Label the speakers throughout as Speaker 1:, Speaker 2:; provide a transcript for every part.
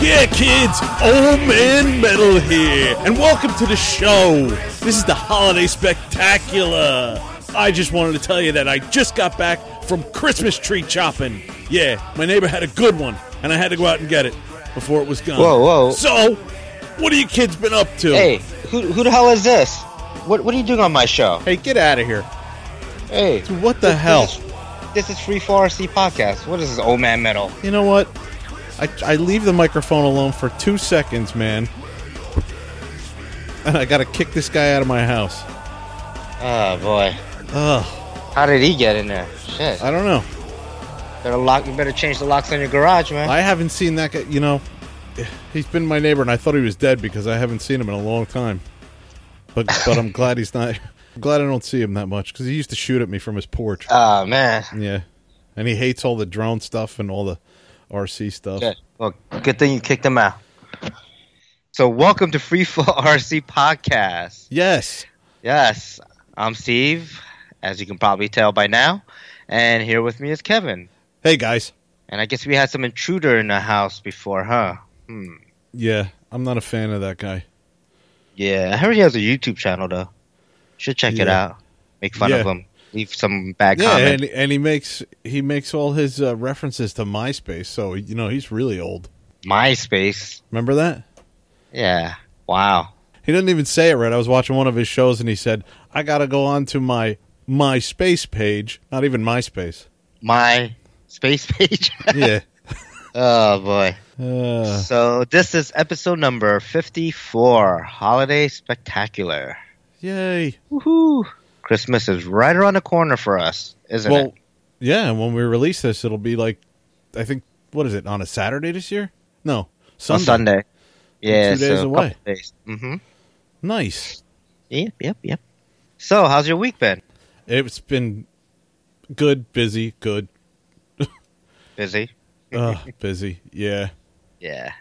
Speaker 1: Yeah, kids, Old Man Metal here, and welcome to the show. This is the Holiday Spectacular. I just wanted to tell you that I just got back from Christmas tree chopping. Yeah, my neighbor had a good one, and I had to go out and get it before it was gone.
Speaker 2: Whoa, whoa.
Speaker 1: So, what have you kids been up to?
Speaker 2: Hey, who, who the hell is this? What what are you doing on my show?
Speaker 1: Hey, get out of here.
Speaker 2: Hey,
Speaker 1: What the hell?
Speaker 2: This is, this is Free 4RC podcast. What is this old man metal?
Speaker 1: You know what? I, I leave the microphone alone for two seconds, man. And I gotta kick this guy out of my house.
Speaker 2: Oh
Speaker 1: Ah,
Speaker 2: boy,
Speaker 1: Ugh,
Speaker 2: how did he get in there? Shit,
Speaker 1: I don't know.
Speaker 2: better lock. You better change the locks on your garage, man.
Speaker 1: I haven't seen that guy, you know. He's been my neighbor, and I thought he was dead because I haven't seen him in a long time. But but I'm glad he's not. I'm glad I don't see him that much because he used to shoot at me from his porch.
Speaker 2: Oh man.
Speaker 1: Yeah, and he hates all the drone stuff and all the RC stuff.
Speaker 2: Good. Well, good thing you kicked him out. So, welcome to Free 4RC podcast.
Speaker 1: Yes,
Speaker 2: Yes, I'm Steve, as you can probably tell by now, and here with me is Kevin.
Speaker 1: hey guys.
Speaker 2: And I guess we had some intruder in the house before, huh? Hmm.
Speaker 1: Yeah, I'm not a fan of that guy.
Speaker 2: Yeah, I heard he has a YouTube channel though. Should check it
Speaker 1: Yeah.
Speaker 2: out. Make fun of
Speaker 1: Yeah.
Speaker 2: him. Leave some bad
Speaker 1: Yeah,
Speaker 2: comment.
Speaker 1: and, and he makes he makes all his uh, references to MySpace, so you know he's really old.
Speaker 2: MySpace.
Speaker 1: Remember that?
Speaker 2: Yeah. Wow.
Speaker 1: He didn't even say it right. I was watching one of his shows, and he said, "I got to go on to my MySpace page." Not even MySpace.
Speaker 2: My space page.
Speaker 1: Yeah.
Speaker 2: oh boy.
Speaker 1: Uh,
Speaker 2: So this is episode number fifty-four. Holiday spectacular.
Speaker 1: yay.
Speaker 2: Woohoo! Christmas is right around the corner for us, isn't
Speaker 1: Well,
Speaker 2: it?
Speaker 1: yeah. When we release this, it'll be like, I think, what is it on a Saturday this year? No,
Speaker 2: On
Speaker 1: Sunday.
Speaker 2: Oh, Sunday. Yeah.
Speaker 1: Two days
Speaker 2: so a
Speaker 1: away.
Speaker 2: couple Days. Mm-hmm.
Speaker 1: Nice.
Speaker 2: Yep. Yep. Yep. So how's your week been?
Speaker 1: It's been good, busy, good,
Speaker 2: Busy.
Speaker 1: uh, busy. Yeah.
Speaker 2: Yeah.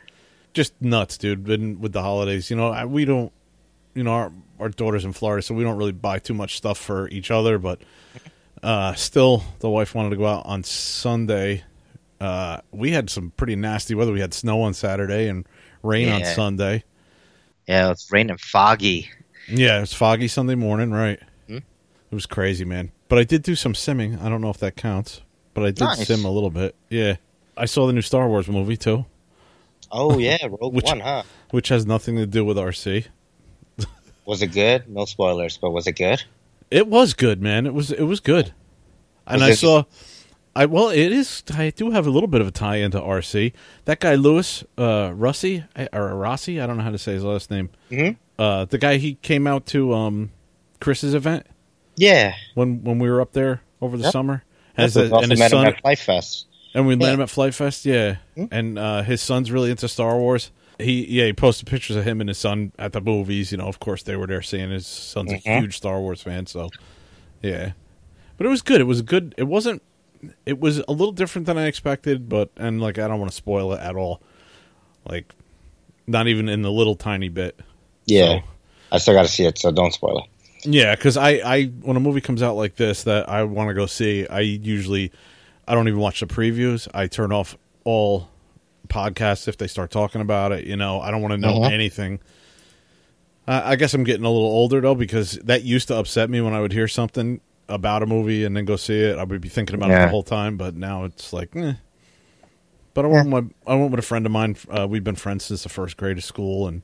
Speaker 1: just nuts, dude. Been with the holidays, you know, I, we don't, you know, our our daughter's in Florida, so we don't really buy too much stuff for each other. But uh, still, the wife wanted to go out on Sunday. Uh, we had some pretty nasty weather. We had snow on Saturday and rain on
Speaker 2: Yeah.
Speaker 1: Sunday.
Speaker 2: Yeah. It's raining foggy.
Speaker 1: Yeah, it was foggy Sunday morning, right?
Speaker 2: Hmm?
Speaker 1: It was crazy, man. But I did do some simming. I don't know if that counts, but I did
Speaker 2: Nice.
Speaker 1: sim a little bit. Yeah, I saw the new Star Wars movie too,
Speaker 2: Oh yeah, Rogue
Speaker 1: Which-
Speaker 2: One, huh?
Speaker 1: which has nothing to do with RC.
Speaker 2: Was it good? No spoilers, but was it good?
Speaker 1: It was good, man. It was it was good. And
Speaker 2: Was
Speaker 1: I
Speaker 2: it-
Speaker 1: saw I well, it is I do have a little bit of a tie into RC. That guy Lewis uh Rossi I- or Rossi, I don't know how to say his last name.
Speaker 2: Mhm.
Speaker 1: Uh the guy he came out to um Chris's event
Speaker 2: Yeah,
Speaker 1: when when we were up there over the
Speaker 2: Yep.
Speaker 1: summer.
Speaker 2: that's
Speaker 1: As a- and his son
Speaker 2: at Life Fest.
Speaker 1: and we met
Speaker 2: Yeah.
Speaker 1: him at Flight Fest, yeah. And uh, his son's really into Star Wars. He yeah, he posted pictures of him and his son at the movies. You know, of course they were there seeing his son's a
Speaker 2: Mhm.
Speaker 1: huge Star Wars fan, so yeah. But it was good. It was good. It wasn't. It was a little different than I expected, but and like I don't want to spoil it at all. Like, not even in the little tiny bit.
Speaker 2: Yeah,
Speaker 1: So-
Speaker 2: I still got to see it, so don't spoil it.
Speaker 1: Yeah, because I, I when a movie comes out like this that I want to go see, I usually I don't even watch the previews. I turn off all podcasts if they start talking about it. You know, I don't want to know
Speaker 2: Mhm.
Speaker 1: anything. I, I guess I'm getting a little older though because that used to upset me when I would hear something about a movie and then go see it. I would be thinking about it
Speaker 2: Yeah.
Speaker 1: the whole time, but now it's like, eh. But I went, with my, I went with a friend of mine. Uh, we've been friends since the first grade of school, and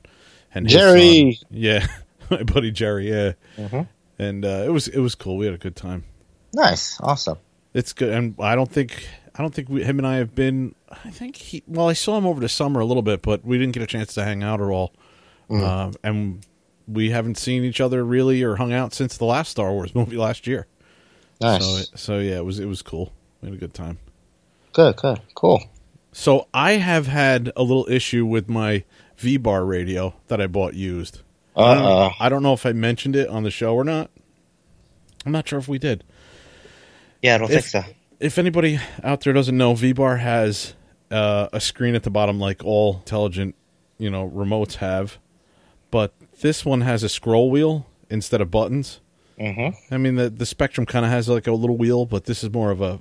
Speaker 1: and his
Speaker 2: Jerry!
Speaker 1: son. yeah, my buddy Jerry, yeah
Speaker 2: Mhm.
Speaker 1: and uh, it was it was cool. We had a good time.
Speaker 2: Nice, awesome.
Speaker 1: It's good, and I don't think I don't think we, him and I have been. I think he. Well, I saw him over the summer a little bit, but we didn't get a chance to hang out at all.
Speaker 2: Mm.
Speaker 1: Um and we haven't seen each other really or hung out since the last Star Wars movie last year.
Speaker 2: Nice,
Speaker 1: So so yeah, it was it was cool. We had a good time.
Speaker 2: good, good, cool.
Speaker 1: So I have had a little issue with my V bar radio that I bought used. I don't-
Speaker 2: Uh,
Speaker 1: I don't know if I mentioned it on the show or not. I'm not sure if we did.
Speaker 2: yeah, I don't think
Speaker 1: if-
Speaker 2: so.
Speaker 1: if anybody out there doesn't know, VBAR has uh, a screen at the bottom, like all intelligent, you know, remotes have. But this one has a scroll wheel instead of buttons.
Speaker 2: Mm-hmm.
Speaker 1: I mean, the the Spectrum kind of has like a little wheel, but this is more of a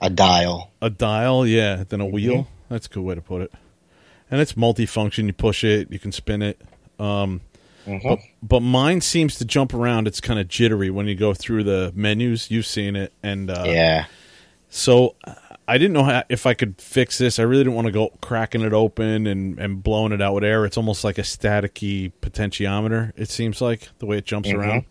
Speaker 2: A dial.
Speaker 1: a dial, yeah, than a wheel. That's a good way to put it. and it's multifunction. You push it, you can spin it. Um,
Speaker 2: Mhm.
Speaker 1: but, but mine seems to jump around. It's kind of jittery when you go through the menus. You've seen it, and uh,
Speaker 2: yeah.
Speaker 1: so uh, I didn't know how, if I could fix this. I really didn't want to go cracking it open and, and blowing it out with air. It's almost like a staticky potentiometer, it seems like, the way it jumps
Speaker 2: Mhm.
Speaker 1: around.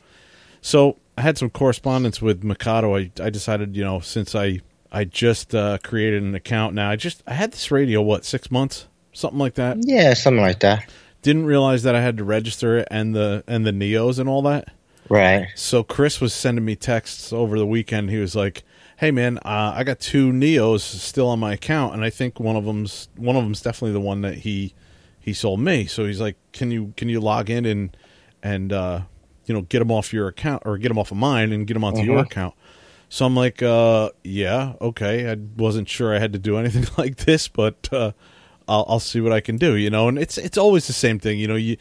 Speaker 1: So I had some correspondence with Mikado. I, I decided, you know, since I, I just uh, created an account now, I just I had this radio, what, six months? Something like that.
Speaker 2: Yeah, something like that.
Speaker 1: Didn't realize that I had to register it and the and the Neos and all that.
Speaker 2: Right.
Speaker 1: So Chris was sending me texts over the weekend. He was like, "Hey man, uh, I got two Neos still on my account, and I think one of them's one of them's definitely the one that he he sold me." So he's like, "Can you can you log in and and uh, you know get them off your account or get them off of mine and get them onto your
Speaker 2: Mhm.
Speaker 1: account?" So I'm like, uh, "Yeah, okay." I wasn't sure I had to do anything like this, but uh, I'll, I'll see what I can do. You know, and it's it's always the same thing. You know, you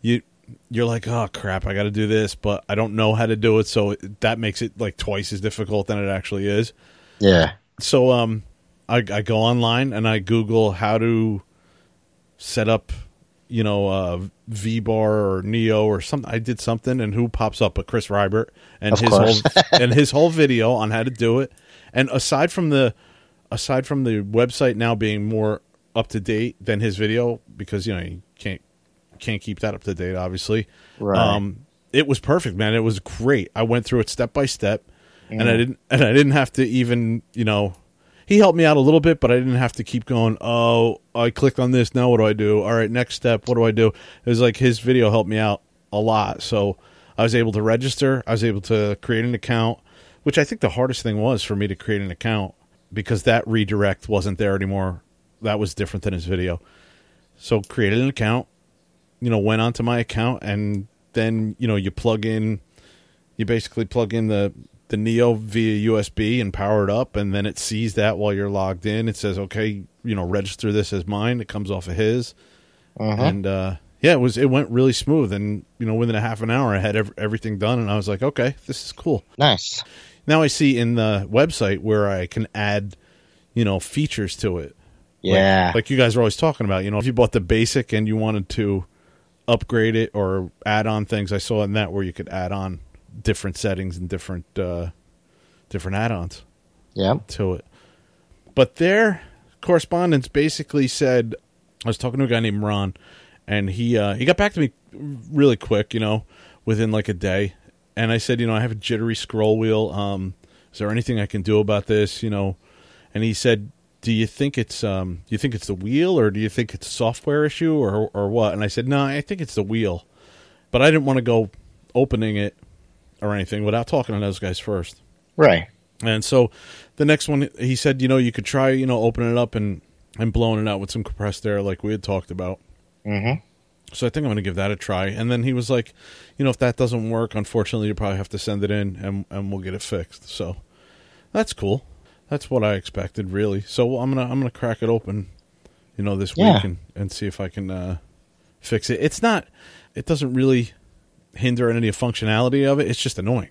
Speaker 1: you you're like, oh crap, I got to do this, but I don't know how to do it, so it, that makes it like twice as difficult than it actually is.
Speaker 2: Yeah.
Speaker 1: So um, I, I go online and I Google how to set up, you know, uh, V bar or Neo or something. I did something, and who pops up? But Chris Rybert and
Speaker 2: Of
Speaker 1: his
Speaker 2: course.
Speaker 1: whole and his whole video on how to do it. And aside from the aside from the website now being more up to date than his video, because you know you can't can't keep that up to date, obviously.
Speaker 2: Right.
Speaker 1: Um, it was perfect, man. It was great. I went through it step by step, and I didn't and I didn't have to even you know. He helped me out a little bit, but I didn't have to keep going. Oh, I clicked on this. Now what do I do? All right, next step. What do I do? It was like his video helped me out a lot. So I was able to register. I was able to create an account, which I think the hardest thing was for me to create an account because that redirect wasn't there anymore. That was different than his video. So created an account, you know, went onto my account and then, you know, you plug in you basically plug in the the Neo via USB and power it up and then it sees that while you're logged in. It says, "Okay, you know, register this as mine." It comes off of his.
Speaker 2: Uh-huh.
Speaker 1: And uh yeah, it was it went really smooth and, you know, within a half an hour I had ev- everything done and I was like, "Okay, this is cool."
Speaker 2: Nice.
Speaker 1: Now I see in the website where I can add, you know, features to it. Like-
Speaker 2: Yeah.
Speaker 1: Like, you guys are always talking about, you know, if you bought the basic and you wanted to upgrade it or add on things, I saw in that where you could add on different settings and different uh different add-ons
Speaker 2: yeah.
Speaker 1: to it. But their correspondence basically said I was talking to a guy named Ron and he uh he got back to me really quick, you know, within like a day. And I said, you know, I have a jittery scroll wheel. Um is there anything I can do about this, you know? And he said, "Do you think it's um do you think it's the wheel or do you think it's a software issue or or what?" And I said, "No, I think it's the wheel." But I didn't want to go opening it or anything without talking to those guys first.
Speaker 2: Right.
Speaker 1: And so the next one, he said, you know, you could try, you know, opening it up and, and blowing it out with some compressed air like we had talked about. Mm-hmm.
Speaker 2: Mhm.
Speaker 1: So I think I'm going to give that a try. And then he was like, you know, if that doesn't work, unfortunately, you probably have to send it in and, and we'll get it fixed. So that's cool. That's what I expected, really. So I'm going to I'm going to crack it open, you know, this
Speaker 2: Yeah.
Speaker 1: week and, and see if I can uh, fix it. It's not it doesn't really hinder any functionality of it. It's just annoying.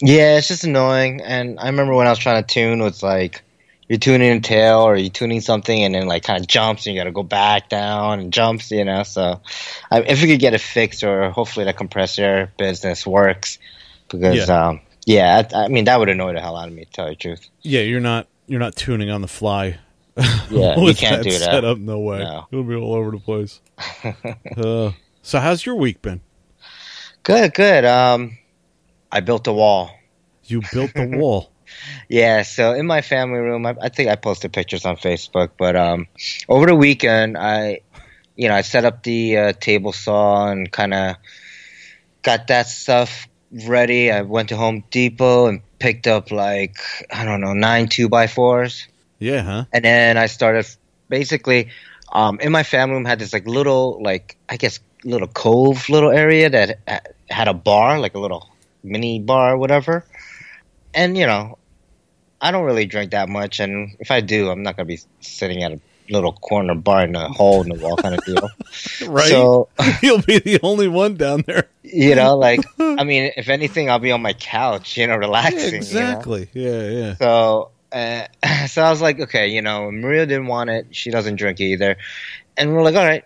Speaker 2: Yeah, it's just annoying. And I remember when I was trying to tune, it's like you're tuning a tail or you're tuning something, and then like kind of jumps, and you got to go back down and jumps, you know. So I, if we could get it fixed, or hopefully the compressor business works, because
Speaker 1: Yeah.
Speaker 2: yeah, um, yeah I, I mean that would annoy the hell out of me. To tell you the truth,
Speaker 1: Yeah, you're not you're not tuning on the fly.
Speaker 2: yeah, you
Speaker 1: with
Speaker 2: can't do that.
Speaker 1: setup, no way.
Speaker 2: No.
Speaker 1: It'll be all over the place. Uh, so, how's your week been?
Speaker 2: Good, good. Um, I built a wall.
Speaker 1: You built the wall.
Speaker 2: Yeah, so in my family room, I, I think I posted pictures on Facebook, but um, over the weekend, I, you know, I set up the uh, table saw and kind of got that stuff ready. I went to Home Depot and picked up like I don't know nine two by fours,
Speaker 1: yeah, huh?
Speaker 2: and then I started basically. Um, in my family room, had this like little, like I guess, little cove, little area that ha- had a bar, like a little mini bar, or whatever. And you know, I don't really drink that much, and if I do, I'm not gonna be sitting at a little corner bar in a hole in the wall kind of deal.
Speaker 1: Right.
Speaker 2: So
Speaker 1: You'll be the only one down there.
Speaker 2: you know, like I mean, if anything, I'll be on my couch, you know, relaxing. you know?
Speaker 1: exactly. Yeah, yeah.
Speaker 2: So, uh, so I was like, okay, you know, Maria didn't want it. She doesn't drink either. and we're like, all right,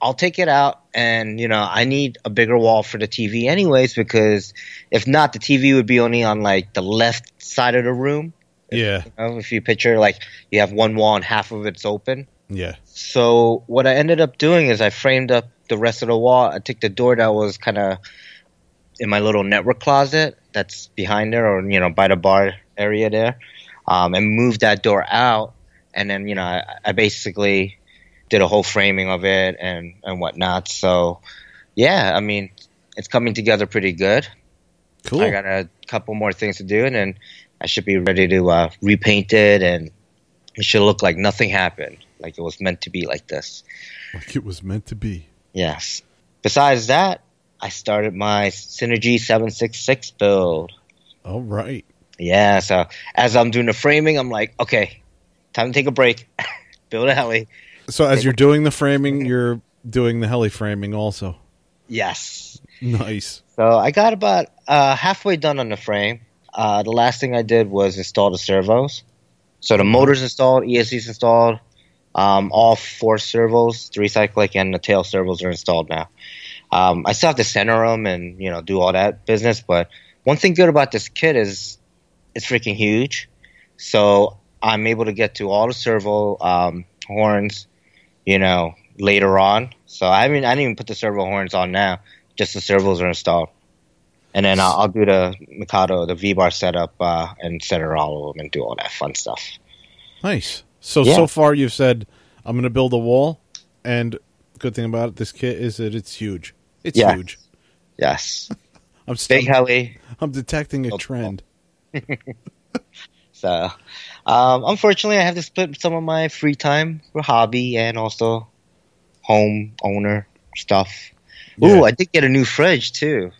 Speaker 2: I'll take it out. And, you know, I need a bigger wall for the TV, anyways, because if not, the TV would be only on like the left side of the room.
Speaker 1: Yeah.
Speaker 2: You know, if you picture like you have one wall and half of it's open.
Speaker 1: Yeah.
Speaker 2: So what I ended up doing is I framed up the rest of the wall. I took the door that was kind of in my little network closet that's behind there, or you know, by the bar area there, um, and moved that door out. And then you know, I, I basically did a whole framing of it and and whatnot. So yeah, I mean, it's coming together pretty good.
Speaker 1: Cool.
Speaker 2: I got a couple more things to do, and then I should be ready to uh, repaint it, and it should look like nothing happened, like it was meant to be like this.
Speaker 1: like it was meant to be.
Speaker 2: Yes. Besides that, I started my Synergy 766 build.
Speaker 1: All right.
Speaker 2: Yeah, so as I'm doing the framing, I'm like, okay, time to take a break, build a heli.
Speaker 1: So as you're doing the framing, you're doing the heli framing also.
Speaker 2: Yes.
Speaker 1: Nice.
Speaker 2: So I got about uh, halfway done on the frame. Uh, the last thing I did was install the servos. So the motors installed, ESC's installed, um, all four servos, three cyclic and the tail servos are installed now. Um, I still have to center them and you know do all that business. But one thing good about this kit is it's freaking huge. So I'm able to get to all the servo um, horns, you know, later on. So I haven't I didn't even put the servo horns on now. Just the servos are installed, and then I'll, I'll do the Mikado, the V bar setup, uh, and center all of them and do all that fun stuff.
Speaker 1: Nice. So
Speaker 2: Yeah.
Speaker 1: so far you've said I'm going to build a wall, and good thing about this kit is that it's huge. It's
Speaker 2: Yeah.
Speaker 1: huge.
Speaker 2: Yes,
Speaker 1: I'm
Speaker 2: big
Speaker 1: st-
Speaker 2: heli.
Speaker 1: I'm detecting a
Speaker 2: Oh,
Speaker 1: trend.
Speaker 2: So, um, unfortunately, I have to split some of my free time for hobby and also home owner stuff.
Speaker 1: Yeah.
Speaker 2: oh. Ooh, I did get a new fridge too.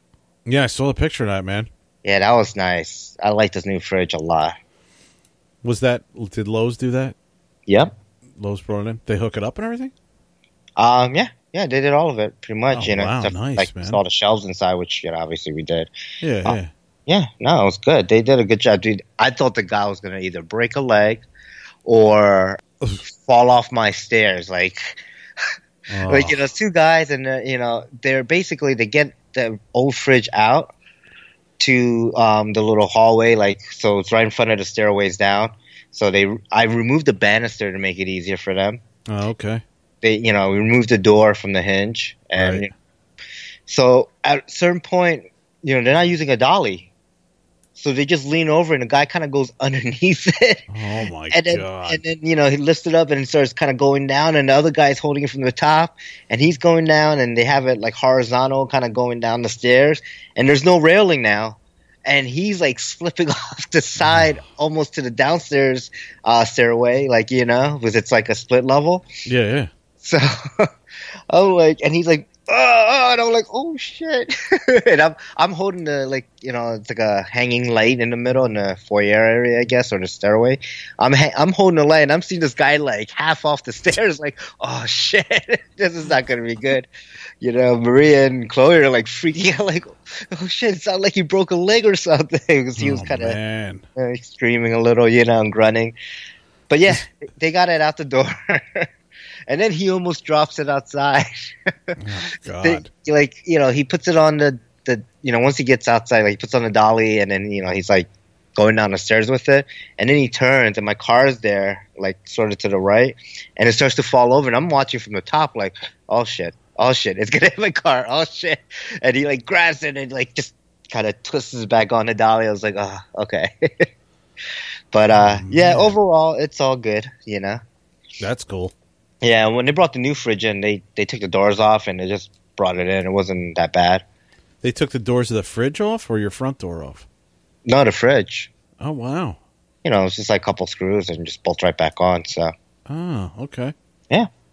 Speaker 1: Yeah, I saw the picture of that man.
Speaker 2: Yeah, that was nice. I like this new fridge a lot.
Speaker 1: Was that did Lowe's do that?
Speaker 2: Yep.
Speaker 1: Lowe's brought it in. They hook it up and everything.
Speaker 2: Um. Yeah. Yeah. They did all of it pretty much.
Speaker 1: Oh,
Speaker 2: you know,
Speaker 1: wow,
Speaker 2: except,
Speaker 1: nice,
Speaker 2: like
Speaker 1: man.
Speaker 2: all the shelves inside, which you know, obviously we did.
Speaker 1: Yeah,
Speaker 2: Oh.
Speaker 1: yeah.
Speaker 2: Yeah. No, it was good. They did a good job, dude. I thought the guy was gonna either break a leg or fall off my stairs. Like
Speaker 1: Oh,
Speaker 2: Like you know, it's two guys, and uh, you know, they're basically they get the old fridge out to um, the little hallway, like so it's right in front of the stairways down. So they, I removed the banister to make it easier for them.
Speaker 1: Oh, okay.
Speaker 2: They, you know, we removed the door from the hinge, and
Speaker 1: Right.
Speaker 2: so at a certain point, you know, they're not using a dolly, so they just lean over, and the guy kind of goes underneath it
Speaker 1: Oh my
Speaker 2: and then,
Speaker 1: god.
Speaker 2: and then you know he lifts it up and it starts kind of going down, and the other guy's holding it from the top, and he's going down, and they have it like horizontal, kind of going down the stairs, and there's no railing now, and he's like slipping off the side almost to the downstairs uh, stairway, like you know, because it's like a split level.
Speaker 1: yeah, yeah.
Speaker 2: So I'm like, and he's like, oh, oh," and I'm like, oh shit, and I'm I'm holding the like you know it's like a hanging light in the middle in the foyer area, I guess, or the stairway. I'm ha- I'm holding the light, and I'm seeing this guy like half off the stairs, like, oh shit, this is not gonna be good. You know, Maria and Chloe are like freaking out, like, oh shit, it sounded like he broke a leg or something, 'Cause he was
Speaker 1: Oh,
Speaker 2: kind of
Speaker 1: man.
Speaker 2: uh, screaming a little, you know, and grunting. But yeah, they got it out the door. and then he almost drops it outside.
Speaker 1: Oh,
Speaker 2: They-
Speaker 1: god.
Speaker 2: like, you know, he puts it on the, the, you know, once he gets outside, like, he puts on the dolly and then, you know, he's like going down the stairs with it. And then he turns and my car is there, like, sort of to the right. And it starts to fall over. And I'm watching from the top, like, oh shit, oh shit, it's going to hit my car, oh shit. And he, like, grabs it and, like, just kind of twists his back on the dolly. I was like, oh, okay. but, uh,
Speaker 1: Oh,
Speaker 2: yeah,
Speaker 1: man.
Speaker 2: overall, it's all good, you know?
Speaker 1: That's cool.
Speaker 2: Yeah, when they brought the new fridge in, they they took the doors off and they just brought it in. It wasn't that bad.
Speaker 1: They took the doors of the fridge off or your front door off?
Speaker 2: No, the fridge.
Speaker 1: Oh wow.
Speaker 2: You know, it's just like a couple screws and just bolts right back on. So
Speaker 1: Oh, okay.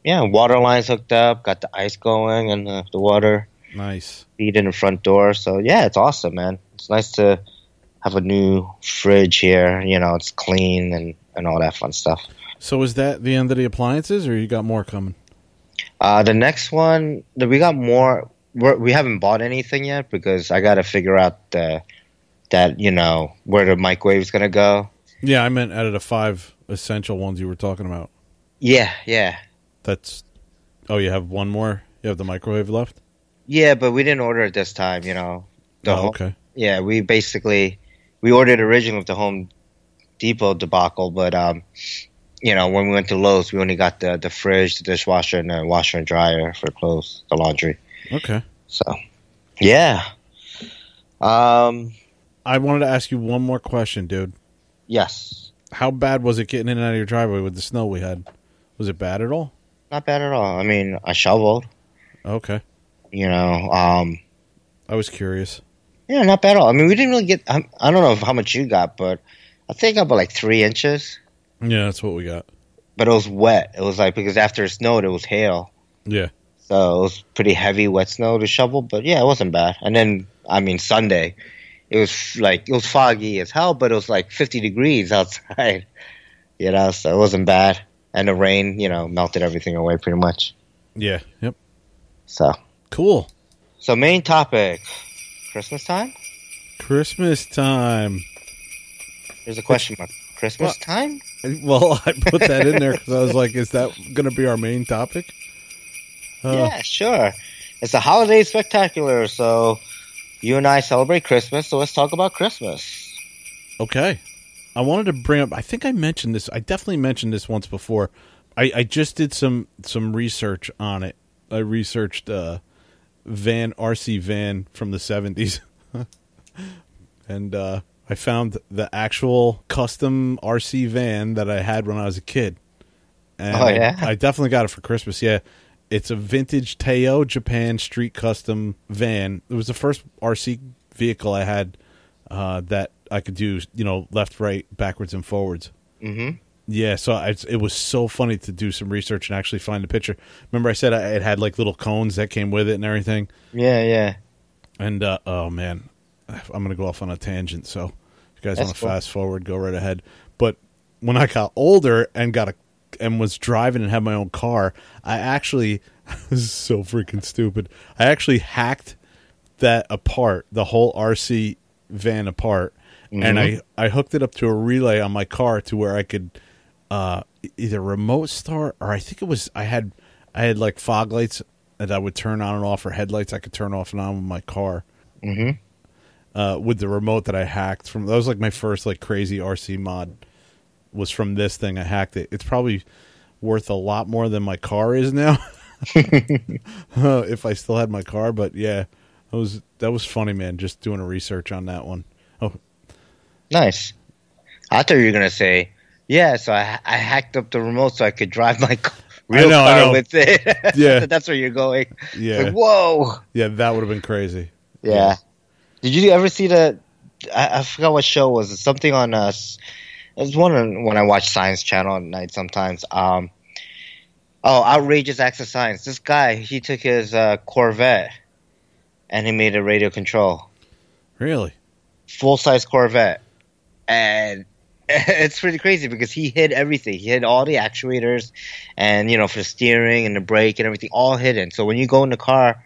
Speaker 2: yeah, water lines hooked up, got the ice going and the, the water
Speaker 1: Nice.
Speaker 2: feed in the front door. So yeah, it's awesome, man. It's nice to have a new fridge here. You know, it's clean and and all that fun stuff.
Speaker 1: So is that the end of the appliances or you got more coming?
Speaker 2: Uh, the next one, the- we got more. We're, we haven't bought anything yet because I got to figure out the, that you know where the microwave's gonna go.
Speaker 1: Yeah, I meant out of the five essential ones you were talking about.
Speaker 2: Yeah, yeah,
Speaker 1: That's Oh, you have one more. You have the microwave left.
Speaker 2: Yeah, but we didn't order it this time. You know, the
Speaker 1: oh,
Speaker 2: whole-
Speaker 1: okay.
Speaker 2: yeah, we basically we ordered originally with the Home Depot debacle, but um, you know, when we went to Lowe's, we only got the the fridge, the dishwasher, and the washer and dryer for clothes, the laundry.
Speaker 1: Okay.
Speaker 2: So, yeah. Um.
Speaker 1: I wanted to ask you one more question, dude.
Speaker 2: Yes.
Speaker 1: How bad was it getting in and out of your driveway with the snow we had? Was it bad at all?
Speaker 2: Not bad at all. I mean, I shoveled.
Speaker 1: Okay.
Speaker 2: You know. Um.
Speaker 1: I was curious.
Speaker 2: Yeah, not bad at all. I mean, we didn't really get. I, I don't know how much you got, but I think I got like three inches.
Speaker 1: Yeah, that's what we got.
Speaker 2: But it was wet. It was like because after it snowed, it was hail,
Speaker 1: Yeah.
Speaker 2: so it was pretty heavy wet snow to shovel. But yeah, it wasn't bad. And then I mean Sunday, it was like it was foggy as hell, but it was like fifty degrees outside. You know, so it wasn't bad. And the rain, you know, melted everything away pretty much.
Speaker 1: Yeah. Yep.
Speaker 2: So,
Speaker 1: Cool.
Speaker 2: so main topic, Christmas time.
Speaker 1: Christmas time.
Speaker 2: There's a question mark. Christmas
Speaker 1: What?
Speaker 2: time?
Speaker 1: Well, I put that in there because I was like, is that going to be our main topic? Uh,
Speaker 2: Yeah, sure. It's a holiday spectacular, so you and I celebrate Christmas, so let's talk about Christmas.
Speaker 1: Okay. I wanted to bring up. I think I mentioned this. I definitely mentioned this once before. I, I just did some some research on it. I researched uh, Van RC Van from the seventies, and uh, I found the actual custom RC van that I had when I was a kid. And
Speaker 2: Oh, yeah?
Speaker 1: I, I definitely got it for Christmas. Yeah, it's a vintage Teo Japan street custom van. It was the first RC vehicle I had uh, that I could do, you know, left, right, backwards, and forwards.
Speaker 2: Mm-hmm.
Speaker 1: Yeah, so I, it was so funny to do some research and actually find a picture. Remember, I said I, it had like little cones that came with it and everything.
Speaker 2: Yeah, yeah.
Speaker 1: And uh, oh man, I'm gonna go off on a tangent. So if you guys
Speaker 2: That's
Speaker 1: want to
Speaker 2: cool.
Speaker 1: fast forward, go right ahead. But when I got older and got a and was driving and had my own car, I actually this is so freaking stupid. I actually hacked that apart, the whole RC van apart, and I I hooked it up to a relay on my car to where I could uh, e- either remote start or I think it was I had I had like fog lights that I would turn on and off or headlights I could turn off and on with my car. Uh, with the remote that I hacked from that was like my first like crazy RC mod was from this thing I hacked it. It's probably worth a lot more than my car is now. if I still had my car, but yeah, that was that was funny, man. Just doing a research on that one. Oh,
Speaker 2: Nice. I thought you were gonna say, yeah. So I I hacked up the remote so I could drive my c- real
Speaker 1: know, I
Speaker 2: car
Speaker 1: know.
Speaker 2: with it.
Speaker 1: Yeah.
Speaker 2: that's where you're going.
Speaker 1: yeah,
Speaker 2: It's Like, whoa.
Speaker 1: yeah, that would have been crazy.
Speaker 2: Yeah. Did you ever see the? I, I forgot what show it was. It's something on us. It was one on, when I watch Science Channel at night sometimes. Um, oh, outrageous acts of science. This guy he took his uh, Corvette and he made a radio control
Speaker 1: Really?
Speaker 2: full size Corvette, and it's pretty crazy because he hid everything. He hid all the actuators, and you know for the steering and the brake and everything, all hidden. So when you go in the car,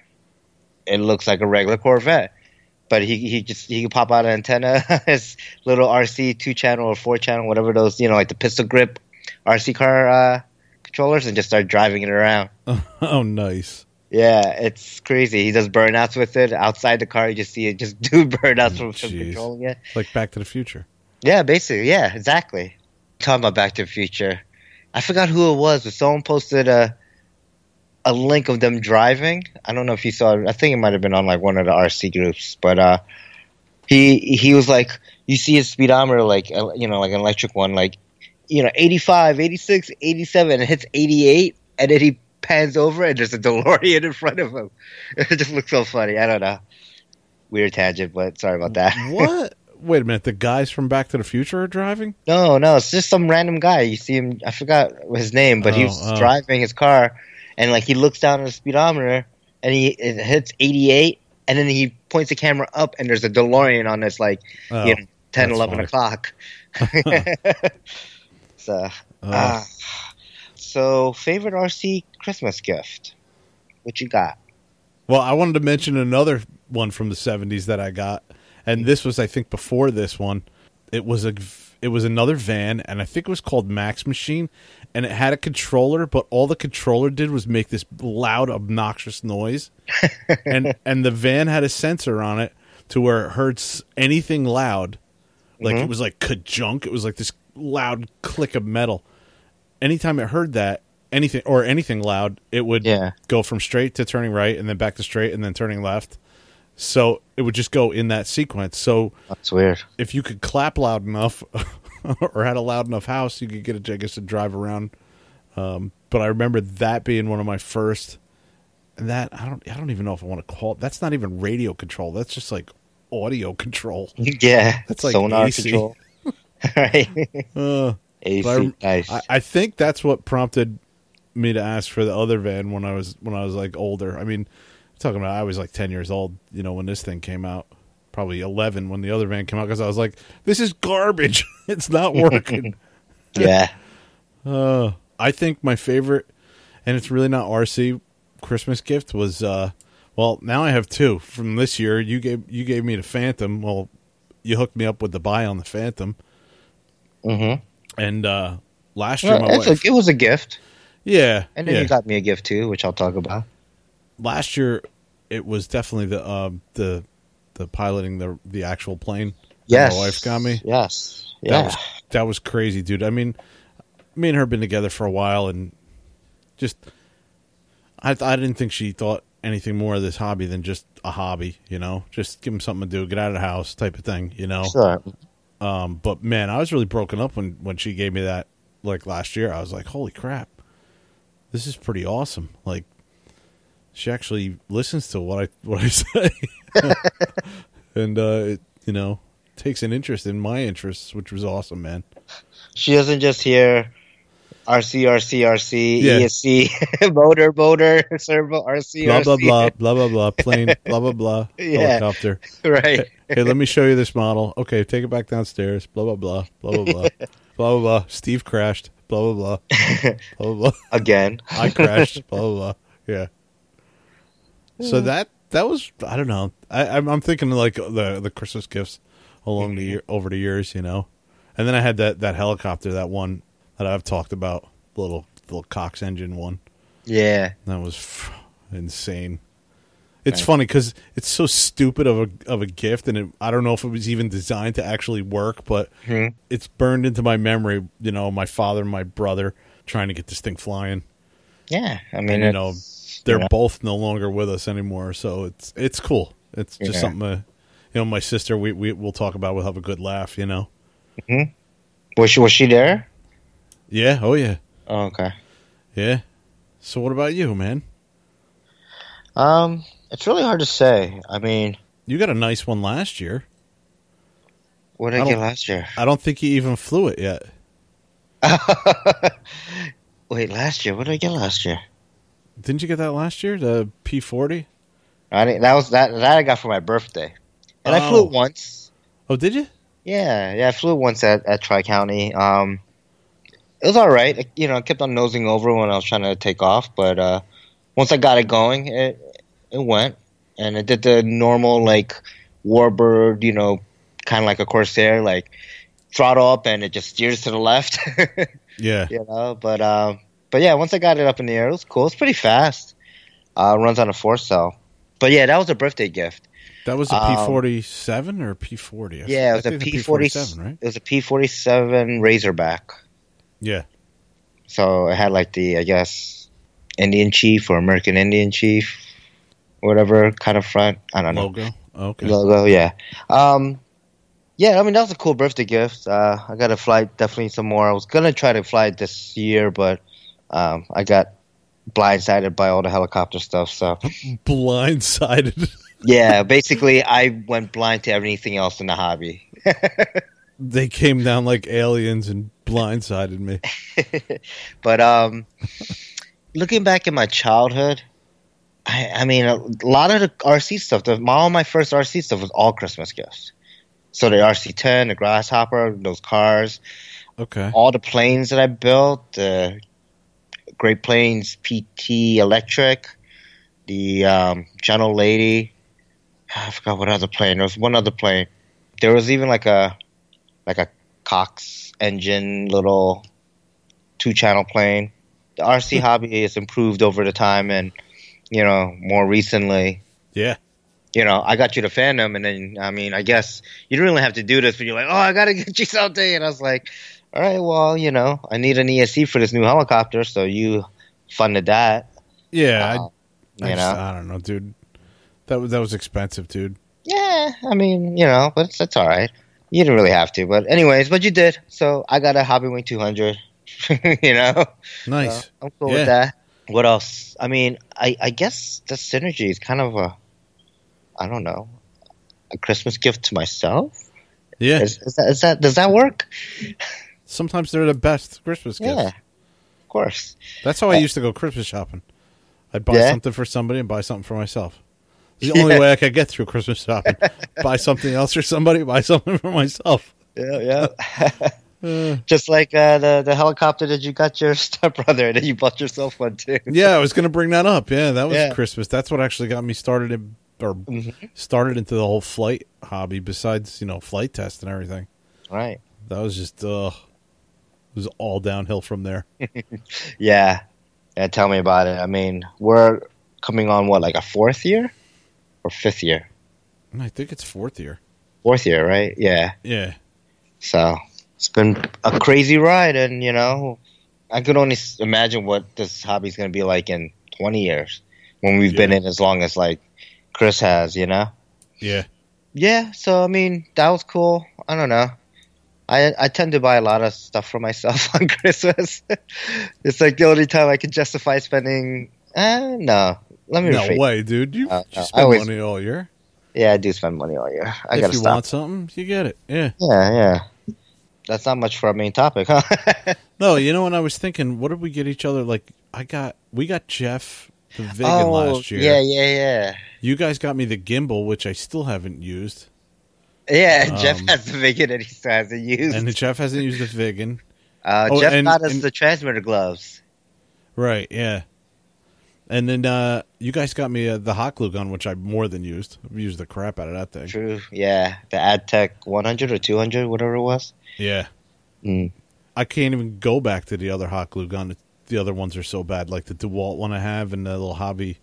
Speaker 2: it looks like a regular Corvette, but he he just he could pop out an antenna, his little RC two channel or four channel, whatever those you know like the pistol grip RC car uh, controllers, and just start driving it around.
Speaker 1: oh, nice.
Speaker 2: Yeah, it's crazy. He does burnouts with it outside the car. You just see it just do burnouts from, from
Speaker 1: Jeez.
Speaker 2: controlling it.
Speaker 1: Like Back to the Future.
Speaker 2: Yeah, basically. Yeah, exactly. Talking about Back to the Future, I forgot who it was, but someone posted a a link of them driving. I don't know if you saw. it. I think it might have been on like one of the RC groups, but uh, he he was like, you see his speedometer, like el- you know, like an electric one, like you know, 85, 86, 87, and it hits 88, and then he pans over, and there's a DeLorean in front of him. It just looks so funny. I don't know. Weird tangent, but sorry about that.
Speaker 1: What? Wait a minute. The guys from Back to the Future are driving.
Speaker 2: No, no, it's just some random guy. You see him, I forgot his name, but he
Speaker 1: Oh,
Speaker 2: was
Speaker 1: oh.
Speaker 2: driving his car, and like he looks down at the speedometer, and he it hits 88, and then he points the camera up, and there's a DeLorean on this like
Speaker 1: Oh,
Speaker 2: you know, 10,
Speaker 1: that's
Speaker 2: 11
Speaker 1: funny.
Speaker 2: o'clock. so,
Speaker 1: oh.
Speaker 2: ah. so favorite RC Christmas gift? What you got?
Speaker 1: Well, I wanted to mention another one from the 70s that I got. And this was, I think, before this one. It was a, It was another van, and I think it was called Max Machine, and it had a controller, but all the controller did was make this loud, obnoxious noise, and and the van had a sensor on it to where it hurts anything loud, like it was like kajunk. It was like this loud click of metal. Anytime it heard that anything or anything loud, it would
Speaker 2: Yeah.
Speaker 1: go from straight to turning right, and then back to straight, and then turning left. So it would just go in that sequence. So
Speaker 2: That's weird.
Speaker 1: if you could clap loud enough or had a loud enough house, you could get a Jegus to drive around. Um, but I remember that being one of my first. And that I don't I don't even know if I want to call it. That's not even radio control. That's just like audio control.
Speaker 2: Yeah,
Speaker 1: That's like
Speaker 2: sonar
Speaker 1: AC.
Speaker 2: control. right,
Speaker 1: Uh,
Speaker 2: AC,
Speaker 1: but I,
Speaker 2: nice.
Speaker 1: I, I think that's what prompted me to ask for the other van when I was when I was like older. I mean, talking about I was like ten years old, you know, when this thing came out. Probably eleven when the other van came out because I was like, "This is garbage. it's not working."
Speaker 2: yeah,
Speaker 1: Uh, I think my favorite, and it's really not RC Christmas gift was uh, well now I have two from this year. You gave you gave me the Phantom. Well, you hooked me up with the buy on the Phantom,
Speaker 2: mm-hmm.
Speaker 1: and uh, last year
Speaker 2: well,
Speaker 1: my
Speaker 2: that's
Speaker 1: wife,
Speaker 2: a, it was a gift,
Speaker 1: yeah,
Speaker 2: and then
Speaker 1: yeah.
Speaker 2: you got me a gift too, which I'll talk about.
Speaker 1: last year it was definitely the uh, the the piloting the the actual plane. that
Speaker 2: Yes,
Speaker 1: my wife got me.
Speaker 2: Yes, yeah,
Speaker 1: That was that was crazy, dude. I mean, me and her been together for a while, and just I I didn't think she thought anything more of this hobby than just a hobby, you know, just give him something to do, get out of the house, type of thing, you know.
Speaker 2: sure.
Speaker 1: Um, but man, I was really broken up when when she gave me that like last year. I was like, holy crap, this is pretty awesome. Like, she actually listens to what I what I say, and uh, it you know takes an interest in my interests, which was awesome, man.
Speaker 2: She doesn't just hear RC, RC, RC,
Speaker 1: Yeah.
Speaker 2: ESC, E motor, motor, servo, RC,
Speaker 1: blah blah
Speaker 2: RC.
Speaker 1: blah blah blah blah plane blah blah blah
Speaker 2: Yeah.
Speaker 1: helicopter.
Speaker 2: Right.
Speaker 1: Hey, let me show you this model. Okay, take it back downstairs. Blah blah blah blah blah blah blah blah. blah. Steve crashed. Blah blah blah blah blah. blah.
Speaker 2: Again.
Speaker 1: I crashed. Blah blah. blah. Yeah. So that that was I don't know. I, I'm I'm thinking of like the the Christmas gifts along the year over the years, you know. And then I had that that helicopter, that one that I've talked about, the little the little Cox engine one.
Speaker 2: Yeah.
Speaker 1: That was f- insane. It's funny 'cause funny because it's so stupid of a of a gift, and it, I don't know if it was even designed to actually work, but
Speaker 2: Mhm.
Speaker 1: it's burned into my memory. You know, my father, and my brother, trying to get this thing flying,
Speaker 2: Yeah. I mean,
Speaker 1: and you know,
Speaker 2: it's-
Speaker 1: they're
Speaker 2: yeah.
Speaker 1: both no longer with us anymore, so it's it's cool. It's just
Speaker 2: Yeah.
Speaker 1: something, to, you know, my sister. We we will talk about. We'll have a good laugh. You know,
Speaker 2: Was she, was she there?
Speaker 1: yeah, oh yeah,
Speaker 2: Oh, okay.
Speaker 1: yeah. So what about you, man?
Speaker 2: Um, it's really hard to say. I mean,
Speaker 1: You got a nice one last year.
Speaker 2: what did
Speaker 1: I
Speaker 2: I, get
Speaker 1: don't-
Speaker 2: last year?
Speaker 1: I don't think you even flew it yet.
Speaker 2: Wait, last year? What did I get last year?
Speaker 1: Didn't you get that last year? The P forty?
Speaker 2: I didn't, that was that that I got for my birthday, and I
Speaker 1: Oh.
Speaker 2: flew it once.
Speaker 1: Oh, did you?
Speaker 2: Yeah, yeah, I flew once at, at Tri County. Um, it was all right. It- you know, I kept on nosing over when I was trying to take off, but uh, once I got it going, it it went, and it did the normal like warbird, you know, kind of like a Corsair, like throttle up and it just steers to the left,
Speaker 1: Yeah.
Speaker 2: you know. But um, but yeah, once I got it up in the air, it was cool. It's pretty fast. Uh, runs on a four cell. But yeah, that was a birthday gift.
Speaker 1: That was a
Speaker 2: Um,
Speaker 1: P forty seven or P forty?
Speaker 2: Yeah, it was a P forty
Speaker 1: seven, right?
Speaker 2: It was a P forty seven Razorback.
Speaker 1: Yeah.
Speaker 2: So it had like the I guess Indian chief or American Indian chief, whatever kind of front. I don't know
Speaker 1: Logo. Oh, Okay.
Speaker 2: logo. Yeah, um, yeah. I mean that was a cool birthday gift. Uh, I got to fly definitely some more. I was gonna try to fly it this year, but um, I got blindsided by all the helicopter stuff. So
Speaker 1: Blindsided.
Speaker 2: yeah, basically I went blind to everything else in the hobby.
Speaker 1: they came down like aliens and blindsided me.
Speaker 2: But um, looking back at my childhood, I, I mean, a lot of the RC stuff, the, all my first RC stuff was all Christmas gifts. So the RC10, the Grasshopper, those cars,
Speaker 1: Okay.
Speaker 2: all the planes that I built, the Great Plains PT Electric, the um, Gentle Lady. Ah, I forgot what other plane. There was one other plane. There was even like a like a Cox engine little two channel plane. The RC
Speaker 1: Hmm.
Speaker 2: hobby has improved over the time, and you know more recently,
Speaker 1: Yeah.
Speaker 2: you know I got you to fandom, and then I mean I guess you didn't really have to do this, but you're like, oh, I gotta get you something, and I was like, all right, well, you know I need an ESC for this new helicopter, so you funded that,
Speaker 1: Yeah.
Speaker 2: Uh,
Speaker 1: I, I,
Speaker 2: you
Speaker 1: just-
Speaker 2: know.
Speaker 1: I don't know, dude. That was that was expensive, dude.
Speaker 2: Yeah, I mean, you know, but it's, it's all right. You didn't really have to, but anyways, but you did. So I got a Hobby Wing 200. you know,
Speaker 1: Nice.
Speaker 2: So I'm cool
Speaker 1: Yeah.
Speaker 2: with that. What else? I mean, I I guess the synergy is kind of a, I don't know, a Christmas gift to myself.
Speaker 1: yeah.
Speaker 2: Is, is that is that does that work?
Speaker 1: Sometimes they're the best Christmas gifts.
Speaker 2: Yeah, of course.
Speaker 1: That's how I used to go Christmas shopping. I'd buy
Speaker 2: Oh. Yeah?
Speaker 1: something for somebody and buy something for myself. It's the only way I could get through Christmas shopping. buy something else for somebody, buy something for myself.
Speaker 2: Yeah, yeah.
Speaker 1: Uh,
Speaker 2: Just like uh, the the helicopter that you got your stepbrother, that you bought yourself one too.
Speaker 1: yeah, I was going to bring that up. Yeah, that was
Speaker 2: Yeah.
Speaker 1: Christmas. That's what actually got me started in, or
Speaker 2: Mhm.
Speaker 1: started into the whole flight hobby. Besides, you know, flight test and everything.
Speaker 2: Right.
Speaker 1: That was just uh, it was all downhill from there.
Speaker 2: Yeah. Yeah, tell me about it. I mean, we're coming on what, like a fourth year? Or fifth year?
Speaker 1: And I think it's fourth year.
Speaker 2: Fourth year, right? Yeah.
Speaker 1: Yeah,
Speaker 2: So it's been a crazy ride and you know I could only s- imagine what this hobby's gonna be like in twenty years. When we've been
Speaker 1: Yeah.
Speaker 2: in as long as like Chris has, you know?
Speaker 1: yeah,
Speaker 2: Yeah, so I mean that was cool. I don't know. I I tend to buy a lot of stuff for myself on Christmas. it's like the only time I can justify spending. Uh, no, let me.
Speaker 1: no
Speaker 2: rephrase.
Speaker 1: way, dude. You,
Speaker 2: Uh,
Speaker 1: you
Speaker 2: uh, I
Speaker 1: spend
Speaker 2: always-
Speaker 1: money all year.
Speaker 2: Yeah, I do spend money all year. I
Speaker 1: if
Speaker 2: gotta
Speaker 1: you
Speaker 2: stop.
Speaker 1: want something, you get it. Yeah.
Speaker 2: Yeah, yeah. That's not much for our main topic, huh?
Speaker 1: No, you know, when I was thinking, what did we get each other? Like, I got we got Jeff the Vigan last year.
Speaker 2: Oh, yeah, yeah,
Speaker 1: You guys got me the gimbal, which I still haven't used,
Speaker 2: yeah, yeah. Jeff
Speaker 1: Um,
Speaker 2: has the Vigan that he hasn't used.
Speaker 1: and Jeff hasn't used the Vigan.
Speaker 2: uh,
Speaker 1: oh,
Speaker 2: Jeff
Speaker 1: and-
Speaker 2: got us
Speaker 1: and-
Speaker 2: the transmitter gloves.
Speaker 1: Right. Yeah. And then uh, you guys got me uh, the hot glue gun, which I more than used. I've used the crap out of that thing.
Speaker 2: True. Yeah, the AdTech 100 or 200, whatever it was.
Speaker 1: Yeah.
Speaker 2: Mm.
Speaker 1: I can't even go back to the other hot glue gun. The other ones are so bad, like the Dewalt one I have, and the little hobby,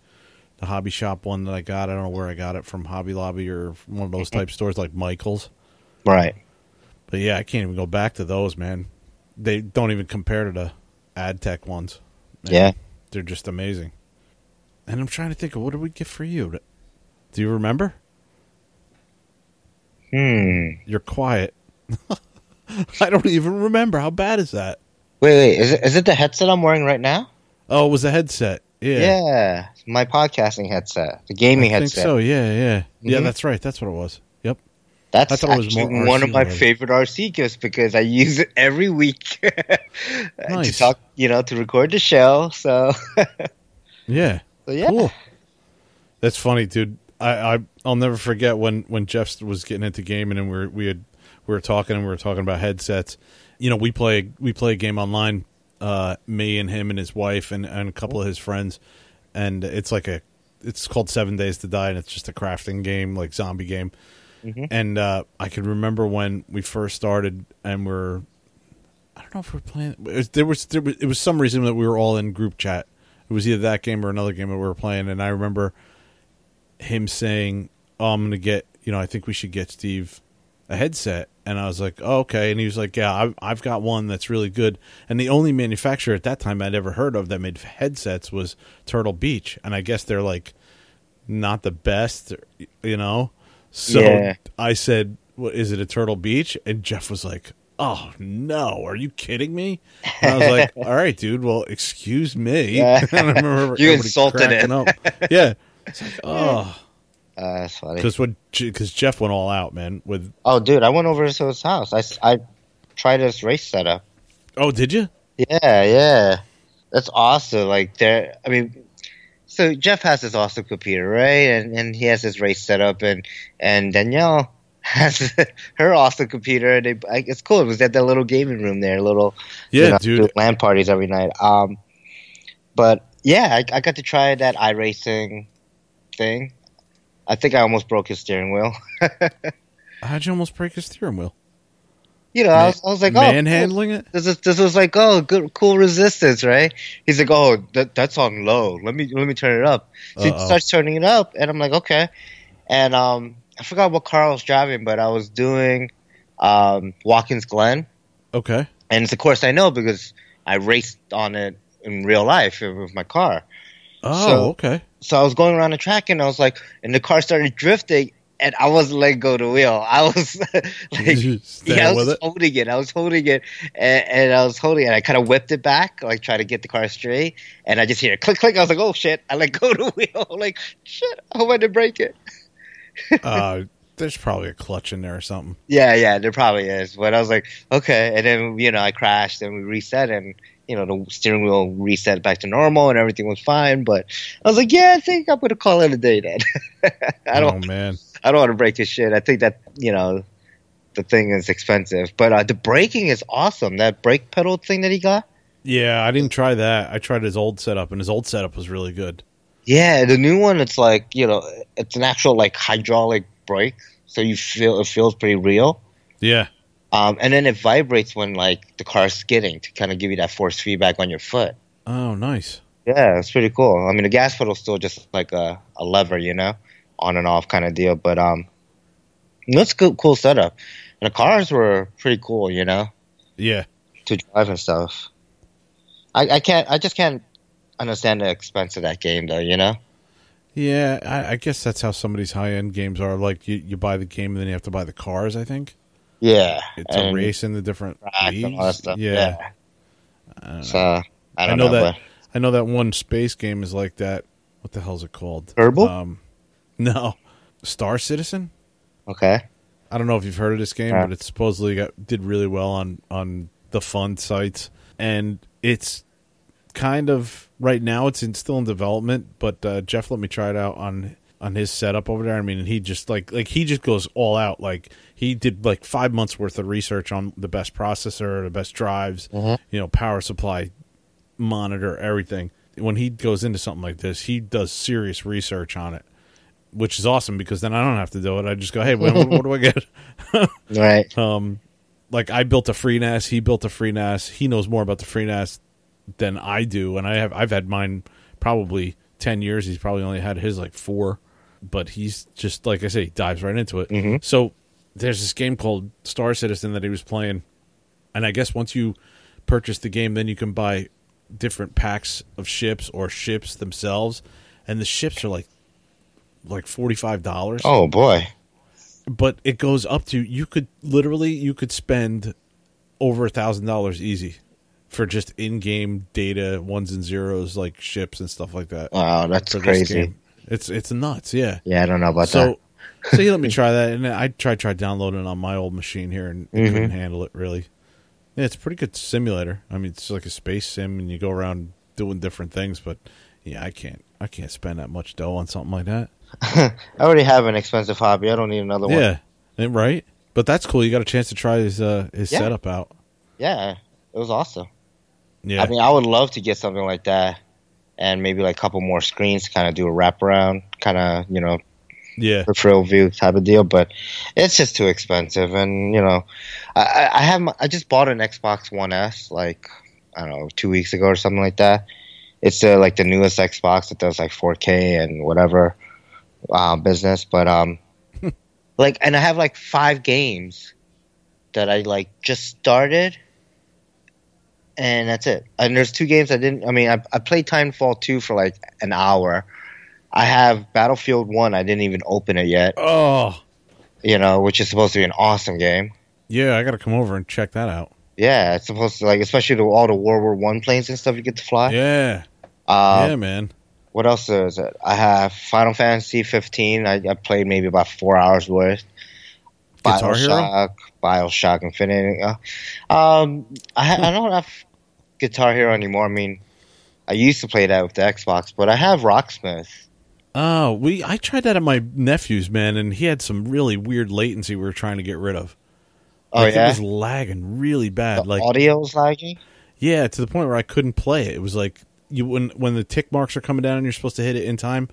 Speaker 1: the hobby shop one that I got. I don't know where I got it from, Hobby Lobby or one of those type stores like Michaels.
Speaker 2: Right.
Speaker 1: But yeah, I can't even go back to those, man. They don't even compare to the ad tech ones. Man,
Speaker 2: Yeah.
Speaker 1: They're just amazing. And I'm trying to think of what did we get for you? Do you remember?
Speaker 2: Hmm.
Speaker 1: You're quiet. I don't even remember. How bad is that?
Speaker 2: Wait, wait, is it, is it the headset I'm wearing right now?
Speaker 1: Oh, it was a headset. Yeah.
Speaker 2: Yeah, my podcasting headset,
Speaker 1: I
Speaker 2: the gaming
Speaker 1: think
Speaker 2: headset.
Speaker 1: so. Yeah, yeah. Yeah,
Speaker 2: Mhm.
Speaker 1: that's right. That's what it was. Yep. I
Speaker 2: That's
Speaker 1: thought it was
Speaker 2: actually
Speaker 1: more
Speaker 2: one of
Speaker 1: RC
Speaker 2: my
Speaker 1: related.
Speaker 2: favorite RC gifts because I use it every week to
Speaker 1: Nice.
Speaker 2: talk, you know, to record the show. So,
Speaker 1: Yeah.
Speaker 2: so yeah,
Speaker 1: Cool. That's funny, dude. I, I I'll never forget when when Jeff was getting into gaming and we were, we had we were talking and we were talking about headsets. You know, we play we play a game online. Uh, me and him and his wife and, and a couple of his friends, and it's like a it's called Seven Days to Die and it's just a crafting game like zombie game. And uh, I can remember when we first started and we're I don't know if we're playing. It was, there was there was it was some reason that we were all in group chat. It was either that game or another game that we were playing, and I remember him saying, "Oh, I'm gonna get you know I think we should get Steve a headset." And I was like, oh, "Okay," and he was like, "Yeah, I've, I've got one that's really good." And the only manufacturer at that time I'd ever heard of that made headsets was Turtle Beach, and I guess they're like not the best, you know. So
Speaker 2: Yeah.
Speaker 1: I said, "What is it? A Turtle Beach?" And Jeff was like, "Oh no, are you kidding me?" And I was like, "All right, dude. Well, excuse me."
Speaker 2: Yeah.
Speaker 1: And I remember everybody
Speaker 2: You insulted it.
Speaker 1: cracking up. Yeah. It's like, oh,
Speaker 2: uh, that's funny.
Speaker 1: because what? Because Jeff went all out, man. With
Speaker 2: Oh, dude, I went over to his house. I, s- I tried his race setup.
Speaker 1: oh, did you?
Speaker 2: Yeah, yeah, that's awesome. Like there, I mean, so Jeff has his awesome computer, right? And and he has his race setup, and and Danielle has her awesome computer, and it, like, it's cool. It was at that little gaming room there, little you
Speaker 1: Yeah,
Speaker 2: know,
Speaker 1: dude.
Speaker 2: do LAN parties every night. Um, but yeah, I, I got to try that iRacing thing. I think I almost broke his steering wheel.
Speaker 1: How'd you almost break his steering wheel?
Speaker 2: you know, I, was, I was like, oh, cool.
Speaker 1: manhandling it.
Speaker 2: This is this was like oh good cool resistance right he's like oh that that's on low let me let me turn it up so he
Speaker 1: Uh-oh.
Speaker 2: starts turning it up and I'm like okay and um I forgot what car I was driving but I was doing um Watkins Glen
Speaker 1: Okay.
Speaker 2: and it's a course I know because I raced on it in real life with my car
Speaker 1: Oh,
Speaker 2: So-
Speaker 1: okay.
Speaker 2: so I was going around the track and I was like and the car started drifting and I wasn't letting go of the wheel I was like
Speaker 1: Staying
Speaker 2: yeah, I was
Speaker 1: with it.
Speaker 2: holding it. I was holding it, and, and I was holding it. I kind of whipped it back, like try to get the car straight, and I just hear click click. I was like, "Oh shit!" I let go of the wheel. I'm like, "Shit!" I hope I didn't break it.
Speaker 1: Uh, there's probably a clutch in there or something.
Speaker 2: Yeah, yeah, there probably is. But I was like, "Okay," and then you know I crashed, and we reset, and you know the steering wheel reset back to normal, and everything was fine. But I was like, "Yeah, I think I'm gonna call it a day then." I don't,
Speaker 1: Oh man.
Speaker 2: I don't want to break his shit. I think that you know. The thing is expensive, but uh, the braking is awesome. That brake pedal thing that he got,
Speaker 1: Yeah, I didn't try that. I tried his old setup, and his old setup was really good.
Speaker 2: Yeah, the new one it's like, you know, it's an actual like hydraulic brake, so you feel it feels pretty real.
Speaker 1: Yeah.
Speaker 2: Um, and then it vibrates when like the car's skidding to kind of give you that force feedback on your foot.
Speaker 1: Oh, nice.
Speaker 2: Yeah, it's pretty cool. I mean, the gas pedal's still just like a, a lever, you know, on and off kind of deal. But um, that's a good, cool setup. And the cars were pretty cool, you know,
Speaker 1: Yeah.
Speaker 2: to drive and stuff. I, I can't, I just can't understand the expense of that game though, you know.
Speaker 1: Yeah, I, I guess that's how some of these high end games are. Like you, you buy the game and then you have to buy the cars. I think
Speaker 2: Yeah,
Speaker 1: it's a
Speaker 2: and-
Speaker 1: race in the different
Speaker 2: track and all that
Speaker 1: leagues.
Speaker 2: stuff.
Speaker 1: yeah, Uh,
Speaker 2: Yeah. So I
Speaker 1: I
Speaker 2: don't
Speaker 1: know
Speaker 2: know,
Speaker 1: that.
Speaker 2: but-
Speaker 1: I know that one space game is like that. What the hell's it called?
Speaker 2: Kerbal?
Speaker 1: Um, no, Star Citizen.
Speaker 2: okay.
Speaker 1: I don't know if you've heard of this game,
Speaker 2: Yeah.
Speaker 1: but it supposedly got, did really well on on the fun sites, and it's kind of right now it's in, still in development. But uh, Jeff let me try it out on on his setup over there. I mean, and he just like like he just goes all out. Like he did like five months worth of research on the best processor, the best drives, you know, power supply, monitor, everything. When he goes into something like this, he does serious research on it. Which is awesome because then I don't have to do it. I just go, hey, what, what do I get?
Speaker 2: Right.
Speaker 1: like I built a free NAS, he built a free NAS. He knows more about the free NAS than I do, and I have I've had mine probably ten years. He's probably only had his like four, but he's just like I say, he dives right into it. So there's this game called Star Citizen that he was playing, and I guess once you purchase the game, then you can buy different packs of ships or ships themselves, and the ships are like like forty five dollars
Speaker 2: oh boy.
Speaker 1: but it goes up to you could literally you could spend over a thousand dollars easy for just in-game data ones and zeros like ships and stuff like that
Speaker 2: Wow, that's
Speaker 1: for this
Speaker 2: crazy.
Speaker 1: game. it's it's nuts yeah
Speaker 2: Yeah, I don't know about
Speaker 1: so
Speaker 2: that.
Speaker 1: so he let me try that and i tried tried downloading it on my old machine here and
Speaker 2: Mm-hmm.
Speaker 1: it couldn't handle it really yeah, it's a pretty good simulator i mean it's like a space sim and you go around doing different things but yeah i can't i can't spend that much dough on something like that
Speaker 2: I already have an expensive hobby. I don't need another one.
Speaker 1: yeah, and- right. But that's cool. You got a chance to try his uh, his
Speaker 2: Yeah.
Speaker 1: setup out.
Speaker 2: Yeah, it was awesome.
Speaker 1: Yeah,
Speaker 2: I mean, I would love to get something like that, and maybe like a couple more screens, kind of do a wraparound, kind of you know
Speaker 1: yeah,
Speaker 2: peripheral view type of deal. But it's just too expensive, and you know, I- I, I have my, I just bought an Xbox One S like I don't know two weeks ago or something like that. It's uh, like the newest Xbox that does like 4K and whatever uh, business, but um, like and I have like five games that I like just started. And that's it. And there's two games I didn't. I mean, I, I played Timefall 2 for like an hour. I have Battlefield 1. I didn't even open it yet,
Speaker 1: Oh,
Speaker 2: you know, which is supposed to be an awesome game.
Speaker 1: yeah. I got to come over and check that out.
Speaker 2: Yeah, it's supposed to like, especially the, all the World War One planes and stuff you get to fly.
Speaker 1: Yeah,
Speaker 2: Uh,
Speaker 1: yeah, man.
Speaker 2: What else is it? I have Final Fantasy 15. I, I played maybe about four hours worth.
Speaker 1: Guitar Hero.
Speaker 2: Bioshock, Bioshock Infinity. Uh, um, I, ha- I don't have Guitar Hero anymore. I mean, I used to play that with the Xbox, but I have Rocksmith.
Speaker 1: Oh, we. I tried that at my nephew's, man, and he had some really weird latency we were trying to get rid of.
Speaker 2: Oh
Speaker 1: Like, it
Speaker 2: yeah,
Speaker 1: was lagging really bad.
Speaker 2: the
Speaker 1: like
Speaker 2: audio's lagging.
Speaker 1: Yeah, to the point where I couldn't play it. It was like you when when the tick marks are coming down and you're supposed to hit it in time.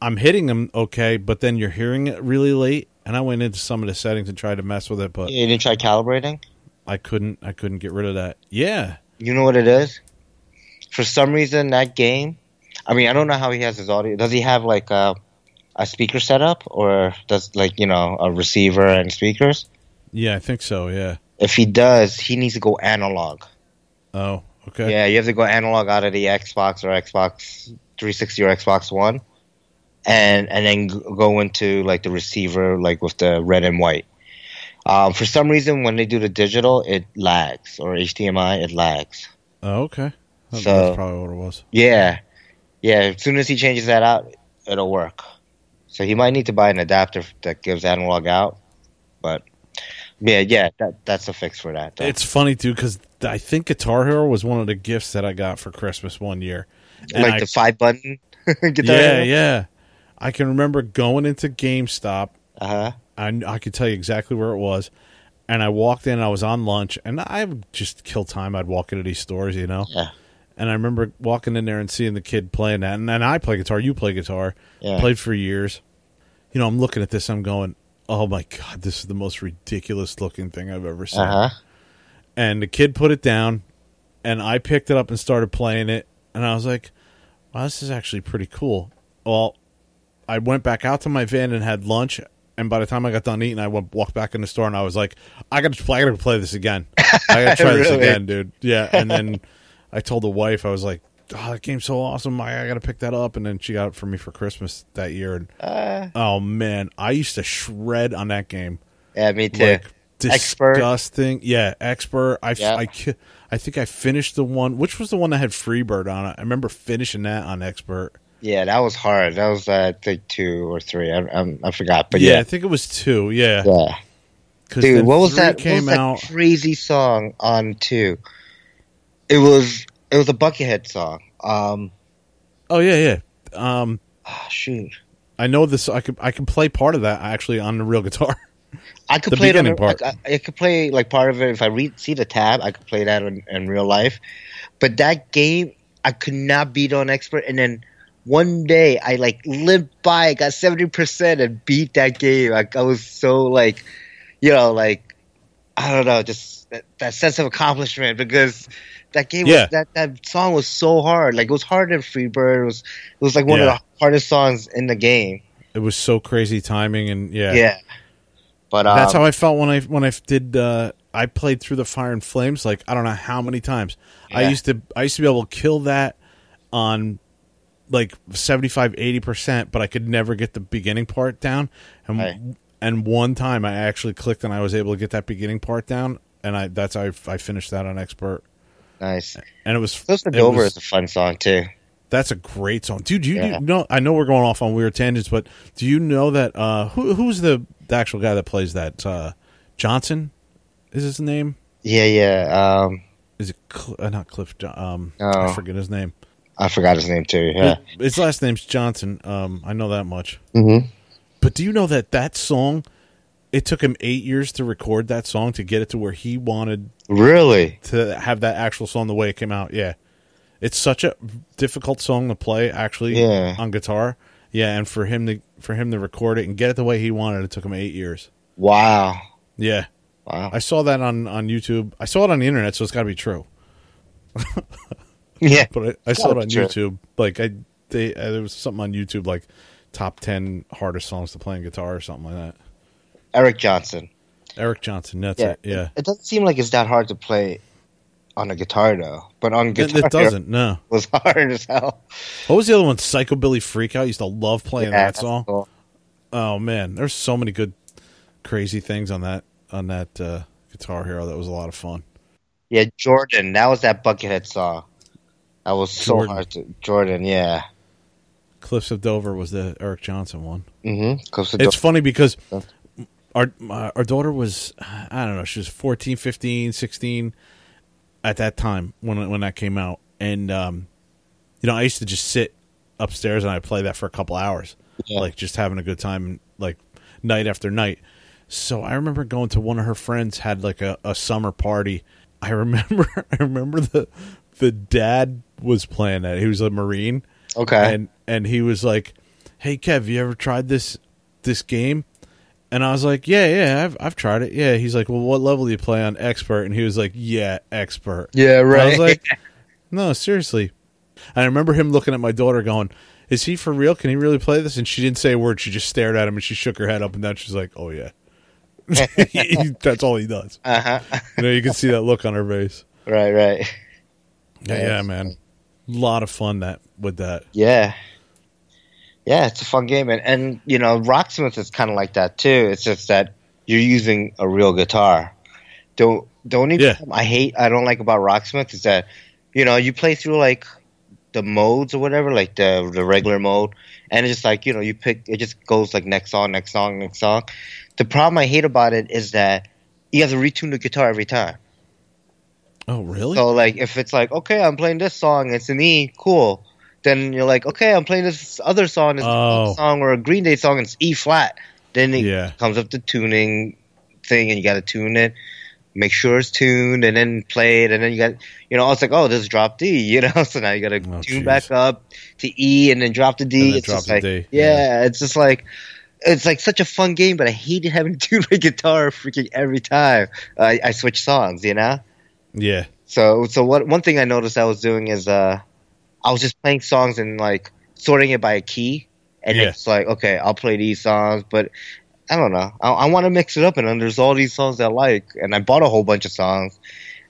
Speaker 1: I'm hitting them okay, but then you're hearing it really late. And I went into some of the settings and tried to mess with it, but
Speaker 2: You didn't try calibrating.
Speaker 1: I couldn't I couldn't get rid of that. Yeah.
Speaker 2: You know what it is? For some reason, that game. I mean, I don't know how he has his audio. Does he have like a, a speaker setup, or does like you know a receiver and speakers?
Speaker 1: Yeah, I think so. Yeah.
Speaker 2: If he does, he needs to go analog.
Speaker 1: Oh, okay.
Speaker 2: Yeah, you have to go analog out of the Xbox or Xbox 360 or Xbox One, and and then g- go into like the receiver, like with the red and white. Um, for some reason, when they do the digital, it lags or HDMI, it lags.
Speaker 1: Oh, okay. That-
Speaker 2: So-
Speaker 1: that's probably what it was.
Speaker 2: Yeah, yeah. As soon as he changes that out, it'll work. So he might need to buy an adapter that gives analog out, but yeah, yeah. That that's a fix for that. Though.
Speaker 1: It's funny too because I think Guitar Hero was one of the gifts that I got for Christmas one year. And
Speaker 2: like
Speaker 1: I-
Speaker 2: the five button. guitar.
Speaker 1: yeah, yeah. I can remember going into GameStop.
Speaker 2: Uh huh.
Speaker 1: I I could tell you exactly where it was, and I walked in. I was on lunch, and I would just kill time. I'd walk into these stores, you know.
Speaker 2: Yeah.
Speaker 1: And I remember walking in there and seeing the kid playing that. And, and I play guitar. You play guitar.
Speaker 2: Yeah.
Speaker 1: Played for years. You know, I'm looking at this. I'm going, oh my god, this is the most ridiculous looking thing I've ever seen.
Speaker 2: Uh huh.
Speaker 1: and the kid put it down and i picked it up and started playing it and i was like wow this is actually pretty cool well i went back out to my van and had lunch and by the time i got done eating i went walked back in the store and i was like i gotta, I gotta play this again i gotta try this
Speaker 2: Really?
Speaker 1: again dude yeah and then i told the wife i was like oh that game's so awesome I, I gotta pick that up and then she got it for me for christmas that year and
Speaker 2: Uh,
Speaker 1: oh man i used to shred on that game
Speaker 2: yeah, me too.
Speaker 1: like
Speaker 2: Expert.
Speaker 1: disgusting. Yeah, expert. I, f-
Speaker 2: Yeah.
Speaker 1: I ki- I think I finished the one. Which was the one that had Freebird on it? I remember finishing that on expert.
Speaker 2: yeah, that was hard. That was uh, I think two or three. I, I, I forgot, but
Speaker 1: I
Speaker 2: yeah,
Speaker 1: think it was two. Yeah,
Speaker 2: yeah.
Speaker 1: 'Cause
Speaker 2: Dude,
Speaker 1: then
Speaker 2: what was
Speaker 1: three
Speaker 2: that?
Speaker 1: Came
Speaker 2: what was
Speaker 1: out.
Speaker 2: that crazy song on two? It was it was a Buckethead song. Um,
Speaker 1: Oh yeah, yeah. Um,
Speaker 2: ah, shoot,
Speaker 1: I know this. I could I can play part of that actually on the real guitar.
Speaker 2: I could
Speaker 1: The
Speaker 2: play it on
Speaker 1: beginning
Speaker 2: a-
Speaker 1: part.
Speaker 2: I, I could play like part of it if I read see the tab. I could play that in, in real life, but that game I could not beat on expert. And then one day I like limped by, got seventy percent, and beat that game. Like I was so like, you know, like I don't know, just that, that sense of accomplishment because that game
Speaker 1: Yeah.
Speaker 2: was, that that song was so hard. Like it was harder than Freebird. It was it was like one
Speaker 1: Yeah.
Speaker 2: of the hardest songs in the game.
Speaker 1: It was so crazy timing and yeah.
Speaker 2: Yeah. But um,
Speaker 1: That's how I felt when I when I did. Uh, I played through the Fire and Flames like I don't know how many times. I
Speaker 2: Yeah.
Speaker 1: used to I used to be able to kill that on like 75 80 percent, but I could never get the beginning part down. And
Speaker 2: Right.
Speaker 1: and one time I actually clicked and I was able to get that beginning part down, and I that's how I, I finished that on expert.
Speaker 2: nice.
Speaker 1: And it was
Speaker 2: Close to
Speaker 1: it
Speaker 2: Dover
Speaker 1: was-
Speaker 2: is a fun song too.
Speaker 1: that's a great song, dude. You,
Speaker 2: Yeah.
Speaker 1: you know, I know we're going off on weird tangents, but do you know that uh, who who's the, the actual guy that plays that uh, Johnson? Is his name?
Speaker 2: Yeah, yeah. Um,
Speaker 1: Is it Cl- uh, not Cliff? Jo- Um, I
Speaker 2: No.
Speaker 1: forget his name.
Speaker 2: I forgot his name too. Oh. Yeah.
Speaker 1: His, his last name's Johnson. Um, I know that much.
Speaker 2: Mm-hmm.
Speaker 1: But do you know that that song? It took him eight years to record that song to get it to where he wanted
Speaker 2: Really?
Speaker 1: to have that actual song the way it came out. Yeah, it's such a difficult song to play actually
Speaker 2: Yeah.
Speaker 1: on guitar. Yeah, and for him to for him to record it and get it the way he wanted, it took him eight years.
Speaker 2: Wow.
Speaker 1: Yeah,
Speaker 2: Wow.
Speaker 1: I saw that on on YouTube. I saw it on the internet, so it's got to be true.
Speaker 2: yeah.
Speaker 1: But I, I saw it
Speaker 2: Gotta
Speaker 1: on
Speaker 2: be true.
Speaker 1: YouTube. Like I they uh, there was something on YouTube like top ten hardest songs to play on guitar or something like that.
Speaker 2: Eric Johnson.
Speaker 1: Eric Johnson, that's
Speaker 2: Yeah.
Speaker 1: it. Yeah,
Speaker 2: It doesn't seem like it's that hard to play on a guitar though, but on
Speaker 1: it,
Speaker 2: guitar
Speaker 1: it doesn't. No,
Speaker 2: was hard as hell.
Speaker 1: what was the other one? Psychobilly Freakout. I used to love playing
Speaker 2: Yeah,
Speaker 1: that song.
Speaker 2: cool.
Speaker 1: Oh man, there's so many good, crazy things on that on that uh, Guitar Hero. That was a lot of fun.
Speaker 2: Yeah, Jordan. That was that Buckethead song. That was so
Speaker 1: Jordan.
Speaker 2: hard to Jordan. Yeah.
Speaker 1: Cliffs of Dover was the Eric Johnson one.
Speaker 2: Mm-hmm.
Speaker 1: It's funny because
Speaker 2: That's-
Speaker 1: our my- our daughter was I don't know she was 14, 15, 16 at that time when when that came out, and um, you know I used to just sit upstairs and I play that for a couple hours,
Speaker 2: Yeah.
Speaker 1: like just having a good time, like night after night. So I remember going to one of her friends had like a, a summer party. I remember I remember the the dad was playing that. He was a marine
Speaker 2: okay.
Speaker 1: and and he was like, "Hey Kev, you ever tried this this game?" And I was like, yeah, yeah, I've I've tried it. Yeah. He's like, well, what level do you play on expert? And he was like, yeah, expert.
Speaker 2: Yeah,
Speaker 1: And
Speaker 2: right.
Speaker 1: I was like, no, seriously. And I remember him looking at my daughter, going, "Is he for real? Can he really play this?" And she didn't say a word. She just stared at him and she shook her head up and down. She's like, "Oh yeah." That's all he does.
Speaker 2: uh-huh.
Speaker 1: You know, you can see that look on her face.
Speaker 2: right, right.
Speaker 1: Yeah,
Speaker 2: Yeah,
Speaker 1: yeah,
Speaker 2: it's
Speaker 1: man. A lot of fun that with that.
Speaker 2: Yeah. Yeah, it's a fun game. And, and you know, Rocksmith is kind of like that, too. It's just that you're using a real guitar. Don't, the only
Speaker 1: Yeah.
Speaker 2: problem I hate, I don't like about Rocksmith is that, you know, you play through like the modes or whatever, like the the regular mode, and it's just like, you know, you pick, it just goes like next song, next song, next song. The problem I hate about it is that you have to retune the guitar every time.
Speaker 1: Oh, really?
Speaker 2: So like if it's like okay, I'm playing this song, it's an E, cool. Then you're like okay, I'm playing this other song, it's
Speaker 1: Oh.
Speaker 2: a Pink song or a Green Day song, it's E flat. Then it
Speaker 1: Yeah.
Speaker 2: comes up to tuning thing, and you got to tune it, make sure it's tuned, and then play it, and then you got you know it's like oh this dropped D, you know, so now you got to
Speaker 1: Oh,
Speaker 2: tune
Speaker 1: jeez.
Speaker 2: back up to E and then drop the D.
Speaker 1: And then
Speaker 2: it's
Speaker 1: drop
Speaker 2: just
Speaker 1: the
Speaker 2: like
Speaker 1: D,
Speaker 2: yeah, it's just like. It's like such a fun game, but I hated having to tune my guitar freaking every time I, I switch songs. You know,
Speaker 1: yeah.
Speaker 2: so so what one thing I noticed I was doing is uh I was just playing songs and like sorting it by a key and
Speaker 1: Yeah.
Speaker 2: it's like okay I'll play these songs but I don't know I, I want to mix it up and then there's all these songs that I like and I bought a whole bunch of songs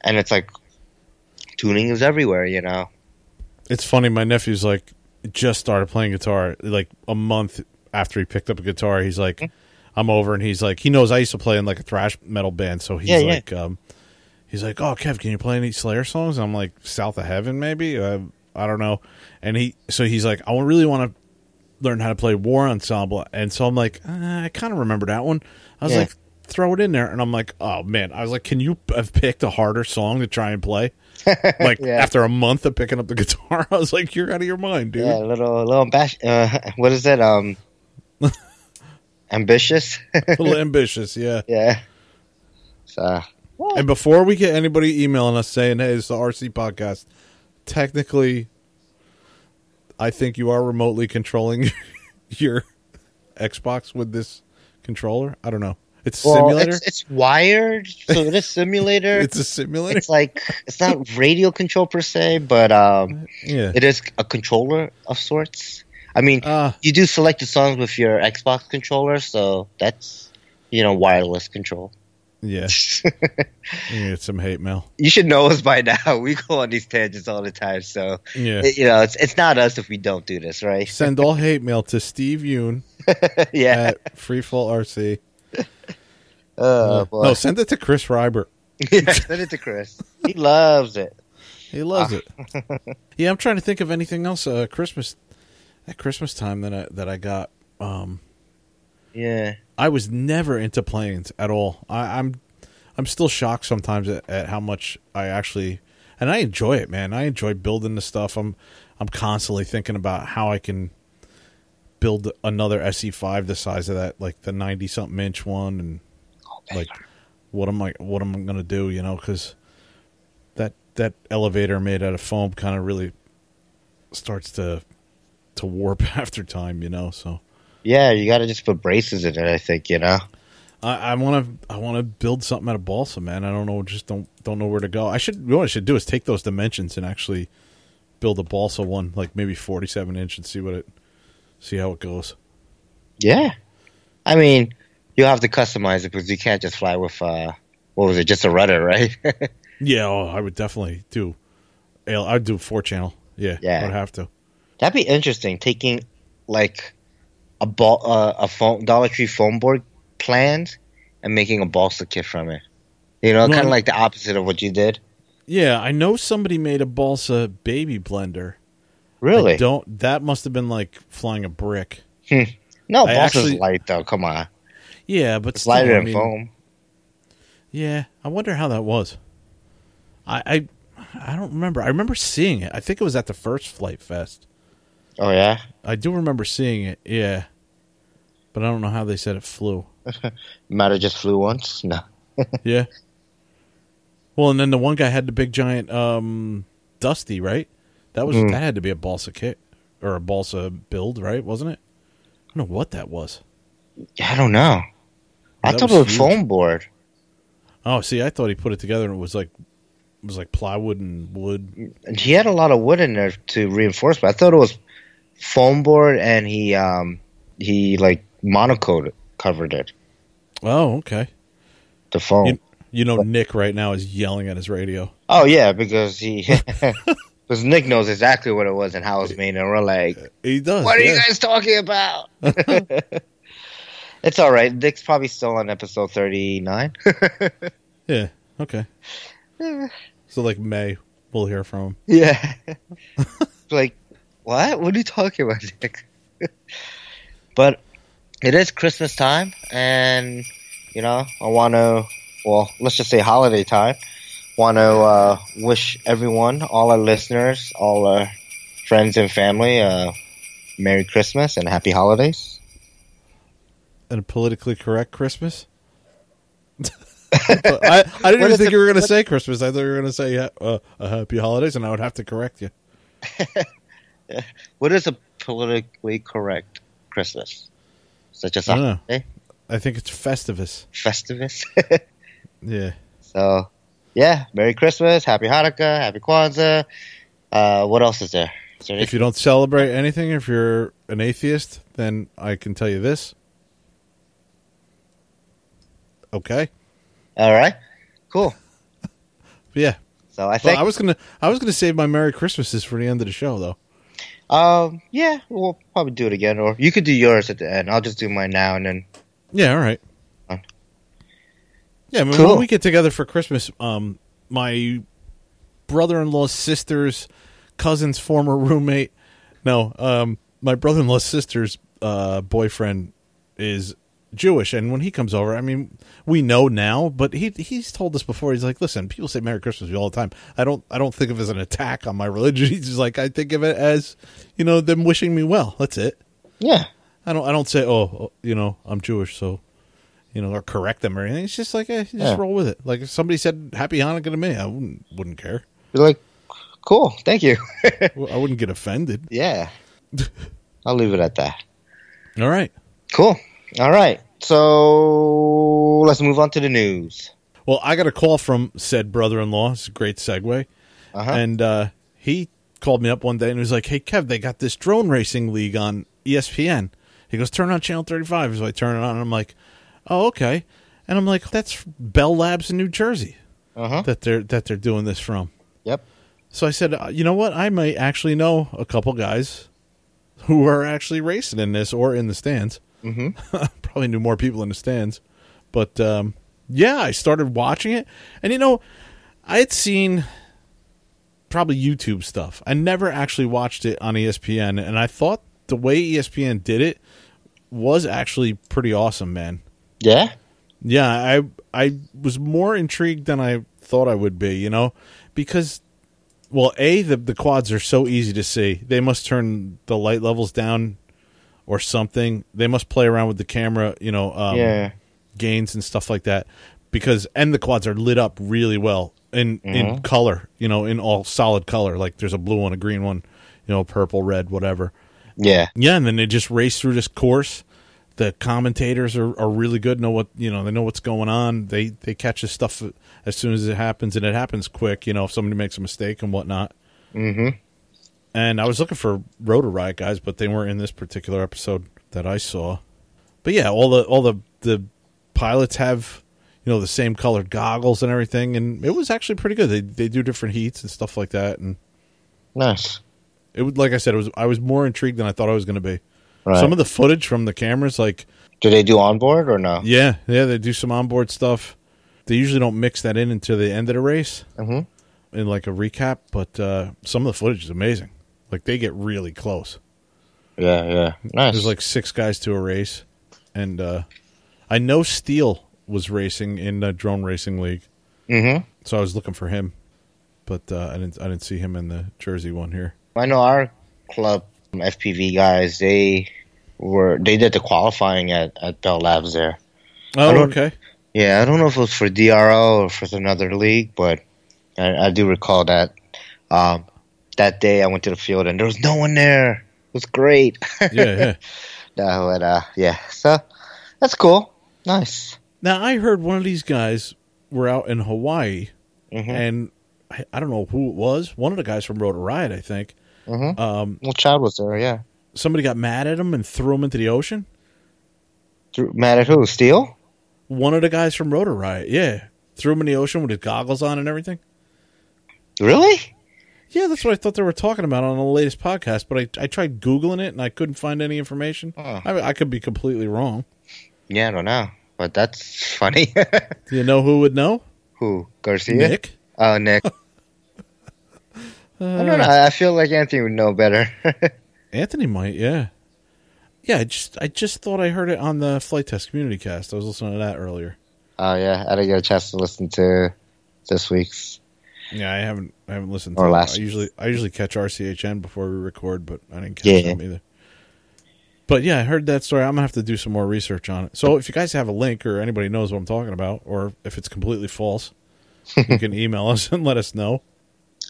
Speaker 2: and it's like tuning is everywhere you know
Speaker 1: It's funny. My nephew's like just started playing guitar like a month after he picked up a guitar. He's
Speaker 2: Mm-hmm.
Speaker 1: like, I'm over, and he's like, he knows I used to play in like a thrash metal band, so he's
Speaker 2: Yeah, yeah.
Speaker 1: like, um, he's like, oh, Kev, can you play any Slayer songs? And I'm like, South of Heaven, maybe. Uh, I don't know. And he, so he's like, I really want to learn how to play War Ensemble, and so I'm like, uh, I kind of remember that one. I was
Speaker 2: Yeah.
Speaker 1: like, throw it in there, and I'm like, oh man, I was like, can you have picked a harder song to try and play? like
Speaker 2: Yeah.
Speaker 1: after a month of picking up the guitar, I was like, "You're out of your mind, dude."
Speaker 2: yeah a little a little ambash- uh, what is it um ambitious
Speaker 1: a little ambitious, yeah.
Speaker 2: yeah so
Speaker 1: And before we get anybody emailing us saying, "Hey, it's the RC podcast," technically, I think you are remotely controlling your Xbox with this controller. I don't know. It's a
Speaker 2: well
Speaker 1: simulator.
Speaker 2: it's, it's wired so it is simulator
Speaker 1: It's a simulator.
Speaker 2: it's like it's not radio control per se, but um,
Speaker 1: yeah.
Speaker 2: it is a controller of sorts. I mean,
Speaker 1: Ah.
Speaker 2: you do select the songs with your Xbox controller, so that's you know wireless control.
Speaker 1: yeah. You get some hate mail.
Speaker 2: You should know us by now. We go on these tangents all the time, so
Speaker 1: Yeah.
Speaker 2: you know it's it's not us if we don't do this, right?
Speaker 1: Send all hate mail to Steve Yoon
Speaker 2: yeah.
Speaker 1: at Freefall RC.
Speaker 2: Oh boy.
Speaker 1: Uh, no, send it to Chris Rybert.
Speaker 2: Yeah, Send it to Chris. He loves it.
Speaker 1: He loves it. yeah, I'm trying to think of anything else. Uh, Christmas at Christmas time that I that I got. Um,
Speaker 2: Yeah.
Speaker 1: I was never into planes at all. I, I'm I'm still shocked sometimes at, at how much I actually and I enjoy it, man. I enjoy building the stuff. I'm I'm constantly thinking about how I can build another SE5 the size of that, like the 90 something inch one, and like what am I what am I gonna do? You know, because that that elevator made out of foam kind of really starts to to warp after time. You know, so.
Speaker 2: Yeah, you got to just put braces in it. I think you know.
Speaker 1: I want to I want to build something out of balsa, man. I don't know, just don't don't know where to go. I should what I should do is take those dimensions and actually build a balsa one, like maybe forty seven inch, and see what it see how it goes.
Speaker 2: Yeah. I mean, you'll have to customize it because you can't just fly with, uh, what was it, just a rudder, right?
Speaker 1: Yeah, oh, I would definitely do. I'll- I'd do four channel. Yeah,
Speaker 2: Yeah.
Speaker 1: I'd have to.
Speaker 2: That'd be interesting, taking, like, a ball, uh, a foam, Dollar Tree foam board plans and making a balsa kit from it. You know,
Speaker 1: Well,
Speaker 2: kind of like the opposite of what you did.
Speaker 1: Yeah, I know somebody made a balsa baby blender. I
Speaker 2: Really?
Speaker 1: don't that must have been like flying a brick.
Speaker 2: No,
Speaker 1: I
Speaker 2: balsa's
Speaker 1: actually-
Speaker 2: light, though. Come on.
Speaker 1: Yeah, but
Speaker 2: It's
Speaker 1: still,
Speaker 2: lighter
Speaker 1: I
Speaker 2: than
Speaker 1: mean,
Speaker 2: foam.
Speaker 1: Yeah, I wonder how that was. I, I I don't remember. I remember seeing it. I think it was at the first Flight Fest.
Speaker 2: Oh, yeah?
Speaker 1: I do remember seeing it. Yeah, but I don't know how they said it flew.
Speaker 2: Might have just flew once. No.
Speaker 1: yeah. Well, and then the one guy had the big giant um, Dusty, right? That was that had to be a balsa kit or a balsa build, right? Wasn't it? I don't know what that was.
Speaker 2: I don't know. I
Speaker 1: That
Speaker 2: thought
Speaker 1: was
Speaker 2: it was
Speaker 1: huge.
Speaker 2: foam board.
Speaker 1: Oh, see, I thought he put it together and it was like it was like plywood and wood.
Speaker 2: And He had a lot of wood in there to reinforce, but I thought it was foam board, and he um he like monocoat covered it.
Speaker 1: Oh, okay.
Speaker 2: The foam.
Speaker 1: You, you know, Nick right now is yelling at his radio.
Speaker 2: oh yeah, because he because Nick knows exactly what it was and how it was made, and we're like,
Speaker 1: He does.
Speaker 2: What are you
Speaker 1: yeah.
Speaker 2: guys talking about? it's all right. Nick's probably still on episode 39.
Speaker 1: Yeah. Okay. so like May, we'll hear from him.
Speaker 2: yeah. like, what? What are you talking about, Nick? but it is Christmas time, and, you know, I want to, well, let's just say holiday time. Want to uh, wish everyone, all our listeners, all our friends and family, uh, Merry Christmas and Happy Holidays.
Speaker 1: And a politically correct Christmas. But I, I didn't
Speaker 2: What
Speaker 1: even
Speaker 2: is
Speaker 1: think
Speaker 2: it-
Speaker 1: you were going to say Christmas. I thought you were going to say uh, uh, a happy holidays, and I would have to correct you.
Speaker 2: What is a politically correct Christmas? Is that just
Speaker 1: I don't know.
Speaker 2: a holiday?
Speaker 1: I think it's Festivus.
Speaker 2: Festivus?
Speaker 1: Yeah.
Speaker 2: so, yeah, Merry Christmas, Happy Hanukkah, Happy Kwanzaa. Uh, what else is there? Is there
Speaker 1: If you don't celebrate anything, if you're an atheist, then I can tell you this. Okay.
Speaker 2: All right, cool.
Speaker 1: But yeah.
Speaker 2: So I
Speaker 1: Well,
Speaker 2: think,
Speaker 1: I was gonna I was gonna save my Merry Christmases for the end of the show though.
Speaker 2: um, yeah, we'll probably do it again, or you could do yours at the end. I'll just do mine now, and then
Speaker 1: Yeah, all right.
Speaker 2: Huh.
Speaker 1: Yeah, I mean,
Speaker 2: Cool.
Speaker 1: when we get together for Christmas, um, my brother-in-law's sister's cousin's former roommate, no, um, my brother-in-law's sister's uh, boyfriend is Jewish, and when he comes over, I mean, we know now, but he he's told us before. He's like, listen, people say Merry Christmas to me all the time. I don't I don't think of it as an attack on my religion. He's just like, I think of it as, you know, them wishing me well. That's it.
Speaker 2: yeah,
Speaker 1: I don't I don't say oh you know I'm Jewish so you know or correct them or anything. It's just like eh, you just
Speaker 2: Yeah.
Speaker 1: roll with it. Like if somebody said Happy Hanukkah to me, I wouldn't wouldn't care.
Speaker 2: be like, cool, thank you.
Speaker 1: I wouldn't get offended.
Speaker 2: yeah, I'll leave it at that.
Speaker 1: All right.
Speaker 2: Cool. All right, so let's move on to the news.
Speaker 1: Well, I got a call from said brother-in-law. It's a great segue,
Speaker 2: Uh-huh.
Speaker 1: and uh, he called me up one day and was like, "Hey, Kev, they got this drone racing league on E ESPN." He goes, "Turn on channel 35." So I turn it on, and I'm like, "Oh, okay." And I'm like, "That's Bell Labs in New Jersey
Speaker 2: Uh huh.
Speaker 1: that they're that they're doing this from."
Speaker 2: Yep.
Speaker 1: So I said, uh, you know what? I might actually know a couple guys who are actually racing in this or in the stands. Mm-hmm. Probably knew more people in the stands, but um, yeah, I started watching it, and you know, I had seen probably YouTube stuff. I never actually watched it on E ESPN, and I thought the way E ESPN did it was actually pretty awesome, man.
Speaker 2: Yeah.
Speaker 1: Yeah, I I was more intrigued than I thought I would be, you know, because well, a the the quads are so easy to see. They must turn the light levels down or something. They must play around with the camera, you know, um,
Speaker 2: Yeah.
Speaker 1: gains and stuff like that. Because and the quads are lit up really well in in color, you know, in all solid color. Like there's a blue one, a green one, you know, purple, red, whatever.
Speaker 2: Yeah.
Speaker 1: Yeah, and then they just race through this course. The commentators are, are really good. Know what you know. They know what's going on. They they catch this stuff as soon as it happens, and it happens quick. You know, if somebody makes a mistake and whatnot. Mm-hmm. And I was looking for Rotor Riot guys, but they weren't in this particular episode that I saw. But yeah, all the all the the pilots have you know the same colored goggles and everything, and it was actually pretty good. They they do different heats and stuff like that, and
Speaker 2: Nice.
Speaker 1: it was like I said, it was I was more intrigued than I thought I was going to be.
Speaker 2: Right.
Speaker 1: Some of the footage from the cameras, like
Speaker 2: Do they do onboard or no?
Speaker 1: yeah, yeah, they do some onboard stuff. They usually don't mix that in until the end of the race
Speaker 2: Mhm.
Speaker 1: in like a recap. But uh, some of the footage is amazing. Like they get really close.
Speaker 2: Yeah. Yeah. Nice.
Speaker 1: There's like six guys to a race, and uh, I know Steele was racing in the drone racing league,
Speaker 2: hmm
Speaker 1: so I was looking for him, but uh, I didn't. I didn't see him in the Jersey one here.
Speaker 2: I know our club um, FPV guys. They were they did the qualifying at at Bell Labs there.
Speaker 1: Oh,
Speaker 2: don't-
Speaker 1: okay.
Speaker 2: Yeah. I don't know if it was for DRL or for another league, but I, I do recall that. Um, that day I went to the field and there was no one there. It was great.
Speaker 1: Yeah, yeah.
Speaker 2: No, but uh, yeah. So that's cool. Nice.
Speaker 1: Now I heard one of these guys were out in Hawaii,
Speaker 2: Mhm.
Speaker 1: and I, I don't know who it was. One of the guys from Road to Riot, I think.
Speaker 2: Mm-hmm.
Speaker 1: Um,
Speaker 2: Well, child was there, yeah.
Speaker 1: somebody got mad at him and threw him into the ocean.
Speaker 2: Threw- Mad at who? Steel?
Speaker 1: One of the guys from Rotor Riot, yeah, threw him in the ocean with his goggles on and everything.
Speaker 2: Really?
Speaker 1: Yeah, that's what I thought they were talking about on the latest podcast, but I, I tried googling it and I couldn't find any information.
Speaker 2: Huh.
Speaker 1: I, mean, I could be completely wrong.
Speaker 2: Yeah, I don't know, but that's funny.
Speaker 1: Do you know who would know?
Speaker 2: who? Garcia?
Speaker 1: Nick.
Speaker 2: Oh, Nick. I
Speaker 1: Uh,
Speaker 2: don't know. I feel like Anthony would know better.
Speaker 1: Anthony might, yeah. Yeah, I just I just thought I heard it on the flight test community cast. I was listening to that earlier.
Speaker 2: oh yeah, I didn't get a chance to listen to this week's.
Speaker 1: Yeah, I haven't I haven't listened to
Speaker 2: Or
Speaker 1: it.
Speaker 2: last
Speaker 1: I
Speaker 2: week.
Speaker 1: usually I usually catch RCHN before we record, but I didn't catch
Speaker 2: Yeah.
Speaker 1: them either. But yeah, I heard that story. I'm gonna have to do some more research on it. So if you guys have a link or anybody knows what I'm talking about, or if it's completely false, you can email us and let us know.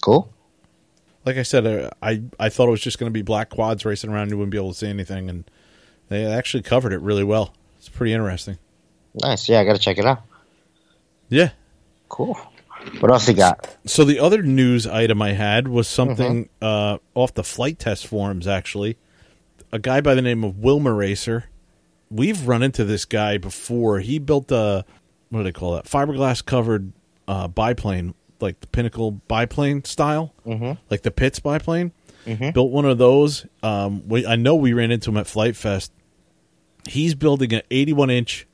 Speaker 2: Cool.
Speaker 1: Like I said, uh, I I thought it was just gonna be black quads racing around. You wouldn't be able to see anything, and they actually covered it really well. It's pretty interesting.
Speaker 2: Nice. Yeah, I gotta check it out.
Speaker 1: Yeah,
Speaker 2: Cool. What else you got?
Speaker 1: So the other news item I had was something uh, off the flight test forums. Actually, a guy by the name of Wilmer Racer. We've run into this guy before. He built a what do they call that? Fiberglass covered uh, biplane, like the Pinnacle biplane style, mm-hmm. like the Pitts biplane. Built one of those. Um, we, I know we ran into him at Flight Fest. He's building an 81 inch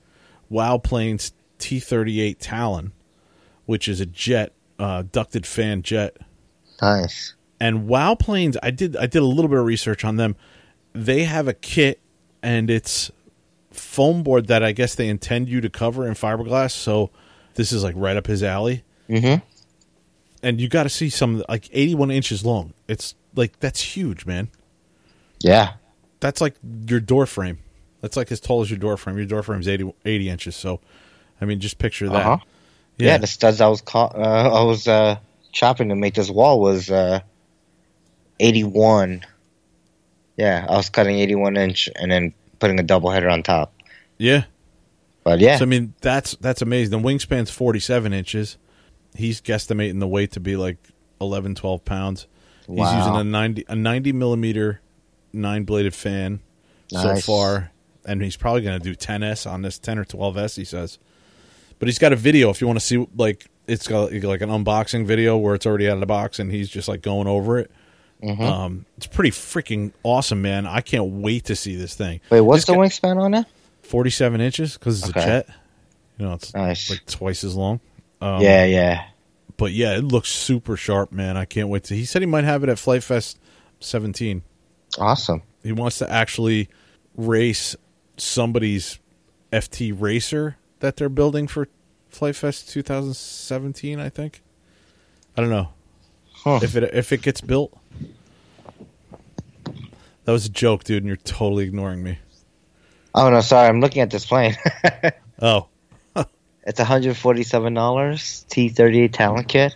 Speaker 1: Wow Planes T 38 Talon which is a jet, uh, ducted fan jet.
Speaker 2: Nice.
Speaker 1: And Wow Planes, I did I did a little bit of research on them. They have a kit, and it's foam board that I guess they intend you to cover in fiberglass. So this is like right up his alley.
Speaker 2: Mm-hmm.
Speaker 1: And you got to see some like eighty one inches long. It's like that's huge, man.
Speaker 2: Yeah.
Speaker 1: That's like your door frame. That's like as tall as your door frame. Your door frame's 80, 80 inches. So, I mean, just picture that.
Speaker 2: Uh-huh. Yeah. the studs I was ca- uh, I was uh, chopping to make this wall was uh, eighty-one. Yeah, I was cutting eighty-one inch and then putting a double header on top.
Speaker 1: yeah.
Speaker 2: But yeah,
Speaker 1: So I mean, that's that's amazing. The wingspan's 47 inches. He's guesstimating the weight to be like 11, 12 pounds. He's
Speaker 2: Wow.
Speaker 1: using a 90 a 90 millimeter nine bladed fan so
Speaker 2: Nice.
Speaker 1: far, and he's probably going to do 10s on this 10 or 12s. He says, but he's got a video if you want to see like it's got like an unboxing video where it's already out of the box and he's just like going over it.
Speaker 2: Mm-hmm.
Speaker 1: Um, it's pretty freaking awesome, man. I can't wait to see this thing.
Speaker 2: wait,
Speaker 1: This
Speaker 2: what's the
Speaker 1: guy-
Speaker 2: wingspan on that?
Speaker 1: 47 inches because it's a
Speaker 2: Okay.
Speaker 1: jet. You know, it's
Speaker 2: Nice.
Speaker 1: like twice as long. Um,
Speaker 2: yeah, yeah.
Speaker 1: But yeah, it looks super sharp, man. I can't wait to. He said he might have it at Flight Fest 17.
Speaker 2: Awesome.
Speaker 1: He wants to actually race somebody's FT racer that they're building for Flight Fest 2017, I think. I don't know
Speaker 2: Huh.
Speaker 1: if it if it gets built. That was a joke, dude, and you're totally ignoring me.
Speaker 2: Oh no, sorry, I'm looking at this plane.
Speaker 1: Oh,
Speaker 2: it's $147 T38 talent kit.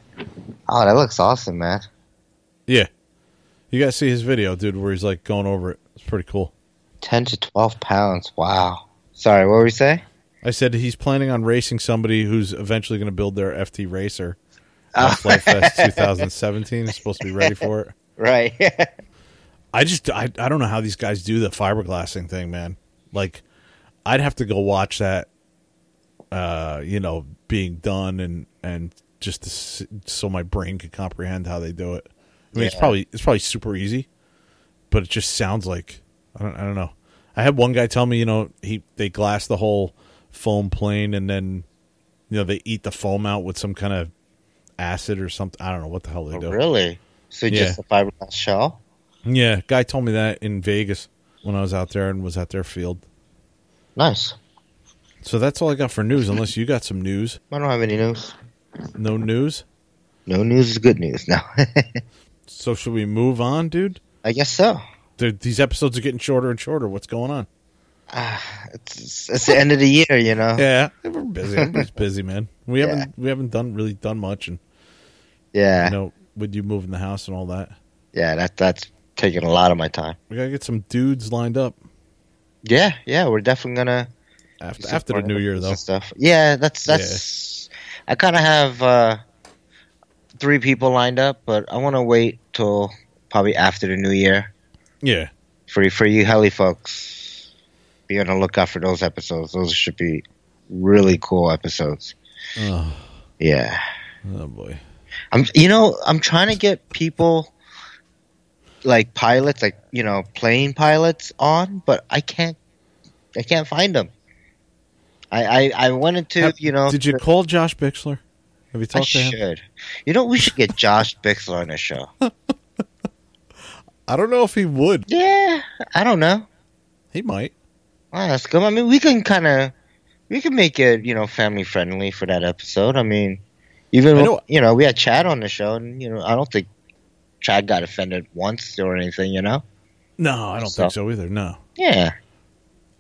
Speaker 2: Oh, that looks awesome, man.
Speaker 1: Yeah. You gotta see his video, dude, where he's like going over it. It's pretty cool.
Speaker 2: 10 to 12 pounds. Wow. Sorry, what were we say?
Speaker 1: I said he's planning on racing somebody who's eventually gonna build their FT racer.
Speaker 2: Oh.
Speaker 1: at Flight Fest 2017 is supposed to be ready for it.
Speaker 2: Right.
Speaker 1: I just I, I don't know how these guys do the fiberglassing thing, man. Like I'd have to go watch that uh, you know, being done and and just to, s- so my brain could comprehend how they do it. I mean, it's
Speaker 2: Yeah.
Speaker 1: probably it's probably super easy, but it just sounds like I don't I don't know. I had one guy tell me, you know, he they glass the whole foam plane and then you know, they eat the foam out with some kind of acid or something. I don't know what the hell
Speaker 2: Oh,
Speaker 1: they do.
Speaker 2: really? So
Speaker 1: Yeah.
Speaker 2: just a fiberglass shell?
Speaker 1: Yeah, guy told me that in Vegas when I was out there and was at their field.
Speaker 2: Nice.
Speaker 1: So that's all I got for news. Unless you got some news,
Speaker 2: I don't have any news.
Speaker 1: no news.
Speaker 2: No news is good news. No.
Speaker 1: So should we move on, dude?
Speaker 2: I guess so.
Speaker 1: Dude, These episodes are getting shorter and shorter. What's going on?
Speaker 2: It's, it's the end of the year, you know?
Speaker 1: Yeah, we're busy. Everybody's busy, man. We
Speaker 2: Yeah.
Speaker 1: haven't we haven't done really done much, and
Speaker 2: Yeah.
Speaker 1: you know, with you moving the house and all that,
Speaker 2: Yeah, that, that's taking a lot of my time.
Speaker 1: we gotta get some dudes lined up.
Speaker 2: Yeah, yeah, we're definitely gonna
Speaker 1: after after the new year though.
Speaker 2: Stuff. Yeah, that's that's. I kind of have uh, three people lined up, but I want to wait till probably after the new year
Speaker 1: Yeah,
Speaker 2: for for you heli folks. Be on the lookout for those episodes. Those should be really cool episodes.
Speaker 1: oh,
Speaker 2: Yeah.
Speaker 1: oh boy,
Speaker 2: I'm you know I'm trying to get people like pilots like you know plane pilots on, but I can't I can't find them. I I, I wanted to
Speaker 1: Have-
Speaker 2: you know
Speaker 1: did you call Josh Bixler? Have you
Speaker 2: Oh, I
Speaker 1: talked to him?
Speaker 2: should you know we should get Josh Bixler on the show.
Speaker 1: I don't know if he would.
Speaker 2: Yeah, I don't know.
Speaker 1: He might.
Speaker 2: Well, that's good. I mean, we can kind of we can make it you know family friendly for that episode. I mean, even
Speaker 1: I know-
Speaker 2: you know we had Chad on the show, and you know I don't think Chad got offended once or anything. You know,
Speaker 1: No, I don't
Speaker 2: So-
Speaker 1: think so either. No,
Speaker 2: yeah.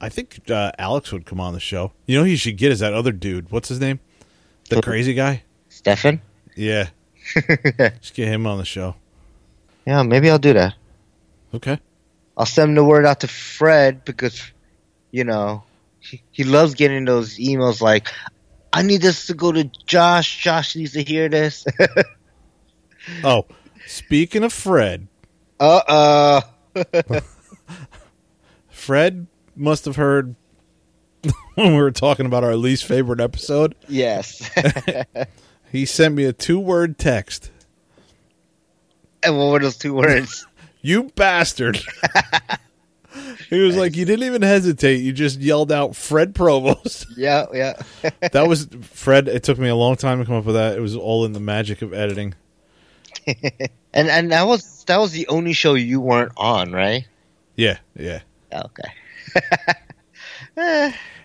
Speaker 1: I think uh, Alex would come on the show. You know, who you should get is that other dude. What's his name? The
Speaker 2: Who?
Speaker 1: crazy guy.
Speaker 2: Stefan?
Speaker 1: Yeah, just get him on the show.
Speaker 2: yeah, maybe I'll do that.
Speaker 1: Okay.
Speaker 2: I'll send the word out to Fred because, you know, he, he loves getting those emails like, I need this to go to Josh. Josh needs to hear this.
Speaker 1: Oh, speaking of Fred,
Speaker 2: uh oh.
Speaker 1: Fred must have heard when we were talking about our least favorite episode.
Speaker 2: Yes.
Speaker 1: He sent me a two word text.
Speaker 2: and what were those two words?
Speaker 1: You bastard. he was like, You didn't even hesitate. You just yelled out Fred Provost.
Speaker 2: yeah, yeah.
Speaker 1: that was Fred. It took me a long time to come up with that. It was all in the magic of editing.
Speaker 2: And and that was that was the only show you weren't on, right?
Speaker 1: Yeah, yeah.
Speaker 2: Okay.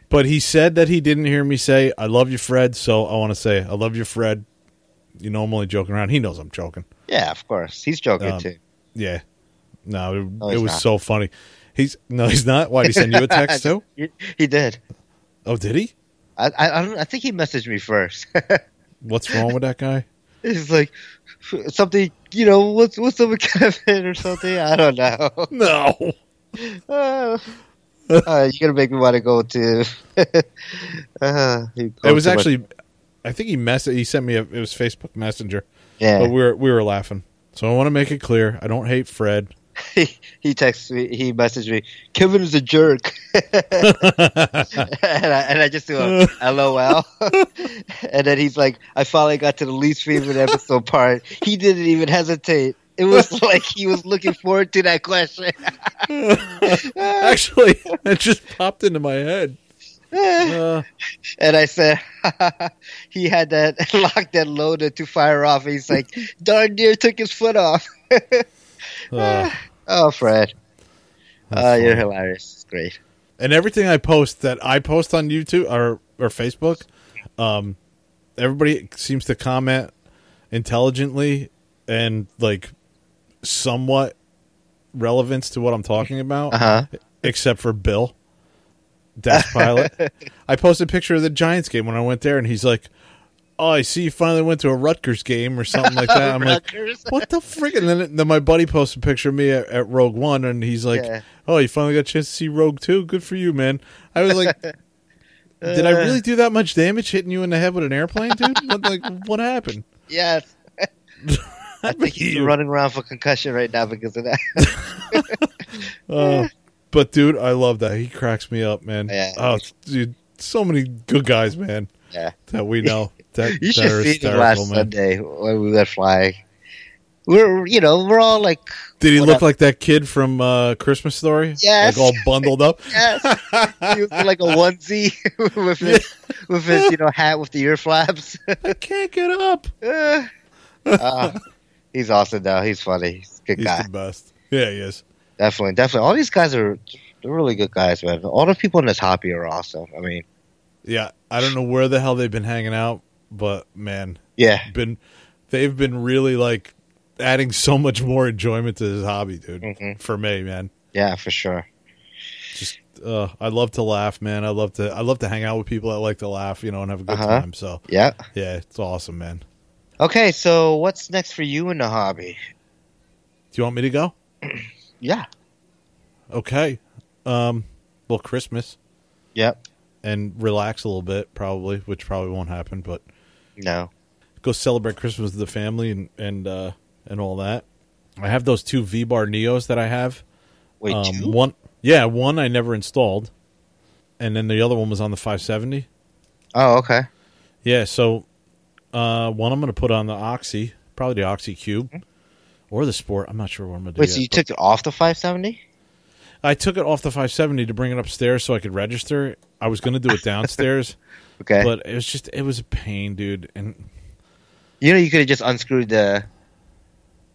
Speaker 1: But he said that he didn't hear me say, I love you, Fred. So I want to say, I love you, Fred. You know, I'm only joking around. He knows I'm joking.
Speaker 2: Yeah, of course. He's joking
Speaker 1: Um,
Speaker 2: too.
Speaker 1: Yeah. No, it,
Speaker 2: No,
Speaker 1: it
Speaker 2: he's
Speaker 1: was
Speaker 2: not.
Speaker 1: so funny. He's no, he's not. Why did he send you a text too?
Speaker 2: He, he did.
Speaker 1: Oh, did he?
Speaker 2: I I, I, don't, I think he messaged me first.
Speaker 1: What's wrong with that guy?
Speaker 2: It's like something, you know, what's what's up with Kevin or something? I don't know.
Speaker 1: No.
Speaker 2: Uh, uh, you're gonna make me want to go to. uh, you go
Speaker 1: It was
Speaker 2: to my-
Speaker 1: actually, I think he mess. He sent me a. It was Facebook Messenger, but
Speaker 2: yeah.
Speaker 1: we were we were laughing. So I want to make it clear, I don't hate Fred.
Speaker 2: he, he texts me. He messaged me. Kevin is a jerk, and, I, and I just do a LOL. and then he's like, "I finally got to the least favorite episode part. He didn't even hesitate. It was like he was looking forward to that question."
Speaker 1: Actually, it just popped into my head. Uh,
Speaker 2: And I said, he had that locked and loaded to fire off. He's like, darn near took his foot off.
Speaker 1: uh,
Speaker 2: Oh, Fred.
Speaker 1: That's
Speaker 2: Oh, you're
Speaker 1: funny.
Speaker 2: hilarious. It's great.
Speaker 1: and everything I post that I post on YouTube or or Facebook, um, everybody seems to comment intelligently and like somewhat relevance to what I'm talking about,
Speaker 2: Uh-huh.
Speaker 1: except for Bill Dash Pilot. I posted a picture of the Giants game when I went there, and he's like. Oh, I see you finally went to a Rutgers game or something like that. I'm like,
Speaker 2: Rutgers.
Speaker 1: what the frick? And then, then my buddy posted a picture of me at, at Rogue One, and he's like,
Speaker 2: Yeah.
Speaker 1: "Oh, you finally got a chance to see Rogue Two. Good for you, man." I was like, "Did I really do that much damage hitting you in the head with an airplane, dude? what, like, what happened?"
Speaker 2: Yes. I think he's
Speaker 1: You.
Speaker 2: running around for concussion right now because of that.
Speaker 1: Uh, but dude, I love that. He cracks me up, man.
Speaker 2: Yeah.
Speaker 1: Oh, dude, so many good guys, man,
Speaker 2: yeah.
Speaker 1: that we know that,
Speaker 2: You
Speaker 1: that
Speaker 2: should
Speaker 1: are
Speaker 2: see him last
Speaker 1: hysterical, man.
Speaker 2: Sunday when we went flying. We're, you know, we're all like,
Speaker 1: Did he
Speaker 2: What
Speaker 1: look
Speaker 2: up?
Speaker 1: like that kid from uh, Christmas Story?
Speaker 2: Yes.
Speaker 1: like all bundled up.
Speaker 2: yes. he was in like a onesie with his, with his, you know, hat with the ear flaps.
Speaker 1: I can't get up.
Speaker 2: Uh, uh, he's awesome though. He's funny. He's a good
Speaker 1: He's
Speaker 2: guy.
Speaker 1: the best. Yeah, he is.
Speaker 2: Definitely, definitely. All these guys are they're really good guys, man. All the people in this hobby are awesome. I mean,
Speaker 1: Yeah, I don't know where the hell they've been hanging out, but man,
Speaker 2: yeah.
Speaker 1: been they've been really like adding so much more enjoyment to this hobby, dude.
Speaker 2: Mhm.
Speaker 1: For me, man,
Speaker 2: Yeah, for sure.
Speaker 1: just uh, I love to laugh, man. I love to I love to hang out with people that like to laugh, you know, and have a good
Speaker 2: Uh-huh.
Speaker 1: time. So
Speaker 2: Yeah.
Speaker 1: yeah, it's awesome, man.
Speaker 2: Okay, so what's next for you in the hobby?
Speaker 1: Do you want me to go?
Speaker 2: Yeah.
Speaker 1: Okay. Um, well, Christmas.
Speaker 2: Yep.
Speaker 1: and relax a little bit, probably, which probably won't happen, but
Speaker 2: No.
Speaker 1: go celebrate Christmas with the family and and uh, and all that. I have those two V Bar Neos that I have.
Speaker 2: Wait, two?
Speaker 1: Um, one, yeah, one I never installed, and then the other one was on the 570.
Speaker 2: Oh, okay.
Speaker 1: Yeah, so uh, one I'm going to put on the Oxy, probably the Oxy Cube or the Sport. I'm not sure what I'm going to do.
Speaker 2: Wait, so
Speaker 1: yet,
Speaker 2: you
Speaker 1: but-
Speaker 2: took it off the 570?
Speaker 1: I took it off the 570 to bring it upstairs so I could register. I was going to do it downstairs,
Speaker 2: Okay.
Speaker 1: but it was just it was a pain, dude. And
Speaker 2: you know, you could have just unscrewed the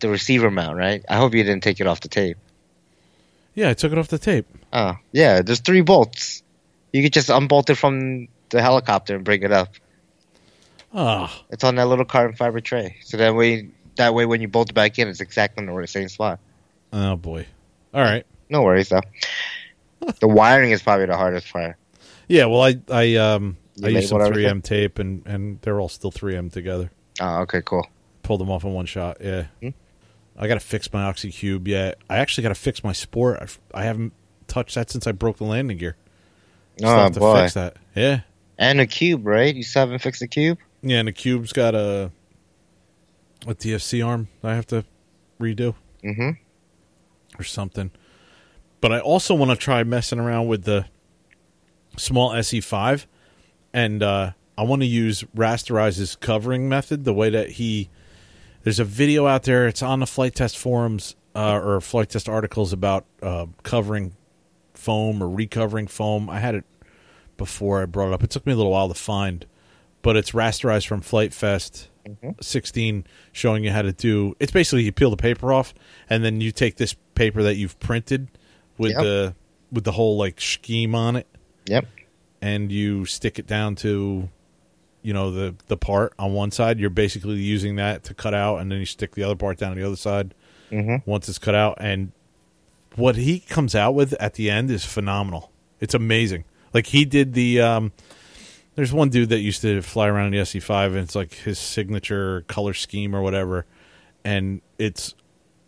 Speaker 2: the receiver mount, right? I hope you didn't take it off the tape.
Speaker 1: yeah, I took it off the tape.
Speaker 2: Oh, yeah. There's three bolts. You could just unbolt it from the helicopter and bring it up.
Speaker 1: Ah,
Speaker 2: It's on that little carbon fiber tray. So that way, that way, when you bolt it back in, it's exactly in the same spot.
Speaker 1: oh boy. All right.
Speaker 2: No worries though. the wiring is probably the hardest part.
Speaker 1: Yeah, well, I I um
Speaker 2: You
Speaker 1: I used
Speaker 2: labeled
Speaker 1: some
Speaker 2: everything?
Speaker 1: 3M tape and and they're all still 3M together.
Speaker 2: Oh, okay, cool.
Speaker 1: Pulled them off in one shot. Yeah.
Speaker 2: Hmm?
Speaker 1: I got to fix my Oxy Cube. Yeah, I actually got to fix my Sport. I've, I haven't touched that since I broke the landing gear. Still
Speaker 2: Oh
Speaker 1: have to
Speaker 2: boy,
Speaker 1: fix that. Yeah.
Speaker 2: and a cube, right? You still haven't fixed the cube.
Speaker 1: Yeah, and the cube's got a a DFC arm that I have to redo
Speaker 2: Mm-hmm.
Speaker 1: or something. But I also want to try messing around with the small SE5, and uh, I want to use Rasterize's covering method. The way that he there's a video out there. It's on the flight test forums uh, or flight test articles about uh, covering foam or recovering foam. I had it before I brought it up. It took me a little while to find, but it's rasterized from Flight Fest 16, showing you how to do. It's basically you peel the paper off, and then you take this paper that you've printed with
Speaker 2: Yep.
Speaker 1: the with the whole like scheme on it,
Speaker 2: Yep.
Speaker 1: and you stick it down to you know the the part on one side you're basically using that to cut out and then you stick the other part down on the other side
Speaker 2: Mhm.
Speaker 1: once it's cut out and what he comes out with at the end is phenomenal it's amazing like he did the um there's one dude that used to fly around in the SE5 and it's like his signature color scheme or whatever and it's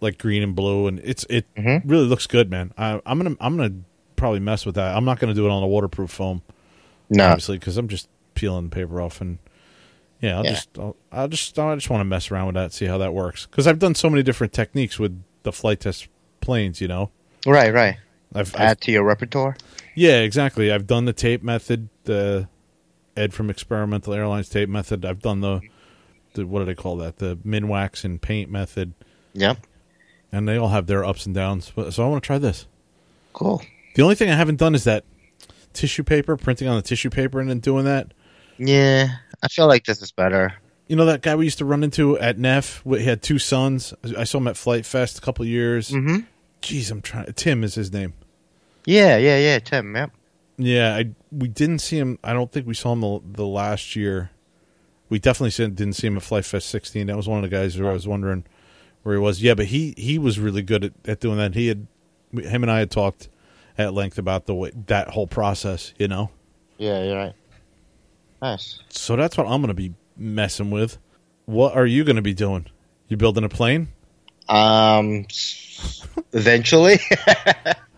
Speaker 1: like green and blue and it's it
Speaker 2: Mhm.
Speaker 1: really looks good man I, I'm gonna I'm gonna probably mess with that I'm not gonna do it on a waterproof foam
Speaker 2: No.
Speaker 1: obviously because I'm just peeling the paper off and yeah, I'll
Speaker 2: Yeah.
Speaker 1: just I'll, I'll just I just want to mess around with that, see how that works because I've done so many different techniques with the flight test planes. You know,
Speaker 2: Right. Right.
Speaker 1: I've, I've
Speaker 2: Add to your repertoire.
Speaker 1: yeah, exactly. I've done the tape method, the Ed from Experimental Airlines tape method. I've done the the what do they call that? The minwax and paint method,
Speaker 2: Yep.
Speaker 1: and they all have their ups and downs. But- So I want to try this.
Speaker 2: Cool.
Speaker 1: The only thing I haven't done is that tissue paper, printing on the tissue paper, and then doing that.
Speaker 2: Yeah, I feel like this is better.
Speaker 1: You know that guy we used to run into at Neff? We- He had two sons. I saw him at Flight Fest a couple years.
Speaker 2: Mm-hmm.
Speaker 1: Jeez, I'm trying. Tim is his name.
Speaker 2: Yeah. Yeah. Yeah. Tim. Yep.
Speaker 1: Yeah, I we didn't see him. I don't think we saw him the, the last year. We definitely said- didn't see him at Flight Fest 16. That was one of the guys where I was wondering where he was. Yeah, but he he was really good at, at doing that. He had him and I had talked at length about the way, that whole process. You know,
Speaker 2: Yeah. You're right. Nice.
Speaker 1: so that's what I'm going to be messing with. What are you going to be doing? You building a plane?
Speaker 2: Um, s- eventually,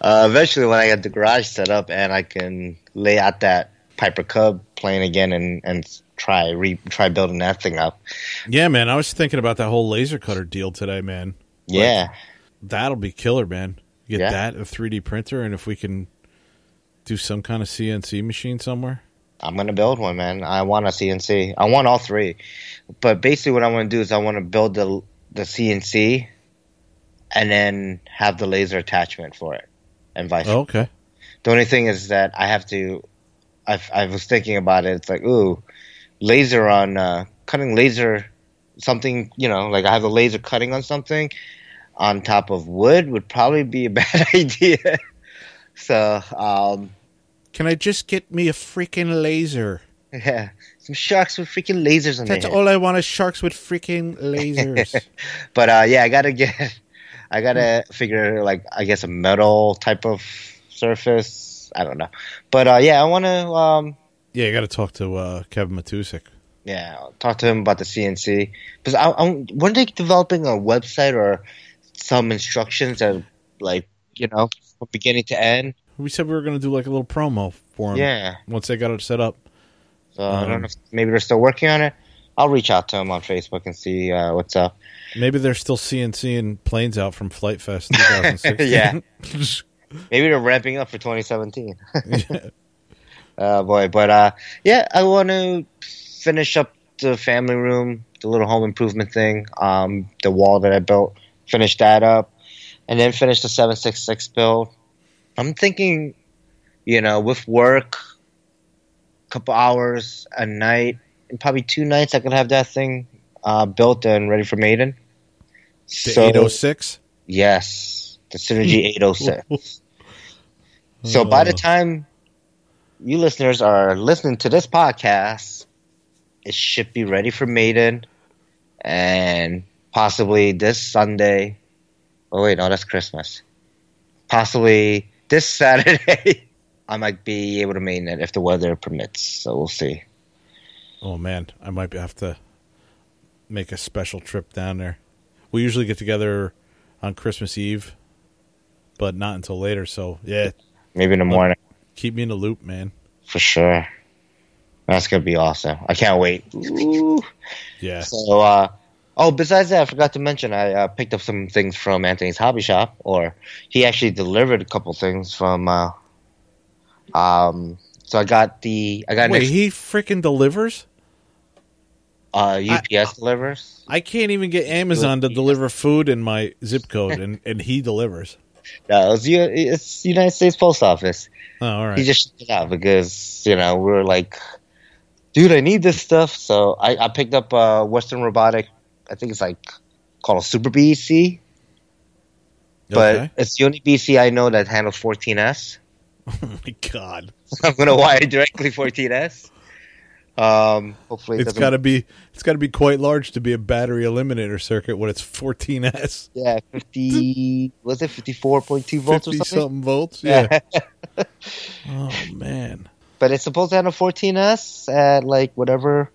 Speaker 2: uh, eventually, when I get the garage set up and I can lay out that Piper Cub plane again and and s- try re try building that thing up.
Speaker 1: Yeah, man. I was thinking about that whole laser cutter deal today, man.
Speaker 2: Yeah,
Speaker 1: That'll be killer, man. You get
Speaker 2: Yeah.
Speaker 1: that, a 3D printer, and if we can do some kind of CNC machine somewhere.
Speaker 2: I'm gonna build one, man. I want a CNC. I want all three, but basically, what I want to do is I want to build the the CNC, and then have the laser attachment for it, and vice
Speaker 1: Oh, okay.
Speaker 2: The only thing is that I have to. I I was thinking about it. It's like ooh, laser on uh, cutting laser something. You know, like I have a laser cutting on something on top of wood would probably be a bad idea. so um,
Speaker 1: Can I just get me a freaking laser?
Speaker 2: yeah, some sharks with freaking lasers on their
Speaker 1: That's
Speaker 2: head.
Speaker 1: all I want is sharks with freaking lasers.
Speaker 2: But uh, yeah, I gotta get. I gotta figure like I guess a metal type of surface. I don't know, but uh, yeah, I want to um,
Speaker 1: yeah, you got to talk to uh, Kevin Matusik.
Speaker 2: Yeah, I'll talk to him about the CNC because I, I weren't they developing a website or some instructions that like you know from beginning to end.
Speaker 1: We said we were going to do like a little promo for him.
Speaker 2: Yeah.
Speaker 1: Once they got it set up.
Speaker 2: So I
Speaker 1: Um,
Speaker 2: don't know if maybe they're still working on it. I'll reach out to him on Facebook and see uh, what's up.
Speaker 1: Maybe they're still CNCing planes out from Flight Fest 2016.
Speaker 2: Yeah. Maybe they're ramping up for 2017. Uh, boy, but uh, yeah, I want to finish up the family room, the little home improvement thing, um, the wall that I built. Finish that up, and then finish the 766 build. I'm thinking, you know, with work, couple hours a night, and probably two nights, I could have that thing uh, built and ready for maiden.
Speaker 1: The
Speaker 2: So-
Speaker 1: 806.
Speaker 2: Yes, the Synergy 806. so by the
Speaker 1: Uh.
Speaker 2: time you listeners are listening to this podcast, it should be ready for Maiden and possibly this Sunday. Oh, wait, no, that's Christmas. Possibly this Saturday, I might be able to maiden it if the weather permits. So we'll see.
Speaker 1: Oh man, I might have to make a special trip down there. We usually get together on Christmas Eve, but not until later. So yeah,
Speaker 2: Maybe in the morning.
Speaker 1: keep me in the loop, man.
Speaker 2: For sure. That's going to be awesome. I can't wait. Ooh.
Speaker 1: Yeah,
Speaker 2: So, uh, oh, besides that, I forgot to mention I uh, picked up some things from Anthony's hobby shop, or he actually delivered a couple things from. Uh, um, so I got the I got an
Speaker 1: wait,
Speaker 2: ex-
Speaker 1: he freaking delivers.
Speaker 2: uh, UPS delivers.
Speaker 1: I can't even get Amazon to deliver food in my zip code, and and he delivers.
Speaker 2: No, it's, U- it's United States Post Office.
Speaker 1: Oh, all
Speaker 2: He
Speaker 1: right.
Speaker 2: just shipped it out because you know we were like, dude, I need this stuff. So I, I picked up uh, Western Robotic. I think it's like called a Super BC, but
Speaker 1: Okay.
Speaker 2: it's the only BC I know that handles 14s.
Speaker 1: oh my god,
Speaker 2: I'm gonna wire directly 14s. Um, hopefully it
Speaker 1: it's
Speaker 2: doesn't-
Speaker 1: got to be it's got to be quite large to be a battery eliminator circuit when it's 14s,
Speaker 2: yeah 50 was it 54.2 volts
Speaker 1: 50
Speaker 2: or something?
Speaker 1: something volts. Yeah. oh man.
Speaker 2: but it's supposed to handle 14s at like whatever,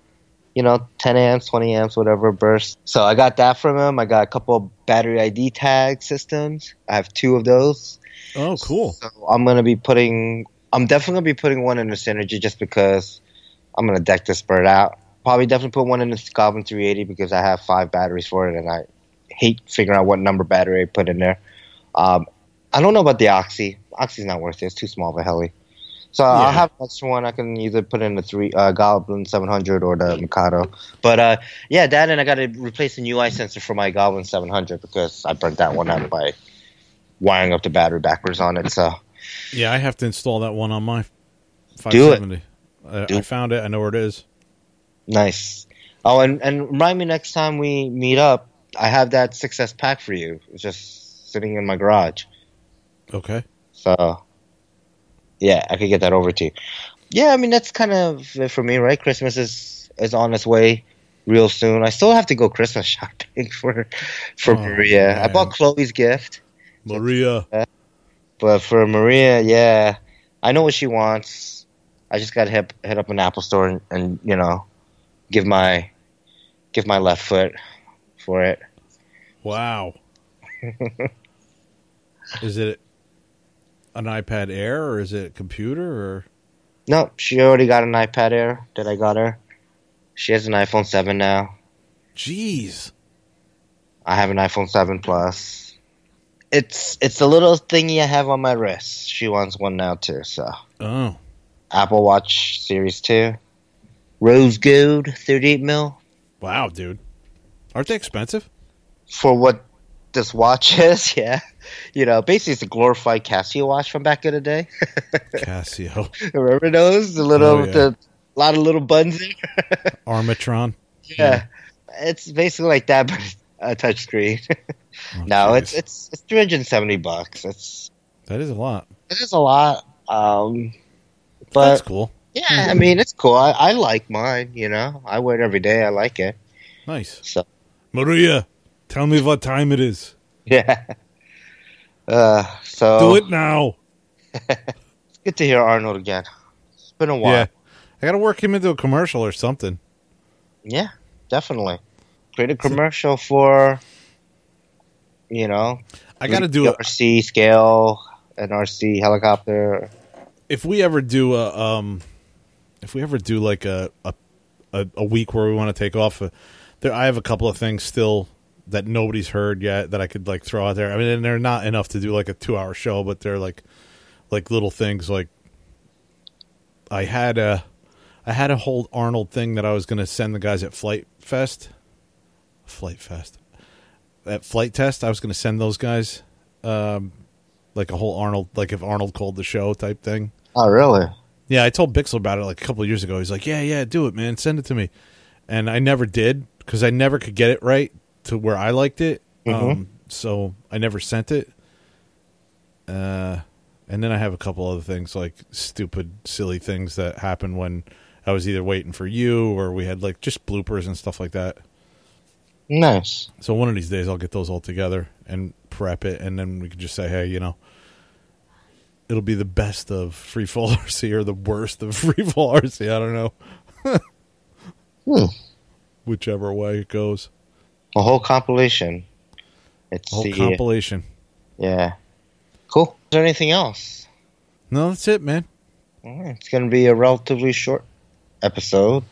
Speaker 2: you know, 10 amps, 20 amps, whatever burst. So I got that from him. I got a couple of battery ID tag systems. I have two of those.
Speaker 1: Oh, cool.
Speaker 2: So I'm gonna be putting. I'm definitely gonna be putting one in the synergy just because I'm gonna deck this bird out. Probably definitely put one in the Goblin 380 because I have five batteries for it, and I hate figuring out what number battery I put in there. Um, I don't know about the Oxy. Oxy's not worth it. It's too small of a heli. So
Speaker 1: Yeah.
Speaker 2: I'll have an extra one. I can either put in the three uh, Goblin 700 or the Mikado. But uh, yeah, that and I got to replace an UI sensor for my Goblin 700 because I burnt that one up by wiring up the battery backwards on it. So
Speaker 1: Yeah, I have to install that one on my
Speaker 2: Do it.
Speaker 1: 570. I,
Speaker 2: Do
Speaker 1: I
Speaker 2: it.
Speaker 1: found it. I know where it is.
Speaker 2: nice. Oh, and, and remind me next time we meet up, I have that 6S pack for you. It's just sitting in my garage.
Speaker 1: Okay.
Speaker 2: So, yeah, I could get that over to you. Yeah, I mean that's kind of it for me, right? Christmas is is on its way real soon. I still have to go Christmas shopping for for
Speaker 1: Oh,
Speaker 2: Maria. I
Speaker 1: man.
Speaker 2: bought Chloe's gift,
Speaker 1: Maria.
Speaker 2: but for Maria, yeah, I know what she wants. I just got to hit, hit up an Apple store and, and you know give my give my left foot for it.
Speaker 1: Wow. is it an iPad Air or is it a computer or
Speaker 2: No, she already got an iPad Air that I got her. She has an iPhone seven now.
Speaker 1: jeez.
Speaker 2: I have an iPhone 7 Plus. It's it's the little thingy I have on my wrist. She wants one now too. So
Speaker 1: Oh.
Speaker 2: Apple Watch Series 2, rose gold, 38 mil
Speaker 1: Wow, dude. Aren't they expensive?
Speaker 2: for what this watch is. Yeah, you know, basically it's a glorified Casio watch from back in the day.
Speaker 1: Casio,
Speaker 2: Remember those? The little,
Speaker 1: Oh, yeah.
Speaker 2: the lot of little buttons. in it?
Speaker 1: Armatron.
Speaker 2: yeah, it's basically like that, but a touchscreen.
Speaker 1: Oh,
Speaker 2: no,
Speaker 1: jeez.
Speaker 2: it's it's it's 370 bucks. It's
Speaker 1: that is a lot.
Speaker 2: It is a lot. Um,
Speaker 1: That's
Speaker 2: but
Speaker 1: cool.
Speaker 2: yeah, I mean, it's cool. I, I like mine. You know, I wear it every day. I like it.
Speaker 1: Nice.
Speaker 2: So-
Speaker 1: Maria, tell me what time it is.
Speaker 2: Yeah. Uh, so
Speaker 1: Do it now.
Speaker 2: it's good to hear Arnold again. It's been a while.
Speaker 1: Yeah.
Speaker 2: Yeah,
Speaker 1: I got to work him into a commercial or something.
Speaker 2: definitely. Create a commercial for, you know, Mm,
Speaker 1: I got to do it.
Speaker 2: RC scale. an RC helicopter.
Speaker 1: if we ever do a um if we ever do like a a, a, a week where we want to take off uh, there i have a couple of things still that nobody's heard yet that i could like throw out there i mean and they're not enough to do like a two hour show but they're like like little things like i had a i had a whole arnold thing that i was going to send the guys at flight fest flight fest at flight test i was going to send those guys um like a whole arnold like if arnold called the show type thing
Speaker 2: Oh, really?
Speaker 1: yeah, I told Bixel about it like a couple of years ago. He's like, "Yeah, yeah, do it, man. Send it to me." And I never did because I never could get it right to where I liked it. Um, so I never sent it. Uh, and then I have a couple other things like stupid, silly things that happened when I was either waiting for you or we had like just bloopers and stuff like that.
Speaker 2: Nice.
Speaker 1: So one of these days I'll get those all together and prep it, and then we can just say, hey, you know, it'll be the best of free fall RC or the worst of free fall RC. I don't know,
Speaker 2: Hmm.
Speaker 1: whichever way it goes.
Speaker 2: A whole compilation. It's
Speaker 1: Whole
Speaker 2: the
Speaker 1: compilation.
Speaker 2: yeah. Cool. Is there anything else?
Speaker 1: No, that's it, man.
Speaker 2: All right, It's going to be a relatively short episode,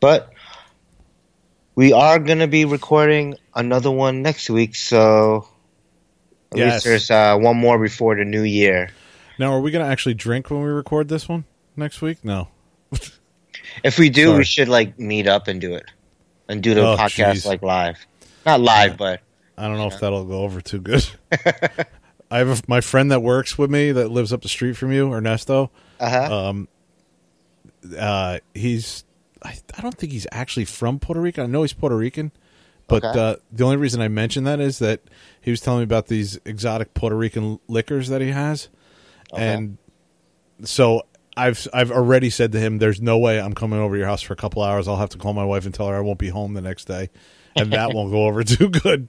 Speaker 2: but we are going to be recording another one next week. So at
Speaker 1: Yes.
Speaker 2: least there's uh, one more before the new year.
Speaker 1: Now, are we gonna actually drink when we record this one next week? No.
Speaker 2: If we do,
Speaker 1: Sorry.
Speaker 2: we should like meet up and do it, and do the
Speaker 1: Oh,
Speaker 2: podcast
Speaker 1: jeez.
Speaker 2: like live. Not live, but
Speaker 1: I don't know if that'll go over too good. I have a, my friend that works with me that lives up the street from you, Ernesto.
Speaker 2: uh-huh.
Speaker 1: Um, uh, he's I, I don't think he's actually from Puerto Rico. I know he's Puerto Rican, but
Speaker 2: Okay.
Speaker 1: uh, the only reason I mentioned that is that he was telling me about these exotic Puerto Rican liquors that he has,
Speaker 2: Okay.
Speaker 1: and so I've I've already said to him, "There's no way I'm coming over to your house for a couple hours. I'll have to call my wife and tell her I won't be home the next day, and that won't go over too good."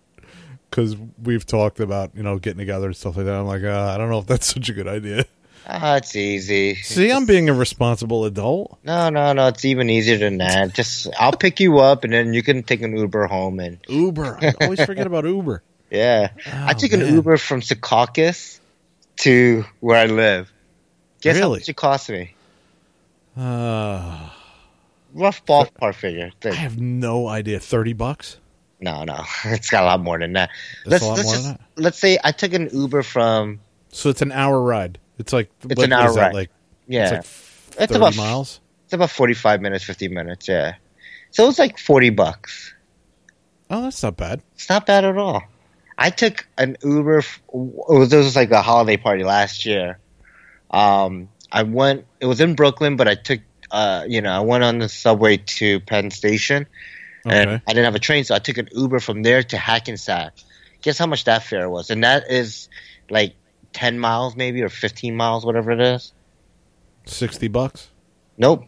Speaker 1: Because we've talked about you know getting together and stuff like that. I'm like, uh, I don't know if that's such a good idea.
Speaker 2: Ah, it's easy.
Speaker 1: See, I'm being a responsible adult.
Speaker 2: No, no, no. It's even easier than that. Just I'll pick you up, and then you can take an Uber home. And
Speaker 1: Uber. I always forget about Uber.
Speaker 2: yeah, I
Speaker 1: Oh,
Speaker 2: took an
Speaker 1: man.
Speaker 2: Uber from Secaucus to where I live. Guess how
Speaker 1: Really?
Speaker 2: much it cost me?
Speaker 1: Uh,
Speaker 2: Rough ballpark figure.
Speaker 1: I have no idea. Thirty bucks.
Speaker 2: No, no. It's got a lot more than that.
Speaker 1: It's a lot more than
Speaker 2: let's say I took an Uber from
Speaker 1: So it's an hour ride. It's like
Speaker 2: It's
Speaker 1: what
Speaker 2: an hour
Speaker 1: is that,
Speaker 2: ride.
Speaker 1: Like
Speaker 2: yeah.
Speaker 1: it's
Speaker 2: It's,
Speaker 1: like thirty
Speaker 2: about-
Speaker 1: miles.
Speaker 2: about forty-five minutes, fifty minutes. Yeah. So it's like forty bucks.
Speaker 1: Oh, that's not bad.
Speaker 2: It's not bad at all. I took an Uber. F- it was this was like a holiday party last year. Um, I went. It was in Brooklyn, but I took. Uh, you know, I went on the subway to Penn Station, and
Speaker 1: Okay.
Speaker 2: I didn't have a train, so I took an Uber from there to Hackensack. Guess how much that fare was? And that is like ten miles, maybe or fifteen miles, whatever it is.
Speaker 1: Sixty bucks.
Speaker 2: Nope,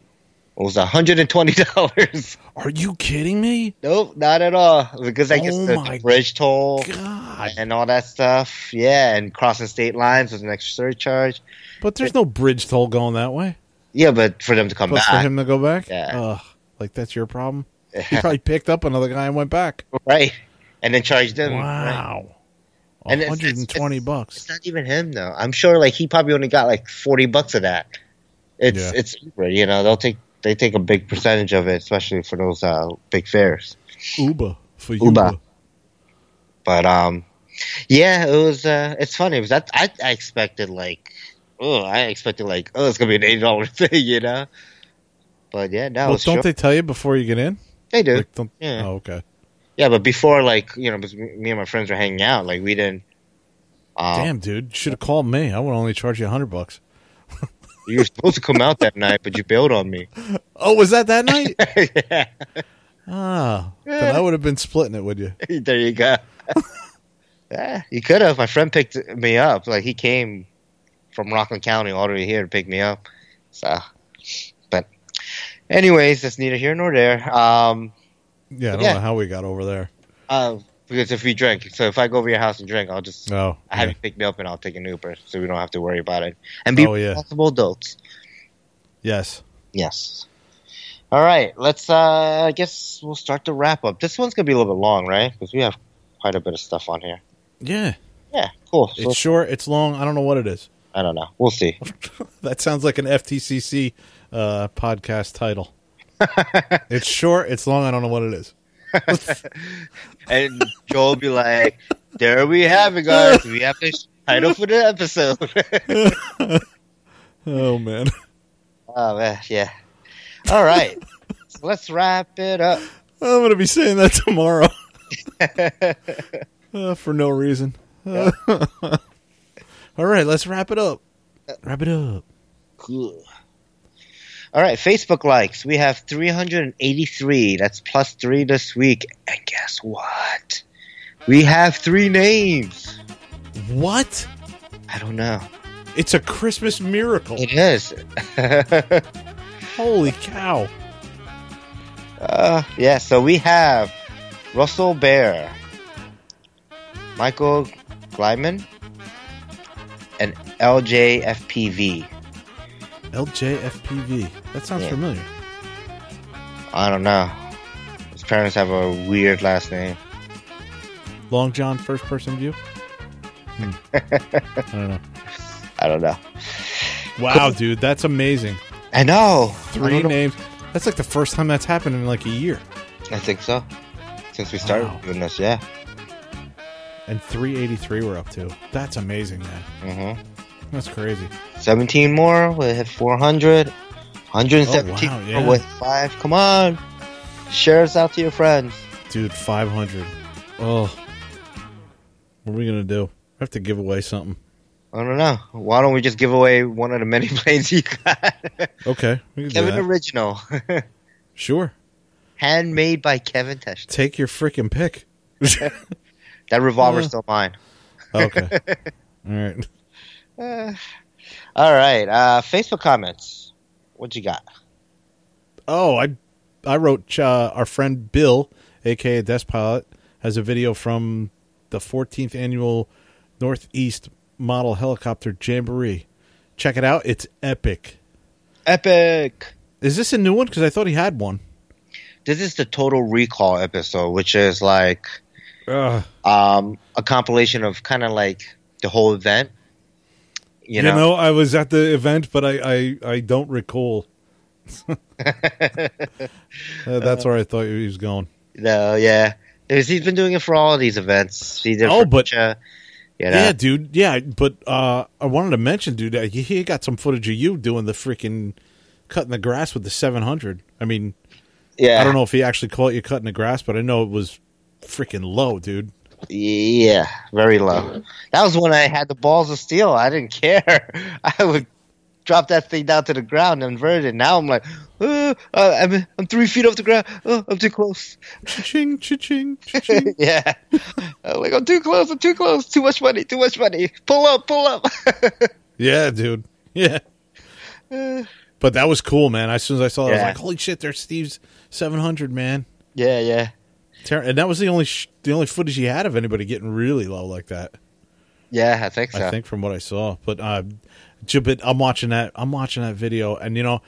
Speaker 2: it was hundred and twenty dollars.
Speaker 1: Are you kidding me?
Speaker 2: nope, not at all. Because I guess
Speaker 1: Oh
Speaker 2: the,
Speaker 1: my
Speaker 2: the bridge toll.
Speaker 1: God.
Speaker 2: and all that stuff. Yeah, and crossing state lines was an extra surcharge.
Speaker 1: But there's no bridge toll going that way.
Speaker 2: Yeah, but for them to come
Speaker 1: Plus for
Speaker 2: back,
Speaker 1: him to go back.
Speaker 2: Yeah.
Speaker 1: Ugh, like that's your problem. He probably picked up another guy and went back.
Speaker 2: right? And then charge them. right?
Speaker 1: Wow.
Speaker 2: And it's-
Speaker 1: hundred and twenty
Speaker 2: it's- It's
Speaker 1: bucks.
Speaker 2: not even him though. I'm sure like he probably only got like forty bucks of that. It's
Speaker 1: Yeah.
Speaker 2: it's Uber, you know. They'll take they take a big percentage of it, especially for those uh, big fares.
Speaker 1: Uber for
Speaker 2: Uber. Oh,
Speaker 1: Uber.
Speaker 2: But um, yeah, it was. Uh, it's funny because I, I I expected like oh I expected like oh it's gonna be an eighty dollar thing, you know. But yeah, no,
Speaker 1: Well,
Speaker 2: it's true.
Speaker 1: don't they tell you before you get in?
Speaker 2: they do.
Speaker 1: Like, don't,
Speaker 2: Yeah.
Speaker 1: Oh, okay.
Speaker 2: Yeah, but before, like you know, because me me and my friends were hanging out, like we didn't. Um,
Speaker 1: Damn, dude, should have called me. I would only charge you a hundred bucks.
Speaker 2: You were supposed to come out that night, but you bailed on me.
Speaker 1: Oh, was that that night?
Speaker 2: yeah,
Speaker 1: ah, then I would have been splitting it with you.
Speaker 2: there you go. yeah, you could have. My friend picked me up. Like he came from Rockland County all the way here to pick me up. So, but anyways, that's neither here nor there. Um,
Speaker 1: Yeah, I don't
Speaker 2: Yeah.
Speaker 1: know how we got over there.
Speaker 2: uh, because if we drink, so if I go over your house and drink, I'll just
Speaker 1: Oh,
Speaker 2: I have
Speaker 1: yeah.
Speaker 2: you pick me up and I'll take an Uber, so we don't have to worry about it. And be
Speaker 1: Oh, yeah.
Speaker 2: responsible adults.
Speaker 1: yes.
Speaker 2: Yes. All right, let's. Uh, I guess we'll start the wrap up. This one's gonna be a little bit long, right? Because we have quite a bit of stuff on here.
Speaker 1: Yeah.
Speaker 2: Yeah, cool. So,
Speaker 1: It's short, it's long. I don't know what it is.
Speaker 2: I don't know. We'll see.
Speaker 1: That sounds like an FTCC uh, podcast title. it's short, it's long. I don't know what it is.
Speaker 2: And Joel will be like, "There we have it, guys. We have the title for the episode."
Speaker 1: Oh man,
Speaker 2: oh man, yeah. All right, so let's wrap it up.
Speaker 1: I'm gonna be saying that tomorrow Uh, for no reason. All right, let's wrap it up. Wrap it up.
Speaker 2: Cool. All right, Facebook likes. We have 383. That's plus three this week. And guess what? We have three names.
Speaker 1: What?
Speaker 2: I don't know.
Speaker 1: It's a Christmas miracle.
Speaker 2: It is.
Speaker 1: Holy cow!
Speaker 2: Uh, yeah, so we have Russell Bear, Michael Gleiman, and LJFPV.
Speaker 1: LJFPV. That sounds
Speaker 2: Yeah.
Speaker 1: familiar.
Speaker 2: I don't know. His parents have a weird last name.
Speaker 1: Long John first person view. Hmm. I don't know.
Speaker 2: I don't know.
Speaker 1: Wow, dude, that's amazing.
Speaker 2: I know. I
Speaker 1: Three
Speaker 2: don't know.
Speaker 1: names. That's like the first time that's happened in like a year.
Speaker 2: I think so. Since we started
Speaker 1: Wow.
Speaker 2: doing this, yeah.
Speaker 1: And 383 we're up to. That's amazing, man.
Speaker 2: hmm
Speaker 1: That's crazy.
Speaker 2: 17 more, we hit 400. 117
Speaker 1: Oh, wow,
Speaker 2: more,
Speaker 1: yeah.
Speaker 2: we'll hit 5. Come on. Share us out to your friends.
Speaker 1: Dude, 500. Oh. What are we going to do? I have to give away something.
Speaker 2: I don't know. Why don't we just give away one of the many planes you got?
Speaker 1: Okay. We can do
Speaker 2: Kevin
Speaker 1: that.
Speaker 2: Original.
Speaker 1: Sure.
Speaker 2: Handmade by Kevin Tesh.
Speaker 1: Take your freaking pick.
Speaker 2: That revolver's
Speaker 1: Uh.
Speaker 2: still mine.
Speaker 1: okay. All right.
Speaker 2: Uh, all right. Uh, Facebook comments. What you got?
Speaker 1: Oh, I I wrote uh, our friend Bill, aka Desk Pilot, has a video from the 14th annual Northeast Model Helicopter Jamboree. Check it out; it's epic.
Speaker 2: Epic.
Speaker 1: Is this a new one? Because I thought he had one.
Speaker 2: This is the Total Recall episode, which is like
Speaker 1: Ugh.
Speaker 2: um, a compilation of kind of like the whole event. You,
Speaker 1: You, know?
Speaker 2: know?
Speaker 1: I was at the event, but I I, I don't recall. Uh, that's where I thought he was going.
Speaker 2: No, yeah. There's- he's been doing it for all these events. He did it
Speaker 1: Oh,
Speaker 2: for
Speaker 1: but-
Speaker 2: Russia, you know?
Speaker 1: Yeah, dude. Yeah, but uh, I wanted to mention, dude, that he- he got some footage of you doing the freaking cutting the grass with the 700. I mean,
Speaker 2: yeah.
Speaker 1: I don't know if he actually caught you cutting the grass, but I know it was freaking low, dude.
Speaker 2: Yeah, very low. That was when I had the balls of steel. I didn't care. I would drop that thing down to the ground and invert it. Now I'm like, "Uh, uh, I'm, I'm three feet off the ground. Oh, I'm too close.
Speaker 1: Ching, ching, ching.
Speaker 2: yeah. I'm like, I'm too close. I'm too close. Too much money. Too much money. Pull up. Pull up.
Speaker 1: yeah, dude. Yeah.
Speaker 2: yeah,
Speaker 1: But that was cool, man. As soon as I saw it, I was
Speaker 2: Yeah.
Speaker 1: like, "Holy shit, there's Steve's 700, man!"
Speaker 2: yeah.
Speaker 1: Ter- and that was the only sh- the only footage he had of anybody getting really low like that.
Speaker 2: Yeah, I think so.
Speaker 1: I think from what I saw. But uh, j- but I'm watching that. I'm watching that video, and you know,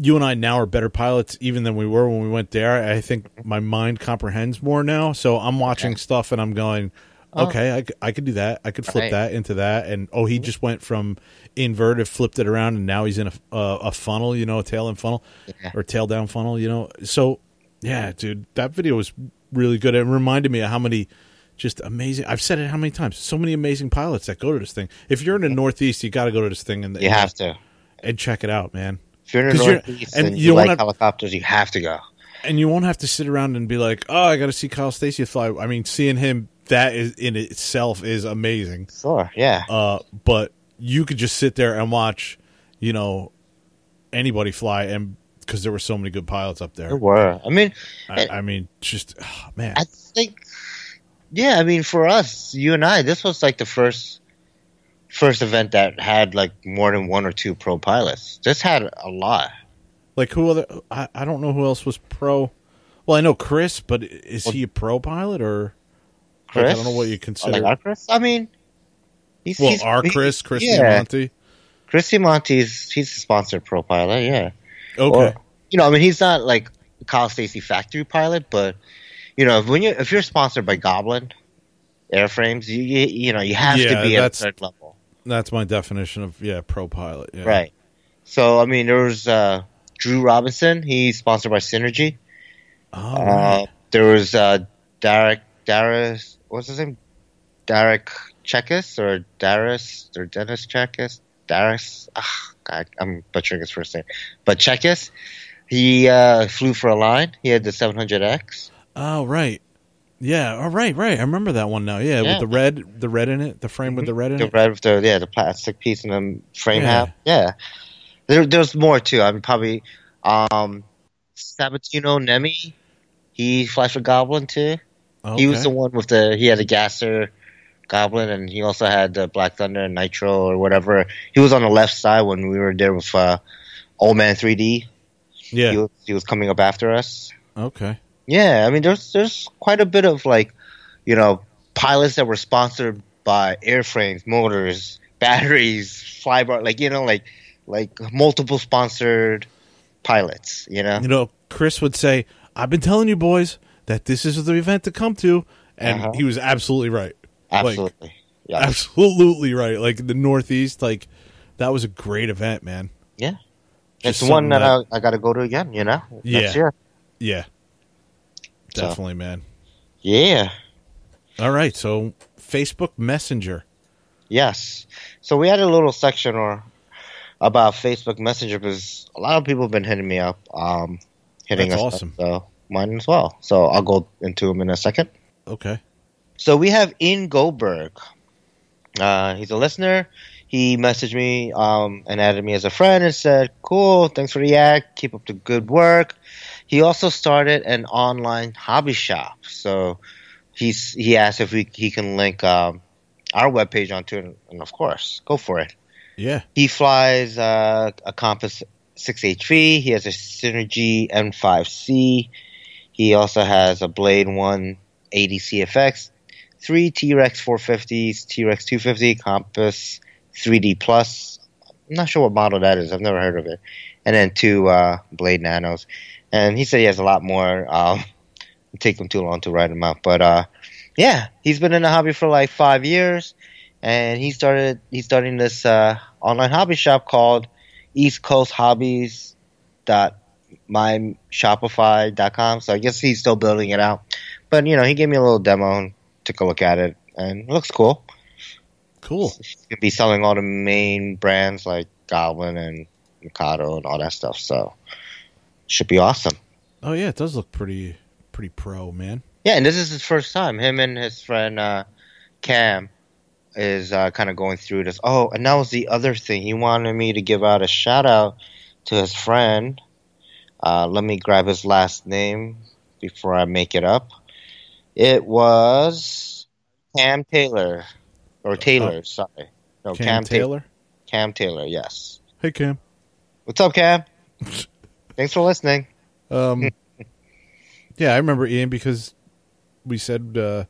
Speaker 1: you and I now are better pilots even than we were when we went there. I think my mind comprehends more now. So I'm watching stuff, and I'm going. Okay, I, c- I could do that. I could flip
Speaker 2: Right. Mm-hmm.
Speaker 1: that into that, and oh, he just went from inverted, flipped it around, and now he's in a uh, a funnel, you know, a tail in funnel
Speaker 2: Yeah.
Speaker 1: or tail down funnel, you know. So yeah, dude, that video was really good. It reminded me of how many just amazing. I've said it how many times? So many amazing pilots that go to this thing. If you're in the Northeast, you got to go to this thing and
Speaker 2: You have to.
Speaker 1: and check it out, man.
Speaker 2: If you're in the
Speaker 1: 'Cause you're-
Speaker 2: Northeast
Speaker 1: and
Speaker 2: and,
Speaker 1: you
Speaker 2: you, like
Speaker 1: wanna-
Speaker 2: helicopters, you have to go.
Speaker 1: And you won't have to sit around and be like, oh, I got to see Kyle Stacy fly. I mean, seeing him that is in itself is amazing.
Speaker 2: Sure, yeah.
Speaker 1: Uh, but you could just sit there and watch, you know, anybody fly, and because there were so many good pilots up there.
Speaker 2: there were. I mean,
Speaker 1: I, I mean, just ah, man,
Speaker 2: I think, yeah, I mean, for us, you and I, this was like the first first event that had like more than one or two pro pilots. This had a lot.
Speaker 1: like who other? I, I don't know who else was pro. Well, I know Chris, but i- is
Speaker 2: Well-
Speaker 1: he a pro pilot or?
Speaker 2: Chris,
Speaker 1: Like, I don't know what you consider.
Speaker 2: Like our Chris, I mean, he's
Speaker 1: well,
Speaker 2: he's-
Speaker 1: our
Speaker 2: he-
Speaker 1: Chris, Chris
Speaker 2: yeah,
Speaker 1: Monty.
Speaker 2: Chris Monty's he's a sponsored pro pilot. Yeah,
Speaker 1: Okay,
Speaker 2: Or- you know, I mean, he's not like Kyle Stacy factory pilot, but you know, if when you if you're sponsored by Goblin, airframes. You you, you know you have
Speaker 1: Yeah,
Speaker 2: to be at a
Speaker 1: that's-
Speaker 2: third level,
Speaker 1: That's my definition of yeah, pro pilot. Yeah.
Speaker 2: right? So I mean, there was uh, Drew Robinson. He's sponsored by Synergy.
Speaker 1: Oh,
Speaker 2: Uh,
Speaker 1: right.
Speaker 2: there was uh, Derek Darius. What's his name? Derek Chekas or Darius or Dennis Chekas? Darius. Ah, God, I'm butchering his first name. But Chekas, he uh, flew for a line. He had the 700X.
Speaker 1: Oh, right. Yeah. All right. Right. I remember that one now. Yeah,
Speaker 2: Yeah.
Speaker 1: with the red, the red in it, the frame with the red in
Speaker 2: Mm-hmm. the
Speaker 1: it.
Speaker 2: red, the yeah, the plastic piece and the frame
Speaker 1: Yeah.
Speaker 2: half. Yeah, there, there's more too. I'm probably um, Sabatino Nemi. He flies for Goblin too. He was
Speaker 1: Okay.
Speaker 2: the one with the he had a gasser Goblin, and he also had the Black Thunder and Nitro or whatever. He was on the left side when we were there with uh, Old Man 3D.
Speaker 1: yeah.
Speaker 2: He, was, he was coming up after us.
Speaker 1: okay.
Speaker 2: Yeah, I mean, there's there's quite a bit of like, you know, pilots that were sponsored by airframes, motors, batteries, flybar, like you know, like like multiple sponsored pilots. You know,
Speaker 1: You know, Chris would say, "I've been telling you boys that this is the event to come to," and
Speaker 2: Uh-huh.
Speaker 1: he was absolutely right. Like,
Speaker 2: absolutely, yeah,
Speaker 1: absolutely right. Like the Northeast, like that was a great event, man.
Speaker 2: yeah.
Speaker 1: Just
Speaker 2: It's one
Speaker 1: something
Speaker 2: that, uh, I, I got to go to again. You know,
Speaker 1: uh, Yeah.
Speaker 2: next year.
Speaker 1: Yeah,
Speaker 2: So.
Speaker 1: definitely, man.
Speaker 2: Yeah.
Speaker 1: All right, so Facebook Messenger.
Speaker 2: Yes. So we had a little section or about Facebook Messenger because a lot of people have been hitting me up, um, hitting
Speaker 1: That's
Speaker 2: us. up,
Speaker 1: awesome.
Speaker 2: so mine as well. So I'll go into them in a second.
Speaker 1: Okay.
Speaker 2: So we have Ian Goldberg. Uh, he's a listener. He messaged me um, and added me as a friend and said, "Cool, thanks for the act. Keep up the good work." He also started an online hobby shop. So he's he asked if we he can link um, our webpage onto it, and of course, go for it.
Speaker 1: Yeah.
Speaker 2: He flies uh, a Compass 6HV. He has a Synergy M5C. He also has a Blade 180 CFX, three T Rex 450s, T Rex 250, Compass 3D Plus. I'm not sure what model that is. I've never heard of it. And then two uh, Blade Nanos. And he said he has a lot more. Um, it'd take him too long to write them out. But uh, yeah, he's been in the hobby for like five years and he started he's starting this uh, online hobby shop called East Coast Hobbies dot my shopify.com so i guess he's still building it out but you know he gave me a little demo and took a look at it and it looks cool
Speaker 1: Cool.
Speaker 2: he's gonna be selling all the main brands like goblin and mikado and all that stuff so should be awesome
Speaker 1: Oh yeah, it does look pretty pretty pro, man.
Speaker 2: yeah and this is his first time him and his friend uh, cam is uh, kind of going through this. Oh, and that was the other thing. He wanted me to give out a shout out to his friend. Uh, let me grab his last name before I make it up. It was Cam Taylor, or Taylor. sorry, no
Speaker 1: Cam,
Speaker 2: Oh, Cam, Ta-
Speaker 1: Taylor.
Speaker 2: Cam Taylor. Yes.
Speaker 1: hey Cam.
Speaker 2: What's up, Cam? Thanks for listening.
Speaker 1: Um, yeah, I remember Ian because we said uh,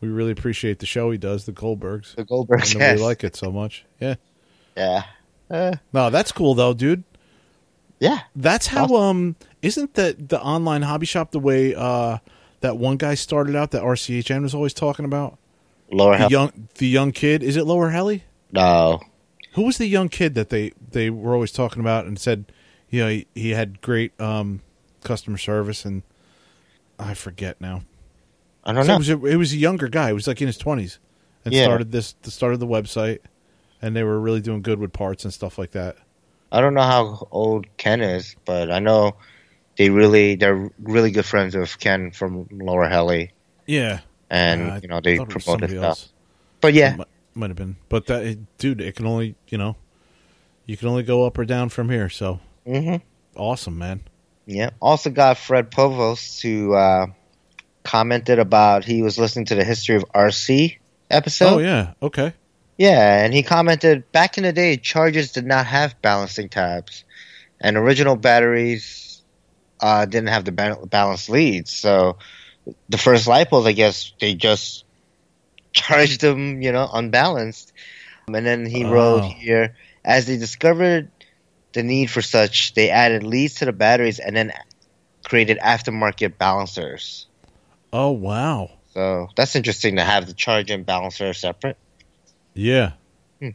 Speaker 1: we really appreciate the show he does, the Goldbergs,
Speaker 2: The
Speaker 1: and
Speaker 2: Goldbergs.
Speaker 1: that
Speaker 2: Yes.
Speaker 1: we like it so much. Yeah.
Speaker 2: yeah. Uh,
Speaker 1: No, that's cool though, dude.
Speaker 2: yeah.
Speaker 1: That's how. Um, isn't that the online hobby shop the way uh that one guy started out that RCHN was always talking about?
Speaker 2: Lower
Speaker 1: The
Speaker 2: half.
Speaker 1: young, the young kid. Is it Lower Helly?
Speaker 2: No.
Speaker 1: Who was the young kid that they they were always talking about and said, you know, he, he had great um customer service and I forget now.
Speaker 2: I don't
Speaker 1: So
Speaker 2: know.
Speaker 1: it, was a, it was a younger guy. He was like in his twenties, and
Speaker 2: Yeah.
Speaker 1: started this started the website, and they were really doing good with parts and stuff like that.
Speaker 2: I don't know how old Ken is, but I know they really they're really good friends with Ken from Lower Helly,
Speaker 1: Yeah,
Speaker 2: and
Speaker 1: Uh, I
Speaker 2: you know they
Speaker 1: thought it was
Speaker 2: promote his
Speaker 1: somebody
Speaker 2: stuff.
Speaker 1: else.
Speaker 2: But yeah,
Speaker 1: It might, might have been, but that it, dude, it can only you know, you can only go up or down from here. So
Speaker 2: hmm
Speaker 1: awesome, man.
Speaker 2: yeah. Also got Fred Povos who uh, commented about he was listening to the history of RC episode.
Speaker 1: oh yeah, okay.
Speaker 2: Yeah, and he commented back in the day, chargers did not have balancing tabs, and original batteries uh, didn't have the ba- balance leads. So the first lipos, I guess, they just charged them, you know, unbalanced. Um, And then he wrote
Speaker 1: Oh.
Speaker 2: here, as they discovered the need for such, they added leads to the batteries and then created aftermarket balancers.
Speaker 1: Oh wow,
Speaker 2: So that's interesting to have the charge and balancer separate.
Speaker 1: Yeah.
Speaker 2: Hmm.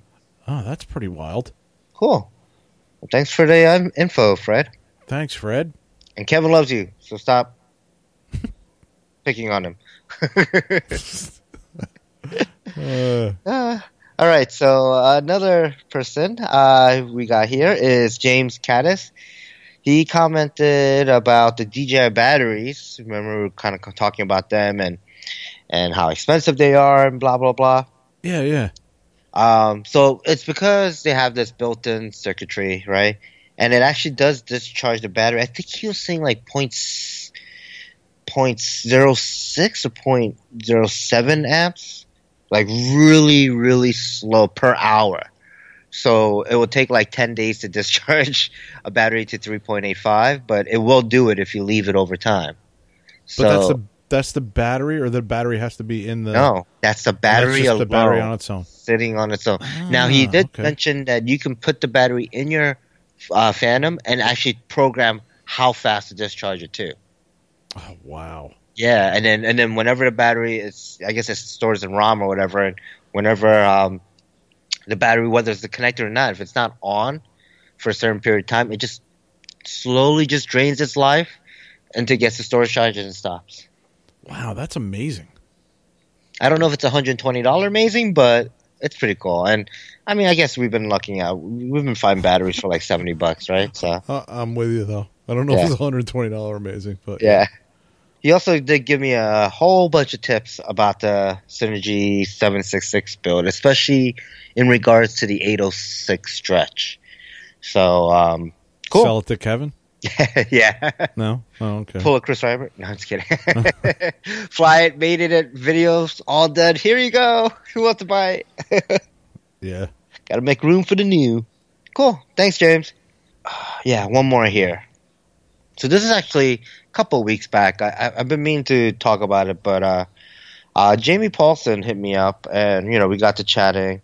Speaker 1: Oh, that's pretty wild.
Speaker 2: Cool. Well, thanks for the um, info, Fred.
Speaker 1: Thanks, Fred.
Speaker 2: And Kevin loves you, so stop picking on him.
Speaker 1: Uh,
Speaker 2: Uh, all right, so another person uh, we got here is James Caddis. He commented about the DJI batteries. Remember, we were kind of talking about them and and how expensive they are and blah blah blah.
Speaker 1: yeah, yeah.
Speaker 2: Um, so it's because they have this built-in circuitry, right? And it actually does discharge the battery. I think he was saying like points, points zero six or point zero seven amps, like really, really slow per hour. So it will take like ten days to discharge a battery to three point eight five, but it will do it if you leave it over time.
Speaker 1: But
Speaker 2: So
Speaker 1: that's the that's the battery, or the battery has to be in the
Speaker 2: no, that's the
Speaker 1: that's
Speaker 2: battery
Speaker 1: just
Speaker 2: alone.
Speaker 1: the battery on its own.
Speaker 2: sitting on its own. now he
Speaker 1: Ah,
Speaker 2: did
Speaker 1: okay.
Speaker 2: mention that you can put the battery in your uh, Phantom and actually program how fast to discharge it too.
Speaker 1: Oh, wow.
Speaker 2: Yeah, and then and then whenever the battery is, I guess it stores in ROM or whatever, and whenever um, the battery, whether it's the connector or not, if it's not on for a certain period of time, it just slowly just drains its life until it gets the storage charge and it stops.
Speaker 1: Wow, that's amazing.
Speaker 2: I don't know if it's $120 amazing, but it's pretty cool. And I mean, I guess we've been looking at we've been finding batteries for like 70 bucks, right? So,
Speaker 1: Uh, I'm with you though. I don't know
Speaker 2: Yeah.
Speaker 1: if it's 120 dollar amazing, but
Speaker 2: yeah. He also did give me a whole bunch of tips about the Synergy 766 build, especially in regards to the 806 stretch. So, um, cool.
Speaker 1: sell it to Kevin.
Speaker 2: yeah.
Speaker 1: No, oh, okay.
Speaker 2: Pull a Chris Robert. No, I'm just kidding. Fly it, made it, it, videos all done. Here you go. Who wants to buy it?
Speaker 1: Yeah,
Speaker 2: Got to make room for the new. Cool. Thanks, James. Uh, yeah, one more here. So this is actually a couple weeks back. I, I, I've been meaning to talk about it, but uh, uh, Jamie Paulson hit me up, and you know we got to chatting,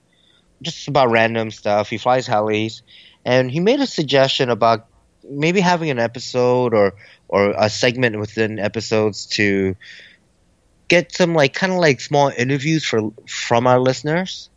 Speaker 2: just about random stuff. He flies helis, and he made a suggestion about maybe having an episode or or a segment within episodes to get some like kind of like small interviews for from our listeners,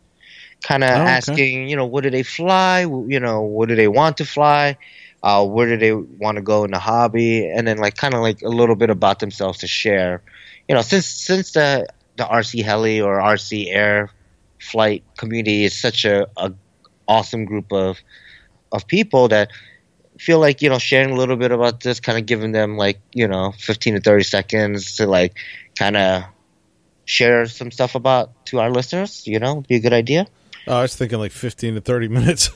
Speaker 2: kind of
Speaker 1: Oh, okay.
Speaker 2: asking you know what do they fly, you know what do they want to fly, uh, where do they want to go in the hobby, and then like kind of like a little bit about themselves to share. You know, since since the the RC heli or RC air flight community is such a, a awesome group of of people that feel like you know sharing a little bit about this kind of giving them like you know 15 to 30 seconds to like kind of share some stuff about to our listeners you know be a good idea
Speaker 1: Oh, I was thinking like 15 to 30 minutes.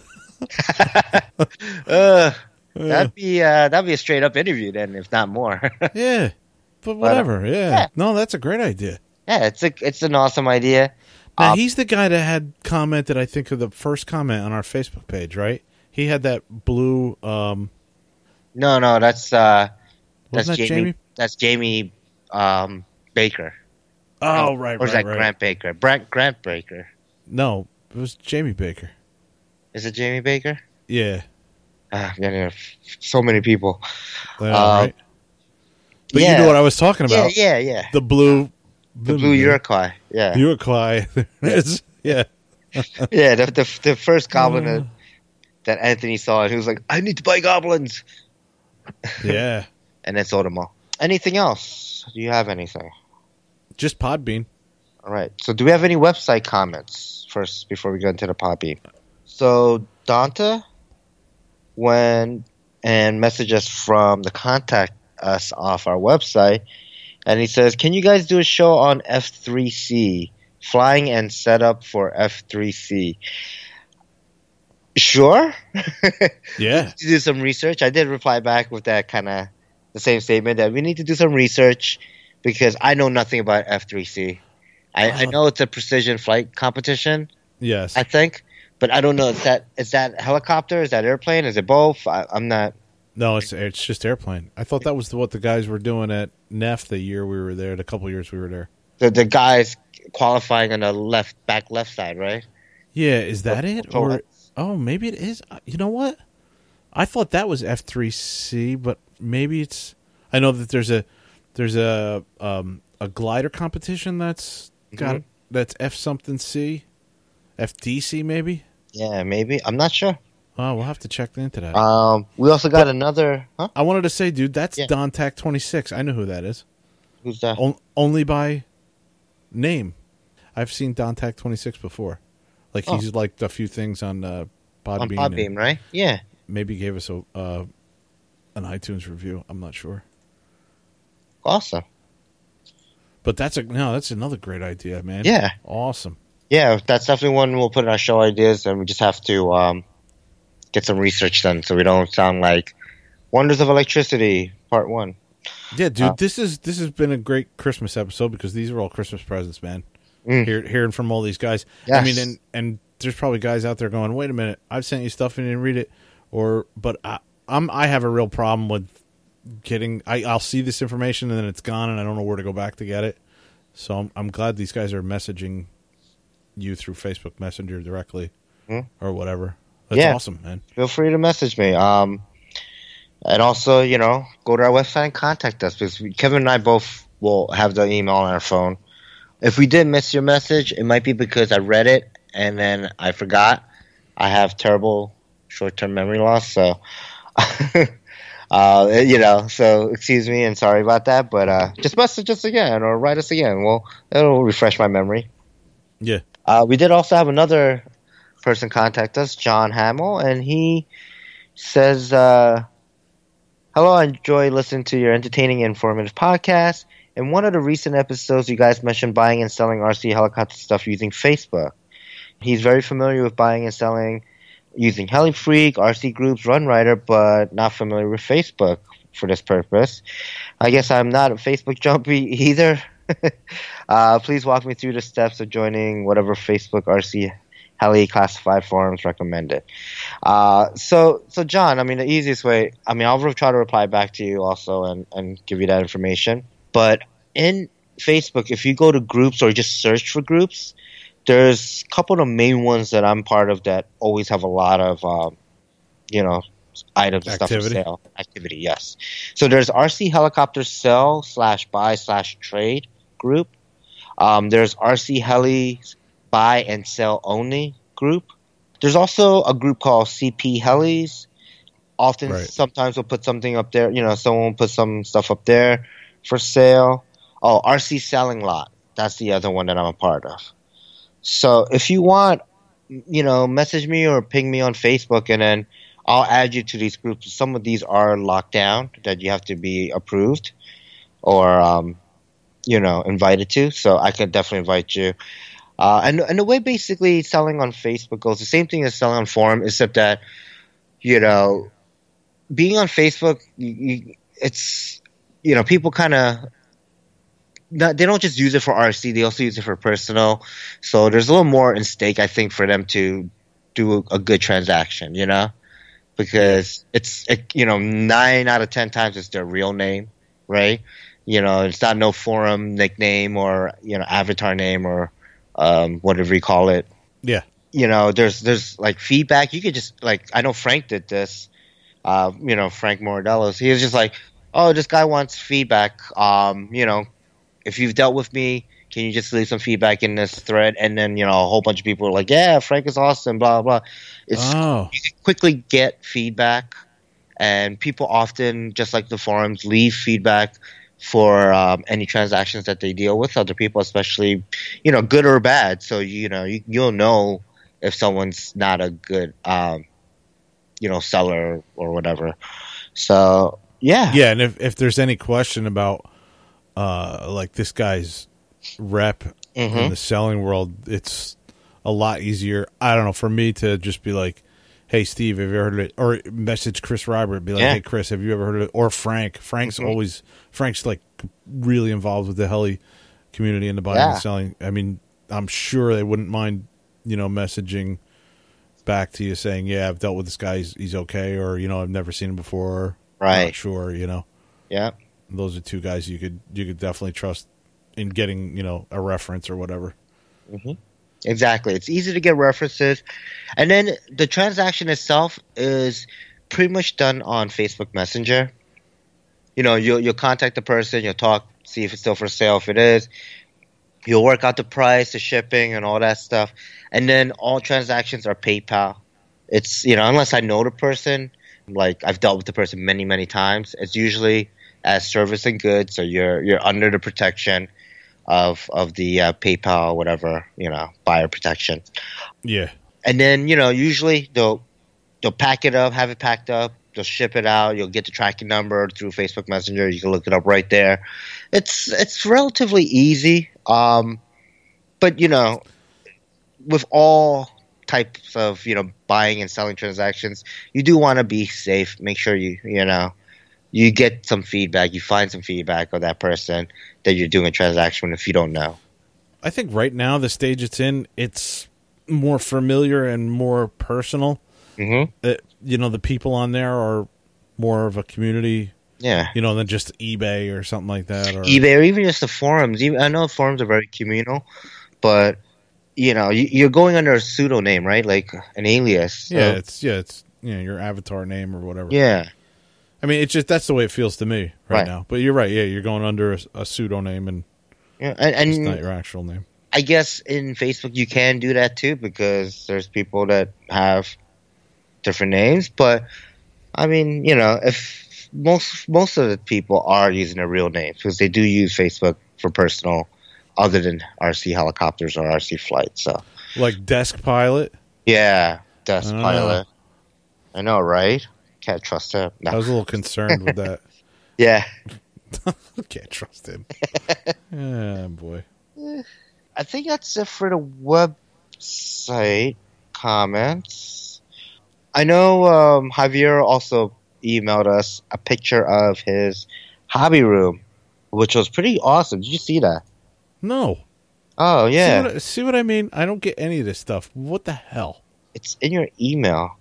Speaker 2: uh,
Speaker 1: yeah.
Speaker 2: that'd be uh, that'd be a straight up interview then if not more
Speaker 1: yeah, but whatever. Yeah.
Speaker 2: yeah.
Speaker 1: no, that's a great idea.
Speaker 2: yeah it's a it's an awesome idea
Speaker 1: Now
Speaker 2: Um,
Speaker 1: he's the guy that had commented. I think of the first comment on our Facebook page, right? He had that blue. um
Speaker 2: no no that's uh that's
Speaker 1: Wasn't that
Speaker 2: jamie,
Speaker 1: Jamie?
Speaker 2: that's jamie um baker
Speaker 1: Oh, right,
Speaker 2: or
Speaker 1: right,
Speaker 2: is that
Speaker 1: right.
Speaker 2: grant baker brent grant baker
Speaker 1: No, it was Jamie Baker.
Speaker 2: is it jamie baker
Speaker 1: Yeah,
Speaker 2: Ah, man, there are f- so many people
Speaker 1: Yeah,
Speaker 2: Uh,
Speaker 1: right. But
Speaker 2: yeah.
Speaker 1: you know what I was talking
Speaker 2: yeah
Speaker 1: about?
Speaker 2: yeah yeah
Speaker 1: The blue,
Speaker 2: the blue Uruguay. Yeah,
Speaker 1: Uruguay. It's- yeah.
Speaker 2: yeah. The, the the first goblin that, that Anthony saw, and he was like, "I need to buy goblins,"
Speaker 1: Yeah.
Speaker 2: and then sold them all. Anything else? Do you have anything?
Speaker 1: Just Podbean.
Speaker 2: All right. So, do we have any website comments first before we go into the poppy? So, Donta went and messaged us from the contact us off our website, and he says, "Can you guys do a show on F3C flying and setup for F3C?" Sure.
Speaker 1: Yeah.
Speaker 2: to do some research. I did reply back with that kind of the same statement that we need to do some research because I know nothing about F3C. I, I
Speaker 1: Oh.
Speaker 2: know it's a precision flight competition,
Speaker 1: Yes.
Speaker 2: I think, but I don't know is that is that helicopter, is that airplane, is it both? I, I'm not.
Speaker 1: No, it's it's just airplane. I thought that was what the guys were doing at NEF the year we were there, the couple years we were there.
Speaker 2: The the guys qualifying on the left back left side, right?
Speaker 1: Yeah, is that it?
Speaker 2: Control
Speaker 1: Or
Speaker 2: F.
Speaker 1: oh, maybe it is. Uh, You know what? I thought that was F three C, but maybe it's. I know that there's a there's a um, a glider competition that's got
Speaker 2: Mhm.
Speaker 1: that's F something C, FDC maybe.
Speaker 2: Yeah, maybe. I'm not sure.
Speaker 1: Oh, we'll have to check into that.
Speaker 2: Um, we also got another. Huh?
Speaker 1: I wanted to say, dude, that's
Speaker 2: Yeah.
Speaker 1: Don Tack twenty six. I know who that is.
Speaker 2: Who's that?
Speaker 1: On, only by name. I've seen Don Tack twenty six before. Like
Speaker 2: Oh.
Speaker 1: he's liked a few things on uh, Podbean.
Speaker 2: On
Speaker 1: and
Speaker 2: Podbeam, right? Yeah.
Speaker 1: Maybe gave us a uh, an iTunes review. I'm not sure.
Speaker 2: Awesome.
Speaker 1: But that's a no. That's another great idea, man.
Speaker 2: Yeah.
Speaker 1: awesome.
Speaker 2: Yeah, that's definitely one we'll put in our show ideas, and we just have to um, get some research done so we don't sound like Wonders of Electricity Part One.
Speaker 1: Yeah, dude,
Speaker 2: Uh,
Speaker 1: this is this has been a great Christmas episode because these are all Christmas presents, man.
Speaker 2: Mm.
Speaker 1: Hear, hearing from all these guys, I
Speaker 2: Yes.
Speaker 1: mean, and and there's probably guys out there going, "Wait a minute, I've sent you stuff and you didn't read it," or but I, I'm I have a real problem with getting. I, I'll see this information and then it's gone, and I don't know where to go back to get it. So I'm I'm glad these guys are messaging you through Facebook Messenger directly
Speaker 2: Mm.
Speaker 1: or whatever. That's
Speaker 2: Yeah.
Speaker 1: awesome, man.
Speaker 2: Feel free to message me. Um, and also, you know, go to our website and contact us because we, Kevin and I both will have the email on our phone. If we did miss your message, it might be because I read it and then I forgot. I have terrible short-term memory loss, so uh, you know. So excuse me and sorry about that. But uh, just message us again or write us again. Well, it'll refresh my memory.
Speaker 1: Yeah.
Speaker 2: Uh, we did also have another person contact us, John Hamill, and he says, uh, "Hello, I enjoy listening to your entertaining and informative podcast. In one of the recent episodes, you guys mentioned buying and selling RC helicopter stuff using Facebook. He's very familiar with buying and selling using HeliFreak, RC Groups, RunRider, but not familiar with Facebook for this purpose. I guess I'm not a Facebook jumpy either." Uh, please walk me through the steps of joining whatever Facebook RC Heli classified forums recommended. Uh, so, so John, I mean, the easiest way, I mean, I'll re- try to reply back to you also and, and give you that information. But in Facebook, if you go to groups or just search for groups, there's a couple of main ones that I'm part of that always have a lot of, um, you know, items and stuff for
Speaker 1: Activity.
Speaker 2: sale. Activity, yes. So there's RC helicopter sell slash buy slash trade group. Um, there's RC Heli buy and sell only group. There's also a group called CP Helis. Often,
Speaker 1: Right.
Speaker 2: sometimes we'll put something up there. You know, someone will put some stuff up there for sale. Oh, RC Selling Lot. That's the other one that I'm a part of. So if you want, you know, message me or ping me on Facebook, and then I'll add you to these groups. Some of these are locked down that you have to be approved or, um, you know, invited to. So I can definitely invite you. Uh, and and the way basically selling on Facebook goes, the same thing as selling on forum, except that you know, being on Facebook, you, you, it's you know, people kind of. They don't just use it for RC; they also use it for personal. So there's a little more in stake, I think, for them to do a, a good transaction. You know, because it's it, you know nine out of ten times it's their real name, right? You know, it's not no forum nickname or you know avatar name or um, whatever you call it.
Speaker 1: Yeah.
Speaker 2: You know, there's there's like feedback. You could just like I know Frank did this. Uh, you know, Frank Mordellos. He was just like, oh, this guy wants feedback. Um, you know, if you've dealt with me, can you just leave some feedback in this thread? And then you know, a whole bunch of people were like, yeah, Frank is awesome. Blah blah. It's
Speaker 1: Oh,
Speaker 2: you can quickly get feedback, and people often, just like the forums, leave feedback for um, any transactions that they deal with other people, especially you know, good or bad. So you know, you, you'll know if someone's not a good, um, you know, seller or whatever. So yeah,
Speaker 1: yeah. And if if there's any question about uh like this guy's rep in
Speaker 2: Mhm.
Speaker 1: the selling world, it's a lot easier. I don't know for me to just be like, "Hey, Steve, have you ever heard of it?" Or message Chris Robert, be like,
Speaker 2: Yeah. Mm-hmm.
Speaker 1: "Hey, Chris, have you ever heard of it?" Or Frank. Frank's always Frank's like really involved with the heli community and the buying
Speaker 2: Yeah.
Speaker 1: and selling. I mean, I'm sure they wouldn't mind you know messaging back to you saying, "Yeah, I've dealt with this guy. He's, he's okay," or you know, "I've never seen him before."
Speaker 2: Right.
Speaker 1: Not sure. You know
Speaker 2: yeah,
Speaker 1: those are two guys you could you could definitely trust in getting you know a reference or whatever.
Speaker 2: exactly. It's easy to get references, and then the transaction itself is pretty much done on Facebook Messenger. You know, you'll you'll contact the person, you'll talk see if it's still for sale. If it is, you'll work out the price, the shipping, and all that stuff. And then all transactions are PayPal. It's you know unless I know the person, like I've dealt with the person many many times. It's usually as service and goods, so you're you're under the protection of of the uh, PayPal whatever you know buyer protection.
Speaker 1: Yeah.
Speaker 2: And then you know usually they'll they'll pack it up, have it packed up, they'll ship it out. You'll get the tracking number through Facebook Messenger. You can look it up right there. It's it's relatively easy, um, but you know, with all types of you know buying and selling transactions, you do want to be safe. Make sure you you know you get some feedback. You find some feedback of that person that you're doing a transaction with if you don't know.
Speaker 1: I think right now the stage it's in, it's more familiar and more personal.
Speaker 2: Mm-hmm.
Speaker 1: It, you know, the people on there are more of a community,
Speaker 2: Yeah.
Speaker 1: you know, than just eBay or something like that. Or
Speaker 2: eBay or even just the forums. Even, I know forums are very communal, but you know you, you're going under a pseudonym, right? Like an alias. So-
Speaker 1: yeah, it's yeah, it's you know your avatar name or whatever.
Speaker 2: yeah,
Speaker 1: I mean, it's just that's the way it feels to me right,
Speaker 2: Right.
Speaker 1: now. But you're right. Yeah, you're going under a, a pseudonym and
Speaker 2: yeah. And,
Speaker 1: it's
Speaker 2: and
Speaker 1: not your actual name.
Speaker 2: I guess in Facebook you can do that too because there's people that have different names. But I mean, you know, if most most of the people are using their real names because they do use Facebook for personal, other than RC helicopters or RC flights. So
Speaker 1: Like desk pilot.
Speaker 2: Yeah, Death
Speaker 1: I don't
Speaker 2: Pilot. I know, right? Can't trust him. No.
Speaker 1: I was a little concerned with that.
Speaker 2: yeah,
Speaker 1: Can't trust him. Yeah, boy.
Speaker 2: I think that's it for the website comments. I know um, Javier also emailed us a picture of his hobby room, which was pretty awesome. Did you see that?
Speaker 1: No.
Speaker 2: Oh yeah,
Speaker 1: See what, I- see what I mean? I don't get any of this stuff. What the hell?
Speaker 2: it's in your email.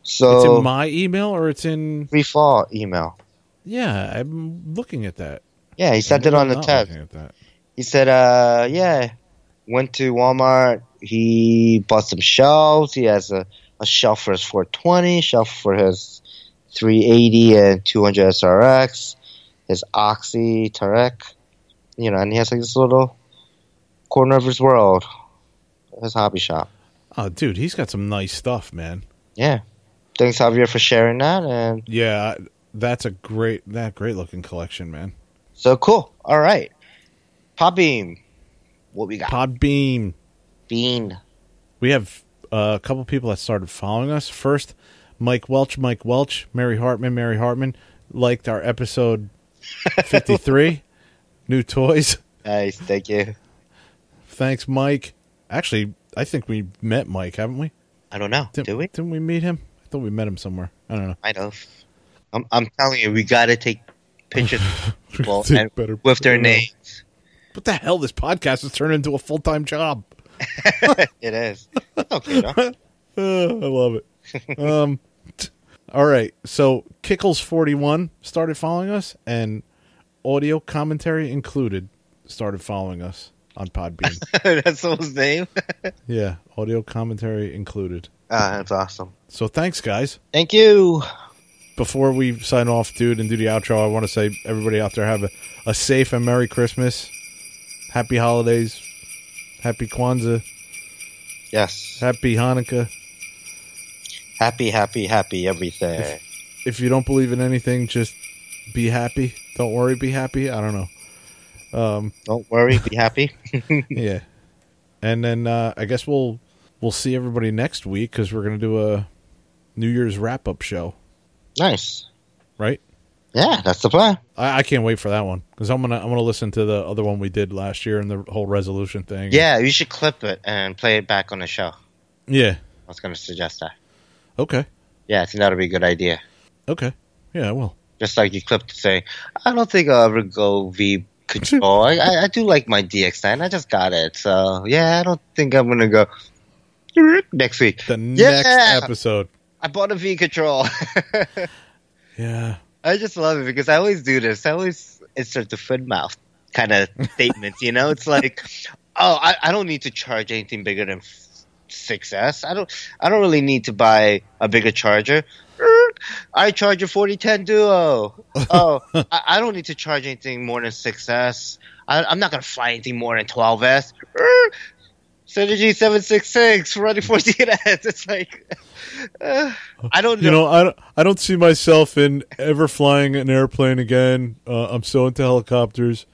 Speaker 1: It's
Speaker 2: So
Speaker 1: in my email or it's in.
Speaker 2: free fall email.
Speaker 1: Yeah, I'm looking at that.
Speaker 2: Yeah, he sent it
Speaker 1: I'm
Speaker 2: on the
Speaker 1: not
Speaker 2: tab.
Speaker 1: looking at that.
Speaker 2: he said, uh, yeah, went to Walmart. He bought some shelves. He has a, a shelf for his 420, shelf for his 380 and 200 SRX, his Oxy Tarek, you know, and he has like this little corner of his world, his hobby shop.
Speaker 1: Oh, dude, he's got some nice stuff, man.
Speaker 2: Yeah. Thanks, Javier, for sharing that. And
Speaker 1: Yeah, I- that's a great that great looking collection, man.
Speaker 2: so cool. All right. Pop Beam. What we got?
Speaker 1: Podbeam.
Speaker 2: Bean.
Speaker 1: We have uh, a couple people that started following us. First, Mike Welch, Mike Welch, Mary Hartman, Mary Hartman liked our episode 53, New Toys.
Speaker 2: Nice. Thank you.
Speaker 1: Thanks, Mike. Actually, I think we met Mike, haven't we?
Speaker 2: I don't know.
Speaker 1: Didn't,
Speaker 2: Do we?
Speaker 1: Didn't we meet him? I thought we met him somewhere. I don't know.
Speaker 2: I know. I'm, I'm telling you, we got to take pictures of people
Speaker 1: Take
Speaker 2: and
Speaker 1: better
Speaker 2: with their
Speaker 1: photos.
Speaker 2: names.
Speaker 1: What the hell? This podcast has turned into a full time job.
Speaker 2: It is. It's okay, though.
Speaker 1: Uh, I love it. um, t- all right. So Kickles41 started following us, and audio commentary included started following us on Podbean.
Speaker 2: That's someone's name.
Speaker 1: yeah, audio commentary included.
Speaker 2: Ah, that's awesome.
Speaker 1: So thanks, guys.
Speaker 2: Thank you.
Speaker 1: Before we sign off, dude, and do the outro, I want to say everybody out there have a, a safe and Merry Christmas. Happy holidays. Happy Kwanzaa.
Speaker 2: Yes.
Speaker 1: Happy Hanukkah.
Speaker 2: Happy, happy, happy everything.
Speaker 1: if you don't believe in anything, just be happy. Don't worry, be happy. I don't know. Um,
Speaker 2: Don't worry. Be happy.
Speaker 1: yeah. And then uh, I guess we'll we'll see everybody next week because we're gonna do a New Year's wrap up show,
Speaker 2: nice.
Speaker 1: right?
Speaker 2: Yeah, that's the plan.
Speaker 1: I, I can't wait for that one because I'm gonna I'm gonna listen to the other one we did last year and the whole resolution thing.
Speaker 2: Yeah, you should clip it and play it back on the show. I
Speaker 1: Yeah.
Speaker 2: was going to suggest that.
Speaker 1: Okay.
Speaker 2: Yeah, I think that would be a good idea.
Speaker 1: Okay. Yeah. I will.
Speaker 2: Just like you clipped to say, I don't think I'll ever go V control. I, I, I do like my DX9. I just got it. So, yeah, I don't think I'm going to go next week.
Speaker 1: The
Speaker 2: Yeah!
Speaker 1: next episode.
Speaker 2: I bought a V control.
Speaker 1: Yeah.
Speaker 2: I just love it because I always do this. I always insert the foot mouth kind of statements, you know? It's like, oh, I, I don't need to charge anything bigger than 6S. I don't, I don't really need to buy a bigger charger. I charge a 4010 Duo. Oh, I, I don't need to charge anything more than 6S. I, I'm not going to fly anything more than 12S. Er, Synergy 766 running 14S. It's like, uh, I don't know.
Speaker 1: You know, I don't, I don't see myself in ever flying an airplane again. Uh, I'm so into helicopters.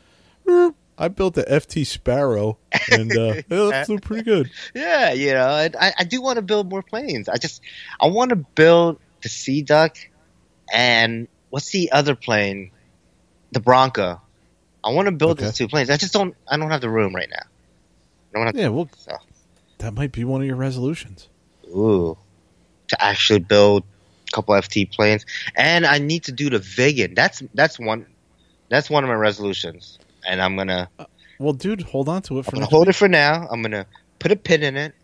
Speaker 1: Er, I built a FT Sparrow, and uh, yeah, that flew pretty good.
Speaker 2: yeah, you know, and I, I do want to build more planes. I just, I want to build the Sea Duck and what's the other plane? The Bronco. I want to build
Speaker 1: Okay.
Speaker 2: those two planes. I just don't, I don't have the room right now. I don't have
Speaker 1: Yeah, well,
Speaker 2: so.
Speaker 1: that might be one of your resolutions.
Speaker 2: Ooh. To actually build a couple FT planes, and I need to do the Vegan. That's that's one. That's one of my resolutions, and I'm gonna
Speaker 1: Well, dude, hold on to it for
Speaker 2: I'm gonna
Speaker 1: next
Speaker 2: hold
Speaker 1: week.
Speaker 2: it for now. I'm gonna put a pin in it,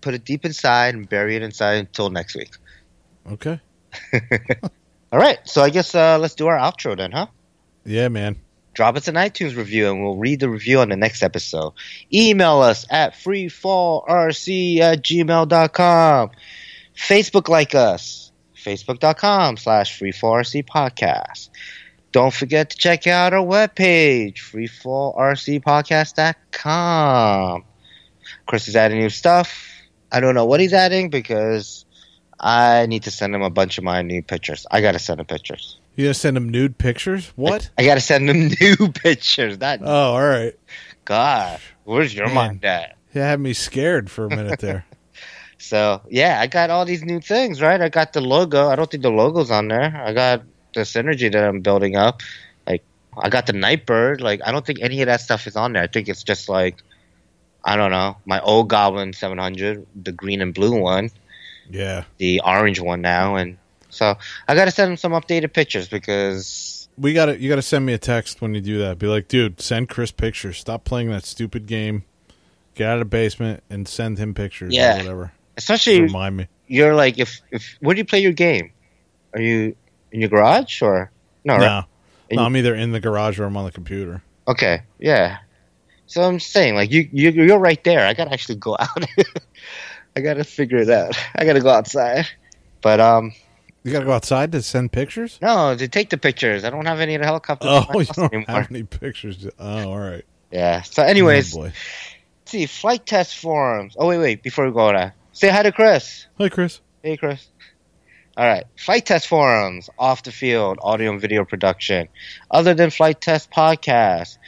Speaker 2: put it deep inside, and bury it inside until next week.
Speaker 1: Okay.
Speaker 2: All right. So I guess uh, let's do our outro then, huh?
Speaker 1: Yeah, man.
Speaker 2: Drop us an iTunes review, and we'll read the review on the next episode. Email us at freefallrc at gmail.com. Facebook like us, facebook.com slash freefallrc podcast. Don't forget to check out our webpage, freefallrcpodcast.com. Chris is adding new stuff. I don't know what he's adding because I need to send him a bunch of my new pictures. I got to send him pictures.
Speaker 1: You gonna send him nude pictures? What?
Speaker 2: I got to send him new pictures. Not
Speaker 1: Oh, all right.
Speaker 2: God, where's your
Speaker 1: Man.
Speaker 2: mind at?
Speaker 1: You had me scared for a minute there.
Speaker 2: So yeah, I got all these new things, right? I got the logo. I don't think the logo's on there. I got the synergy that I'm building up. Like I got the Nightbird. Like I don't think any of that stuff is on there. I think it's just like I don't know, my old Goblin 700, the green and blue one,
Speaker 1: yeah.
Speaker 2: the orange one now, and so I got to send him some updated pictures because
Speaker 1: We got to you got to send me a text when you do that. Be like, "Dude, send Chris pictures. Stop playing that stupid game. Get out of the basement and send him pictures or
Speaker 2: Yeah.
Speaker 1: whatever."
Speaker 2: especially
Speaker 1: Remind me.
Speaker 2: you're like if if where do you play your game? Are you in your garage or no? right?
Speaker 1: No.
Speaker 2: And
Speaker 1: No,
Speaker 2: you-
Speaker 1: I'm either in the garage or I'm on the computer.
Speaker 2: Okay, yeah. So I'm saying, like, you, you you're right there. I gotta actually go out. I gotta figure it out. I gotta go outside. But um,
Speaker 1: You got to go outside to send pictures?
Speaker 2: no, to take the pictures. I don't have any of the helicopters in
Speaker 1: Oh,
Speaker 2: my
Speaker 1: you
Speaker 2: house
Speaker 1: don't
Speaker 2: anymore.
Speaker 1: have any pictures. to- Oh, all right.
Speaker 2: Yeah. So,
Speaker 1: Oh,
Speaker 2: anyways,
Speaker 1: boy.
Speaker 2: let's see flight test forums. Oh wait, wait. Before we go on, that, say hi to Chris.
Speaker 1: Hi, Chris.
Speaker 2: Hey, Chris. All right. Flight test forums, off the field, audio and video production. Other than flight test podcast,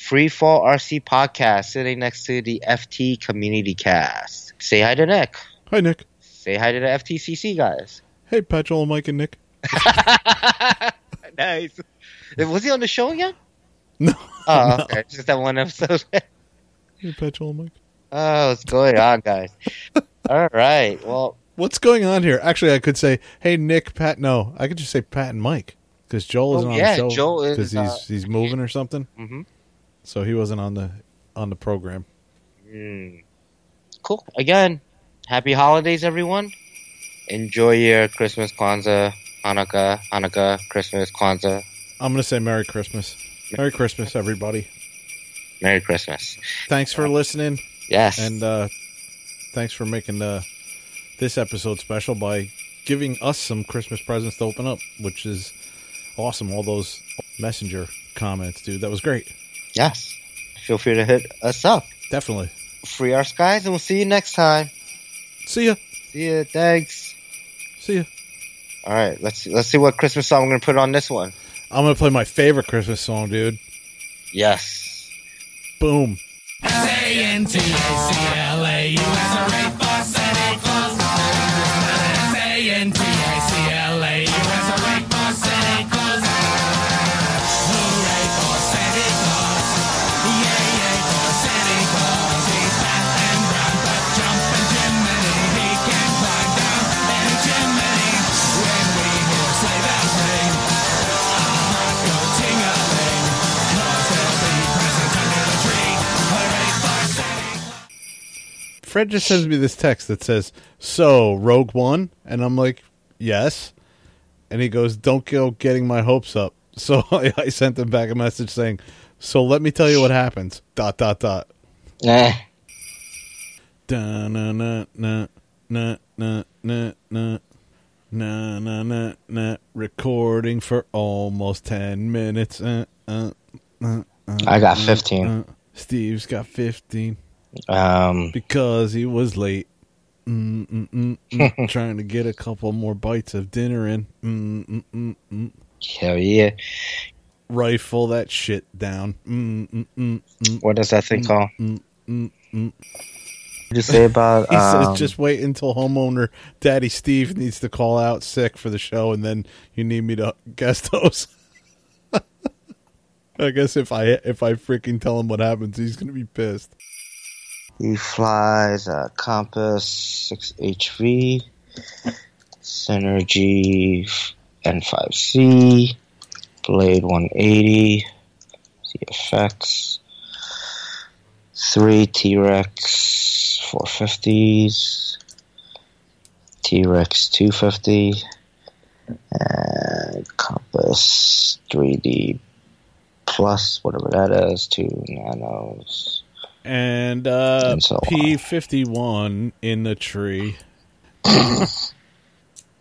Speaker 2: free fall RC podcast sitting next to the FT community cast. Say hi to Nick.
Speaker 1: Hi, Nick.
Speaker 2: Say hi to the FTCC guys.
Speaker 1: Hey, Petrol, Mike, and Nick.
Speaker 2: nice. Was he on the show again?
Speaker 1: No.
Speaker 2: Oh, okay. Just that one episode.
Speaker 1: Hey, Petrol, Mike.
Speaker 2: oh, what's going on, guys? All right. Well,
Speaker 1: What's going on here? Actually, I could say, "Hey, Nick, Pat." No, I could just say Pat and Mike because Joel
Speaker 2: Oh,
Speaker 1: isn't on
Speaker 2: yeah,
Speaker 1: the show.
Speaker 2: Joel is, uh,
Speaker 1: because he's he's moving or something.
Speaker 2: mhm.
Speaker 1: So he wasn't on the on the program.
Speaker 2: Mm. Cool. Again, happy holidays, everyone. Enjoy your Christmas, Kwanzaa, Hanukkah, Hanukkah, Christmas, Kwanzaa.
Speaker 1: I'm gonna say Merry Christmas, Merry Christmas, everybody.
Speaker 2: Merry Christmas.
Speaker 1: Thanks for listening,
Speaker 2: Yes.
Speaker 1: and uh, thanks for making uh, this episode special by giving us some Christmas presents to open up, which is awesome. All those messenger comments, dude, that was great.
Speaker 2: yes. Feel free to hit us up.
Speaker 1: Definitely.
Speaker 2: Free our skies, and we'll see you next time.
Speaker 1: See ya.
Speaker 2: See ya. Thanks.
Speaker 1: See ya.
Speaker 2: All right. Let's let's see what Christmas song I'm gonna put on this one.
Speaker 1: I'm gonna play my favorite Christmas song, dude.
Speaker 2: Yes.
Speaker 1: Boom. Fred just sends me this text that says, "So Rogue One," and I'm like, "Yes," and he goes, "Don't go getting my hopes up." So I, I sent him back a message saying, "So let me tell you what happens." Dot dot dot.
Speaker 2: Eh.
Speaker 1: Dun, na, na, na, na, na, na, na. Na na na na. Recording for almost ten minutes. Uh, uh, uh, uh,
Speaker 2: I got
Speaker 1: uh,
Speaker 2: 15.
Speaker 1: uh. Steve's got fifteen
Speaker 2: Um,
Speaker 1: because he was late. Mm, mm, mm, mm. Trying to get a couple more bites of dinner in. Mm, mm, mm, mm.
Speaker 2: hell yeah.
Speaker 1: Rifle that shit down. Mm, mm, mm, mm,
Speaker 2: What is that thing called?
Speaker 1: mm, mm, mm.
Speaker 2: What did you say about?
Speaker 1: He
Speaker 2: um,
Speaker 1: says, just wait until homeowner Daddy Steve needs to call out sick for the show, and then you need me to guest host. I guess if I if I freaking tell him what happens, he's gonna be pissed.
Speaker 2: He flies a Compass 6HV, Synergy N5C, Blade 180, CFX, 3 T Rex 450s, T Rex 250, and Compass 3D Plus, whatever that is, 2 nanos.
Speaker 1: And uh
Speaker 2: And so on.
Speaker 1: P fifty one in the tree.